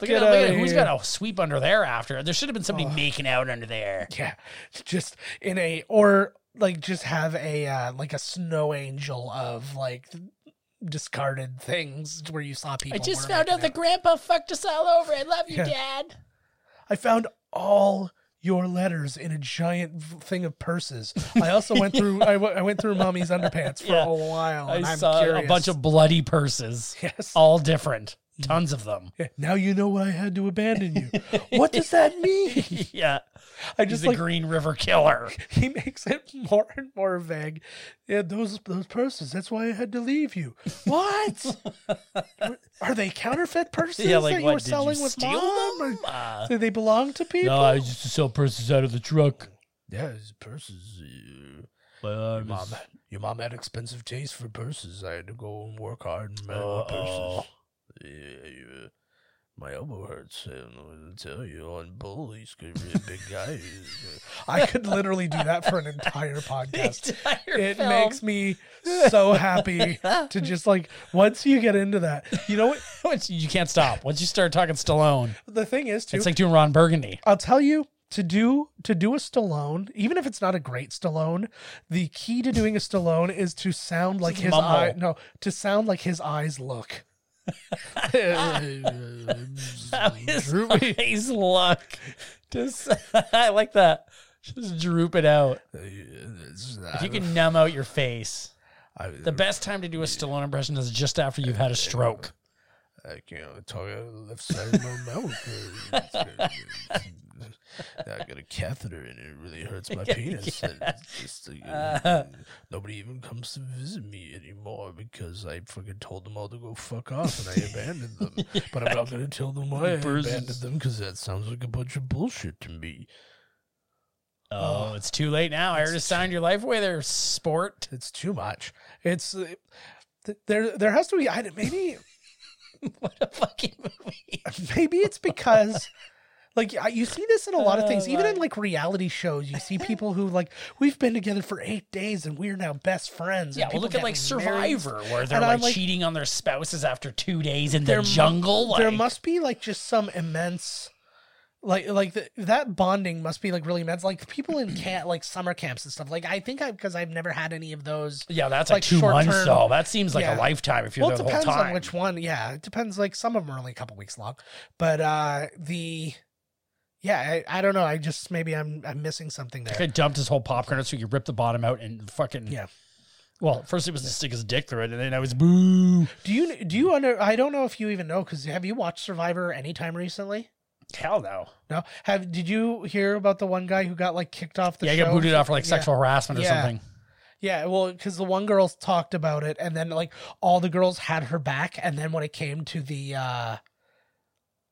A: Look at,
F: Get
A: look
F: outta
A: at who's
F: here.
A: got a sweep under there after. There should have been somebody making out under there.
F: Yeah, just in a or like just have a uh, like a snow angel of like discarded things where you saw people.
A: I just
F: were
A: found out
F: making
A: that grandpa fucked us all over. I love you,
F: Yeah.
A: Dad.
F: I found all your letters in a giant v- thing of purses. I
A: *laughs*
F: also went through. I wa- I went through mommy's underpants for
A: Yeah.
F: a while. Oh, and
A: I
F: I'm
A: saw
F: curious. Mm.
A: a bunch of bloody purses.
F: *laughs* yes.
A: All different. Tons of
F: *laughs*
A: them.
F: Yeah, Now you know why I had to abandon you. what
A: *laughs*
F: does that mean?
A: yeah.
F: I
A: He's
F: just
A: the
F: like
A: Green River
F: *laughs*
A: Killer. *laughs*
F: he makes it more and more vague. Yeah, those those purses. That's why I had to leave you. What?
A: *laughs*
F: Are they counterfeit purses
A: yeah, like
F: that you
A: what
F: were
A: did
F: selling
A: you
F: with
A: steal
F: mom?
A: them? *laughs*
F: Or
A: Uh,
F: *laughs* do they belong to people?
G: No, I used to sell purses out of the truck.
B: Yeah, his purses. uh,
G: My arm is-
B: Your mom had expensive taste for purses. I had to go and work hard and manage my
A: Uh-oh.
B: purses. Yeah, yeah. My elbow hurts. I don't know what to tell you. On bull, he's going to be a big guy.
F: *laughs* I could literally do that for an
B: *laughs*
F: entire podcast.
A: entire
F: *laughs* It
A: film. *laughs*
F: makes me so happy to just like once you get into that. You know what
A: Once you can't stop. Once you start talking Stallone,
F: the thing is too?
A: it's like doing Ron
F: *laughs*
A: Burgundy. *laughs*
F: I'll tell you to do to do a Stallone, even if it's not a great Stallone, the key to doing a Stallone is to sound like
A: Just
F: his
A: mumble.
F: eye. No, to sound like his
A: *laughs*
F: eyes look. *laughs*
A: How *laughs* his eyes look. Just, *laughs* I like that. Just droop it out. If you can numb out your face.
B: I,
A: The best time to do a Stallone impression is just after you've had a stroke.
B: I can't talk out of the left side of my mouth. Uh, I got a catheter and it really hurts my penis. And it's just, uh, nobody even comes to visit me anymore because I freaking told them all to go fuck off and I abandoned them. But I'm not going to tell them why I abandoned them because that sounds like a bunch of bullshit to me.
A: Oh, it's too late now. I already signed your life away there, sport. *laughs*
F: It's too much. It's uh, th- there. There has to be. I, maybe
A: What a fucking movie.
F: maybe it's because like I- you see this in a lot of things
A: Oh,
F: even in
A: my.
F: like reality shows you see people who like we've been together for eight days and we're now best friends and
A: Yeah, well,
F: people
A: look at
F: get
A: like
F: married.
A: Survivor, where they're
F: And I'm
A: like,
F: like-
A: cheating on their spouses after two days in
F: There
A: the
F: mu-
A: jungle.
F: there
A: like-
F: must be like just some immense like like th- that bonding must be like really immense like people in camp like summer camps and stuff like i think i because i've never had any of those
A: yeah, that's
F: like
A: like two months
F: short-term-
A: though. That seems like
F: Yeah.
A: a lifetime if you're
F: well it
A: there the whole
F: depends
A: time.
F: on which one yeah it depends like some of them are only a couple weeks long but uh the yeah i, I don't know i just maybe i'm i'm missing something there
A: I dumped his whole popcorn out so he could rip the bottom out and fucking.
F: Yeah.
A: Well, first it was to stick his dick through it, and then I was boo.
F: Do you do you under? I don't know if you even know because have you watched Survivor anytime recently?
A: Hell no.
F: No. Have did you hear about the one guy who got like kicked off the
A: yeah, I
F: show?
A: got booted off for like
F: Yeah.
A: sexual harassment or
F: Yeah.
A: something.
F: Yeah, well, because the one girl talked about it, and then like all the girls had her back, and then when it came to the uh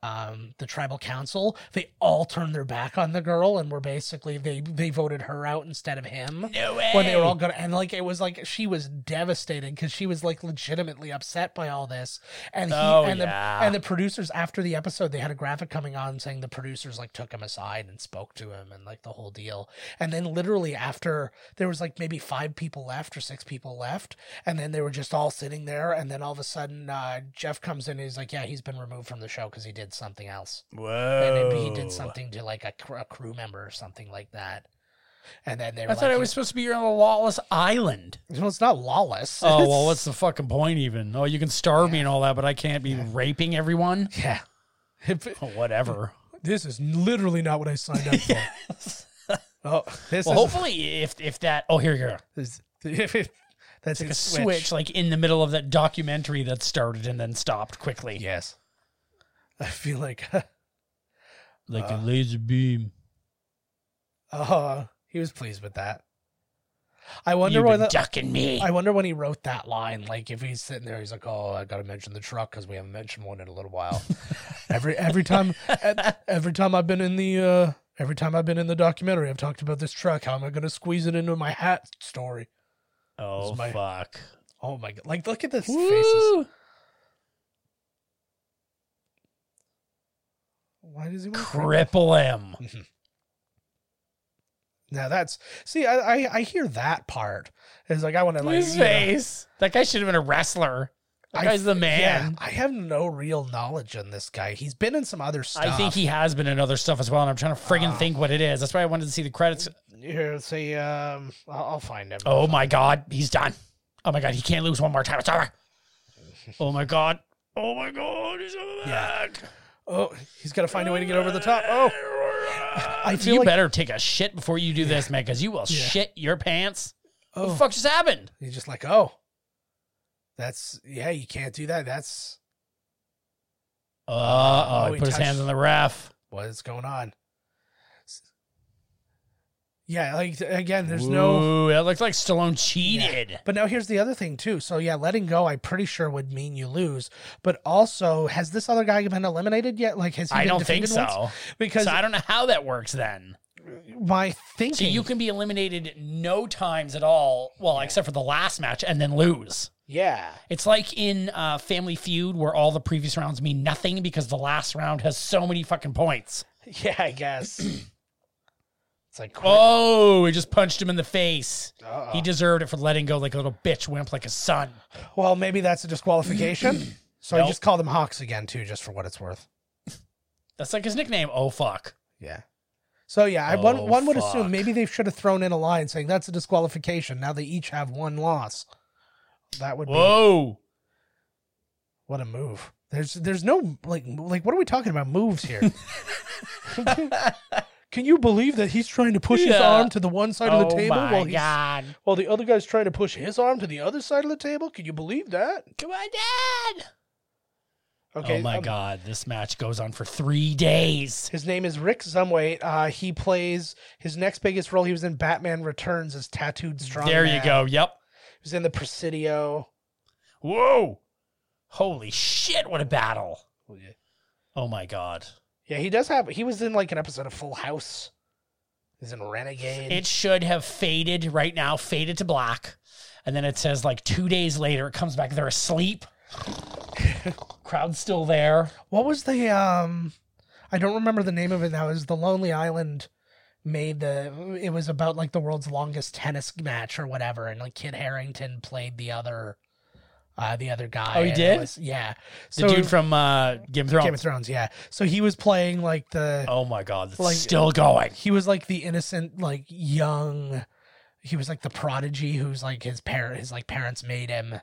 F: um the tribal council, they all turned their back on the girl, and were basically they they voted her out instead of him.
A: No way.
F: when they were all gonna and like it was like she was devastated because she was like legitimately upset by all this and he
A: Oh,
F: and
A: yeah.
F: the and the producers after the episode they had a graphic coming on saying the producers like took him aside and spoke to him and like the whole deal and then literally after there was like maybe five people left or six people left and then they were just all sitting there and then all of a sudden uh jeff comes in and he's like yeah he's been removed from the show because he did something else and maybe he did something to like a, cr- a crew member or something like that and then they were
A: I thought
F: like,
A: I
F: "You-
A: was supposed to be here on a lawless island.
F: well, it's not lawless.
A: Oh *laughs* well, what's the fucking point even? Oh, you can starve me and all that, but I can't be raping everyone.
F: *laughs* yeah.
A: Oh, whatever. *laughs*
F: This is literally not what I signed up for. Oh, this
A: Well,
F: is,
A: hopefully, if if that oh here you go,
F: is *laughs* that's
A: like
F: his
A: a switch. like in the middle of that documentary that started and then stopped quickly,
B: Yes.
F: I feel like *laughs*
A: like a laser beam.
F: uh he was pleased with that. I wonder
A: You've
F: why
A: been
F: that
A: ducking me.
F: I wonder when he wrote that line. Like, if he's sitting there, he's like, "Oh, I gotta mention the truck because we haven't mentioned one in a
A: *laughs*
F: little while." every every time, ev- every time I've been in the uh, every time I've been in the documentary, I've talked about this truck. How am I gonna squeeze it into my hat story?
A: oh
F: my-
A: fuck!
F: Oh my god! Like, look at this faces.
A: Woo!
F: Why does he want to
A: Cripple him.
F: Now that's see, I, I I hear that part. It's like I want to like
A: His
F: you know,
A: face. That guy should have been a wrestler. That
F: I-
A: guy's the
F: Yeah,
A: man.
F: I have no real knowledge on this guy. He's been in some other stuff.
A: I think he has been in other stuff as well, and I'm trying to friggin' think what it is. That's why I wanted to see the credits.
F: Here, let's see. Um, I'll, I'll find him.
A: Oh my god, he's done. Oh my god, he can't lose one more time. It's over. Oh my god. Oh my god, he's over.
F: Yeah. Oh, he's got to find a way to get over the top. Oh, I feel
A: you
F: like
A: better take a shit before you do this, man, because you will shit your pants. What the fuck just happened?
F: oh, he's just like, oh, that's yeah. You can't do that. That's
A: Uh oh,
F: Oh,
A: he
F: he
A: put his hands
F: touched-
A: on the ref.
F: what's going on. Yeah, like again, there's no.
A: Ooh, that looks like Stallone cheated.
F: But now here's the other thing too. So yeah, letting go, I'm pretty sure would mean you lose. But also, has this other guy been eliminated yet? Like, has he?
A: I
F: been
A: don't think
F: defeated
A: so.
F: once? Because
A: So I don't know how that works then.
F: my
A: So
F: thinking,
A: you can be eliminated no times at all, well, except for the last match, and then lose.
F: yeah, *laughs*
A: It's like in uh, Family Feud where all the previous rounds mean nothing because the last round has so many fucking points.
F: yeah,
A: *clears throat*
F: I guess. it's like quit.
A: Oh, he just punched him in the face.
F: Uh-oh.
A: Oh, He deserved it for letting go like a little bitch wimp like his son.
F: Well, maybe that's a disqualification. so
A: Nope.
F: I just call them Hawks again too, just for what it's worth.
A: That's like his nickname. Oh fuck.
F: Yeah. So yeah, I,
A: Oh,
F: one one would
A: fuck.
F: assume maybe they should have thrown in a line saying that's a disqualification. Now they each have one loss. That would be
A: Whoa.
F: what a move. There's there's no like like what are we talking about moves here?
A: *laughs*
F: Can you believe that he's trying to push his
A: Yeah.
F: arm to the one side of the
A: Oh
F: table while
A: my
F: he's,
A: god.
F: while the other guy's trying to push his arm to the other side of the table? Can you believe that?
A: Come on, Dad.
F: Okay.
A: oh my
F: um,
A: god, this match goes on for three days.
F: His name is Rick Zumwait. Uh, he plays his next biggest role. He was in Batman Returns as tattooed strong.
A: there you go. Yep.
F: He was in the Presidio.
A: Whoa. Holy shit, what a battle. Oh my god.
F: Yeah, he does have. He was in like an episode of Full House. He's in Renegade.
A: It should have faded right now, faded to black. And then it says like two days later, it comes back, they're
F: *laughs*
A: asleep. Crowd's still there.
F: what was the um? I don't remember the name of it now. It was the Lonely Island made the. It was about like the world's longest tennis match or whatever, and like Kid Harrington played the other, uh, the other guy.
A: Oh, he
F: and it
A: did?
F: was- yeah,
A: The dude from uh, Game of Thrones.
F: Game of Thrones. Yeah, so he was playing like the.
A: Oh my god, it's
F: Like-
A: still going.
F: he was like the innocent like young he was like the prodigy who's like his parent his like parents made him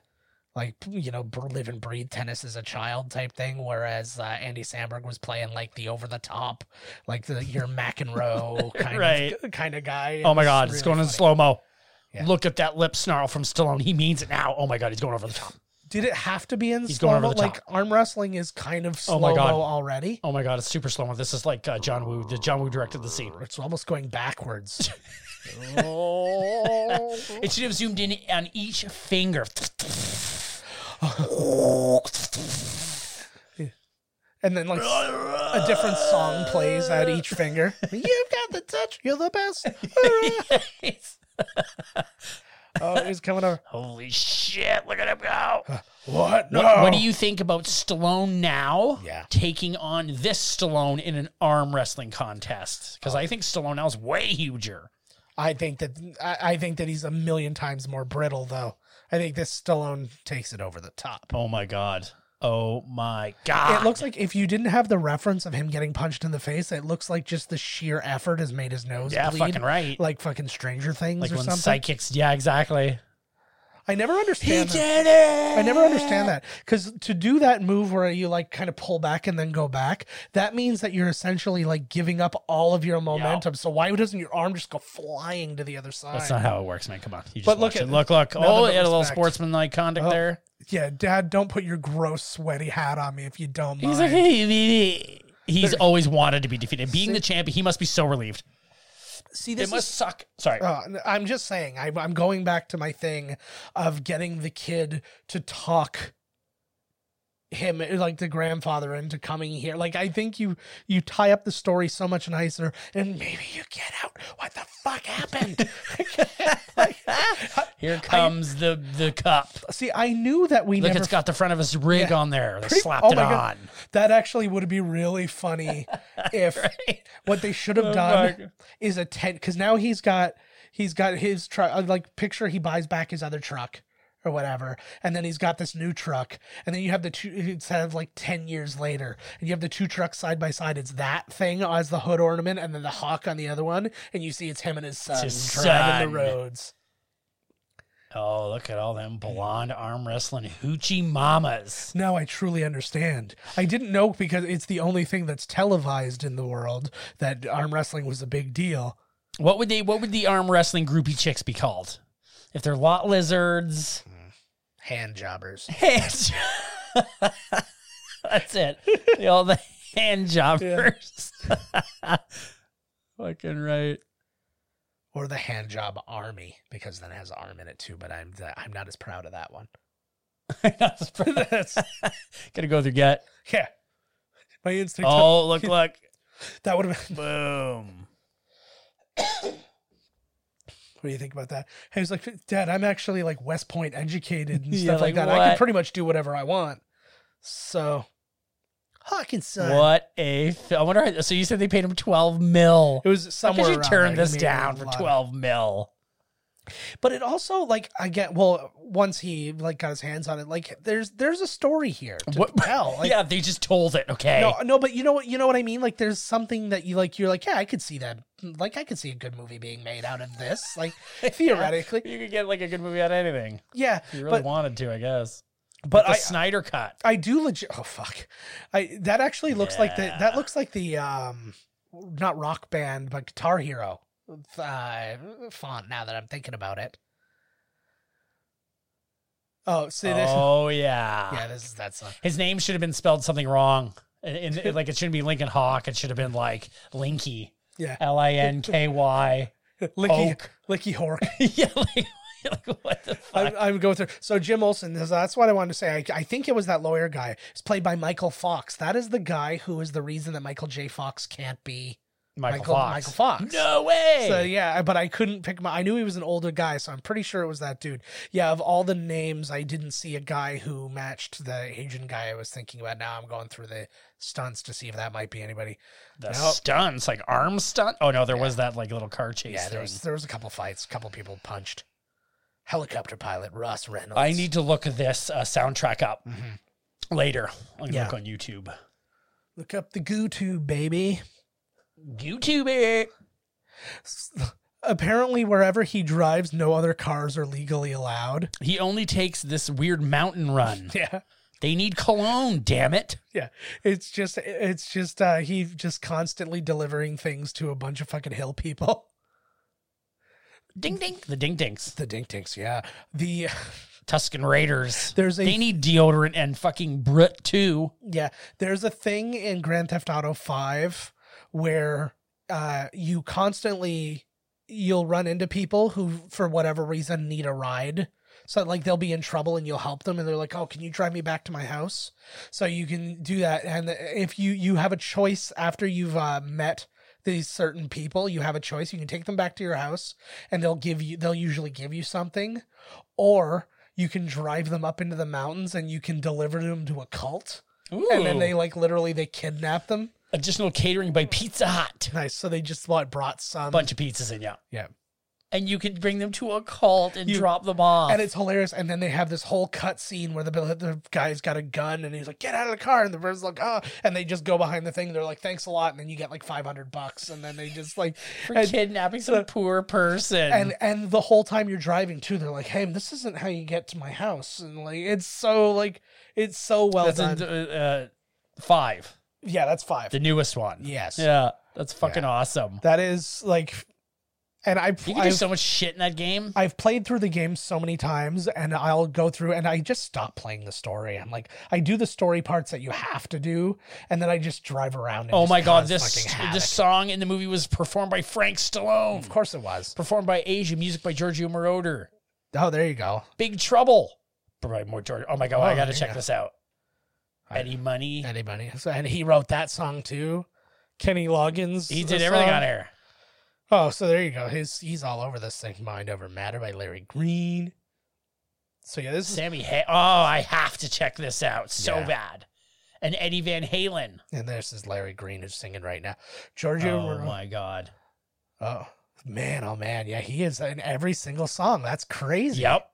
F: like you know br- live and breathe tennis as a child type thing whereas uh, andy samberg was playing like the over the top like the your mcenroe
A: *laughs*
F: kind
A: Right.
F: of kind of guy It
A: Oh my
F: was
A: god, it's
F: really
A: going in
F: funny.
A: slow mo.
F: Yeah.
A: Look at that lip snarl from Stallone. He means it now. Oh my god, he's going over the top.
F: did it have to be in
A: He's
F: slow
A: going over the
F: like arm wrestling is kind of slow
A: Oh my God.
F: already
A: Oh my god, it's super slow mo. This is like uh, John Woo. John Woo directed the scene.
F: it's almost going
A: *laughs*
F: backwards
A: It should have zoomed in on each finger. *laughs*
F: and then like a different song plays at each finger.
A: *laughs*
F: You've got the touch. You're the best. oh, he's coming
A: *laughs*
F: over.
A: Holy shit, look at him go.
F: What? No.
A: What do you think about Stallone now
F: Yeah.
A: taking on this Stallone in an arm wrestling contest? Because I think Stallone now is way huger.
F: I think that I, I think that he's a million times more brittle, though. I think this Stallone takes it over the top.
A: Oh my god. Oh my god.
F: It looks like if you didn't have the reference of him getting punched in the face, it looks like just the sheer effort has made his nose
A: yeah,
F: bleed.
A: fucking right.
F: Like fucking Stranger Things
A: Like
F: or
A: when
F: something.
A: psychics. Yeah, exactly.
F: I never understand. that.
A: it.
F: I never understand that because to do that move where you like kind of pull back and then go back, that means that you're essentially like giving up all of your momentum. So why doesn't your arm just go flying to the other side?
A: That's not how it works, man. Come on. You just
F: But look
A: watch
F: at-
A: it. look, look.
F: Nothing
A: Oh,
F: but
A: he had a little
F: respect.
A: sportsmanlike conduct
F: Oh.
A: there.
F: yeah, Dad, don't put your gross sweaty hat on me if you don't mind.
A: He's like, hey, he- *laughs* he's always wanted to be defeated. Being the champion, he must be so relieved.
F: See,
A: It must suck. Sorry.
F: Uh, I'm just saying, I, I'm going back to my thing of getting the kid to talk him like the grandfather into coming here like i think you you tie up the story so much nicer and maybe you get out what the
A: *laughs*
F: fuck happened Like, I-
A: *laughs* Here comes the the cup.
F: see i knew that we
A: Look,
F: never
A: it's got the front of his rig
F: Yeah.
A: on there. They
F: Pretty-
A: slapped
F: oh
A: it
F: my
A: on.
F: God. that actually would be
A: *laughs*
F: really funny if what they should
A: Oh
F: have done is a tent because now he's got he's got his truck uh, like picture he buys back his other truck or whatever and then he's got this new truck and then you have the two it's kind of like 10 years later and you have the two trucks side by side it's that thing as the hood ornament and then the hawk on the other one and you see it's him and his son
A: his
F: driving
A: son.
F: the roads
A: Oh, look at all them blonde arm wrestling hoochie mamas.
F: Now I truly understand. I didn't know because it's the only thing that's televised in the world that arm wrestling was a big deal.
A: What would they? What would the arm wrestling groupie chicks be called? If they're lot lizards,
F: *laughs*
A: *laughs*
F: Hand jobbers.
A: hands. *laughs* That's it. The- All the hand jobbers. *laughs* Fucking right.
F: Or the hand job army, because then it has arm in it too, but I'm I'm not as proud of that one. *laughs*
A: That's Gotta go with your
F: *laughs*
A: gut.
F: Yeah. My instinct
A: Oh, look, look.
F: *laughs* that would have been *laughs*
A: Boom.
F: what do you think about that? I was like, Dad, I'm actually like West Point educated
A: *laughs*
F: and
A: Yeah,
F: stuff like,
A: like
F: that. I can
A: what?
F: pretty much do whatever I want. So Hawkinson.
A: What a. f- I wonder. How, so you said they paid him 12 mil.
F: It was
A: How
F: somewhere
A: could you
F: around
A: turn
F: there.
A: this
F: He made
A: down
F: a
A: for
F: lot of-
A: 12 mil?
F: but it also like I get well once he like got his hands on it like there's there's a story here to
A: What-
F: tell like
A: yeah, they just told it. Okay.
F: no no but you know what you know what I mean like there's something that you like you're like yeah I could see that like I could see a good movie being made out of this like
A: *laughs*
F: theoretically
A: *laughs* You could get like a good movie out of anything.
F: yeah
A: If you really
F: but
A: wanted to, I guess.
F: but
A: the
F: I
A: Snyder cut.
F: I do legit oh fuck I that actually looks like the that
A: Yeah.
F: looks like the um not rock band but Guitar Hero uh, font now that I'm thinking about it oh see this
A: Oh yeah.
F: yeah this is that song.
A: His name should have been spelled something wrong. In,
F: *laughs*
A: in- like it shouldn't be Lincoln Hawk. It should have been like Linky.
F: Yeah. *laughs*
A: L I N K Y. *laughs*
F: Licky, Licky Hork.
A: Yeah. Like, *laughs* like, what the fuck?
F: I, I would go through. So Jim Olsen, that's- that's what I wanted to say. I, I think it was that lawyer guy. It's played by Michael Fox. That is the guy who is the reason that Michael J. Fox can't be
A: Michael,
F: Michael-
A: Fox.
F: Michael Fox.
A: No way.
F: So yeah, I- but I couldn't pick my. I knew he was an older guy, so I'm pretty sure it was that dude. Yeah, of all the names, I didn't see a guy who matched the Asian guy I was thinking about. Now I'm going through the stunts to see if that might be anybody.
A: the
F: Nope.
A: stunts, like arm stunt. Oh no, there was that like little car chase.
F: Yeah, there
A: thing.
F: was there was a couple fights, a couple people punched. Helicopter pilot Ross Reynolds.
A: I need to look this uh, soundtrack up
F: Mhm.
A: later. I'm gonna
F: Yeah.
A: look on YouTube.
F: look up the GooTube baby.
A: YouTube it.
F: apparently wherever he drives no other cars are legally allowed
A: *laughs* He only takes this weird mountain run.
F: yeah
A: They need cologne, damn it.
F: yeah it's just it's just uh he just constantly delivering things to a bunch of fucking hill people *laughs*
A: Ding ding. The ding dings.
F: the dink dinks yeah the
A: Tuscan Raiders.
F: There's a-
A: they need deodorant and fucking Brit too.
F: yeah there's a thing in grand theft auto 5 where uh you constantly you'll run into people who for whatever reason need a ride so like they'll be in trouble and you'll help them and they're like oh can you drive me back to my house so you can do that and if you you have a choice after you've uh, met these certain people you have a choice you can take them back to your house and they'll give you they'll usually give you something or you can drive them up into the mountains and you can deliver them to a cult and then
A: Ooh.
F: they like literally they kidnap them
A: Additional catering by Pizza Hut.
F: nice so they just like brought some
A: Bunch of pizzas in yeah.
F: yeah
A: and you can bring them to a cult and drop them off.
F: And it's hilarious. And then they have this whole cut scene where the, bill- the guy's got a gun and he's like, get out of the car. And the person's like, oh. And they just go behind the thing. They're like, thanks a lot. And then you get like 500 bucks. And then they just like,
A: for
F: and,
A: kidnapping some poor person.
F: and, and the whole time you're driving too, they're like, hey, this isn't how you get to my house. And like, it's so like, it's so well
A: that's
F: done.
A: in, uh, uh, five,
F: yeah, that's five.
A: the newest one.
F: Yes.
A: Yeah, that's fucking awesome.
F: That is like, and I,
A: You can
F: I
A: do so much shit in that game.
F: I've played through the game so many times and I'll go through and I just stop playing the story. I'm like, I do the story parts that you have to do, and then I just drive around. And
A: oh
F: just
A: my god,
F: cause
A: this
F: fucking havoc.
A: this song in the movie was performed by Frank Stallone,
F: Of course it was.
A: performed by Asia, music by Giorgio Moroder.
F: Oh, there you go.
A: Big Trouble, by more Giorgio. Oh my god, I
F: Oh,
A: got to
F: yeah.
A: check this out.
F: I-
A: Eddie Money,
F: Anybody. So, and he wrote that song too. Kenny Loggins.
A: he
F: the
A: did everything
F: song.
A: on air.
F: Oh, so there you go. His he's all over this thing. Mind over matter by Larry Green. So yeah, this is
A: Sammy, ha- oh, I have to check this out so
F: Yeah.
A: bad. And Eddie Van Halen.
F: and this is Larry Green who's singing right now. Giorgio
A: Oh
F: Moroder-
A: my god.
F: Oh man, oh man, yeah, he is in every single song. That's crazy.
A: Yep.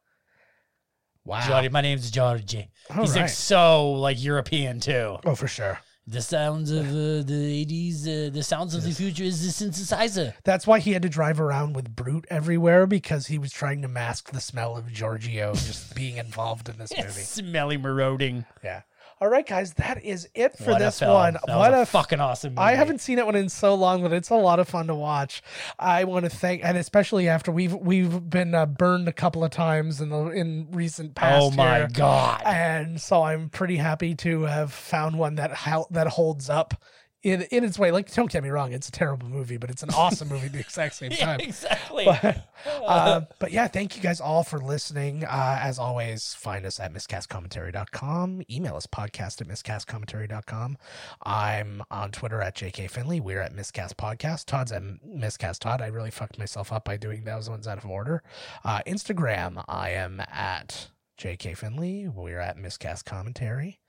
F: Wow.
A: Georgie, my name's Georgie.
F: All
A: He's like
F: right.
A: so like European too.
F: oh, for sure.
A: The sounds of uh, the 80s, uh, the sounds of the future is the synthesizer.
F: That's why he had to drive around with Brute everywhere because he was trying to mask the smell of Giorgio
A: *laughs*
F: just being involved in this movie.
A: Smelly marauding.
F: Yeah. All right, guys, that is it for
A: What a
F: this
A: film.
F: one.
A: That
F: what
A: was a,
F: a
A: fucking awesome movie.
F: I haven't seen that one in so long, but it's a lot of fun to watch. I want to thank, and especially after we've we've been uh, burned a couple of times in the in recent past.
A: Oh my
F: year.
A: God. *laughs*
F: And so I'm pretty happy to have found one that hel- that holds up. In, in its way, like don't get me wrong, it's a terrible movie, but it's an awesome movie at the
A: *laughs*
F: exact same
A: Yeah,
F: time.
A: exactly. *laughs*
F: But, uh, but yeah, thank you guys all for listening. Uh, as always, find us at miscastcommentary.com. Email us podcast at miscastcommentary.com. I'm on Twitter at JK Finley. We're at Miscast Podcast. Todd's at Miscast Todd. I really fucked myself up by doing those ones out of order. Uh, Instagram, I am at JK Finley. We're at Miscast Commentary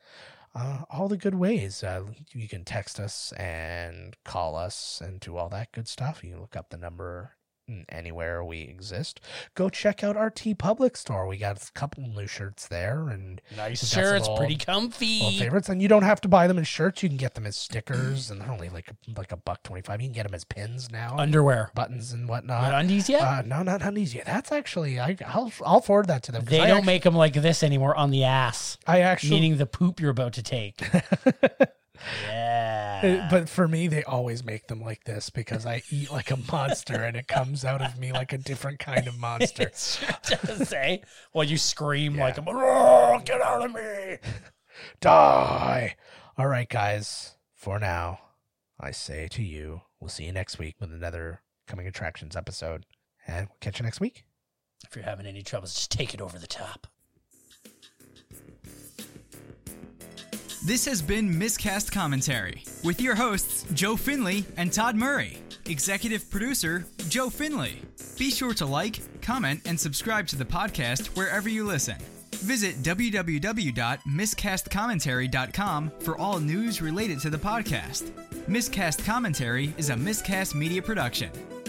F: uh, all the good ways. Uh, you can text us and call us and do all that good stuff. You can look up the number anywhere we exist. Go check out our T Public store. We got a couple new shirts there and
A: nice
F: that's
A: sure,
F: an
A: it's pretty
F: old-
A: comfy.
F: old favorites. And you don't have to buy them as shirts. You can get them as stickers, and they're only like like a buck twenty five. You can get them as pins now,
A: Underwear.
F: buttons and
A: Not
F: whatnot.
A: undies yet?
F: Uh, no, not undies yet. That's actually I, I'll I'll forward that to them. 'cause
A: they
F: uh, I
A: don't
F: actu-
A: make them like this anymore on the ass,
F: I actually
A: meaning the poop you're about to
F: *laughs*
A: take. yeah.
F: Uh,
A: *laughs*
F: but for me, they always make them like this because I eat like a monster and it comes out of me like a different kind of monster.
A: It sure does
F: *laughs*
A: say. eh? Well, you scream like, "Oh, get out of me.
F: Die. All right, guys. For now, I say to you, we'll see you next week with another coming attractions episode. And we'll catch you next week.
A: If you're having any troubles, just take it over the top.
H: This has been Miscast Commentary with your hosts, Joe Finley and Todd Murray. Executive producer, Joe Finley. Be sure to like, comment, and subscribe to the podcast wherever you listen. Visit www.miscastcommentary.com for all news related to the podcast. Miscast Commentary is a miscast media production.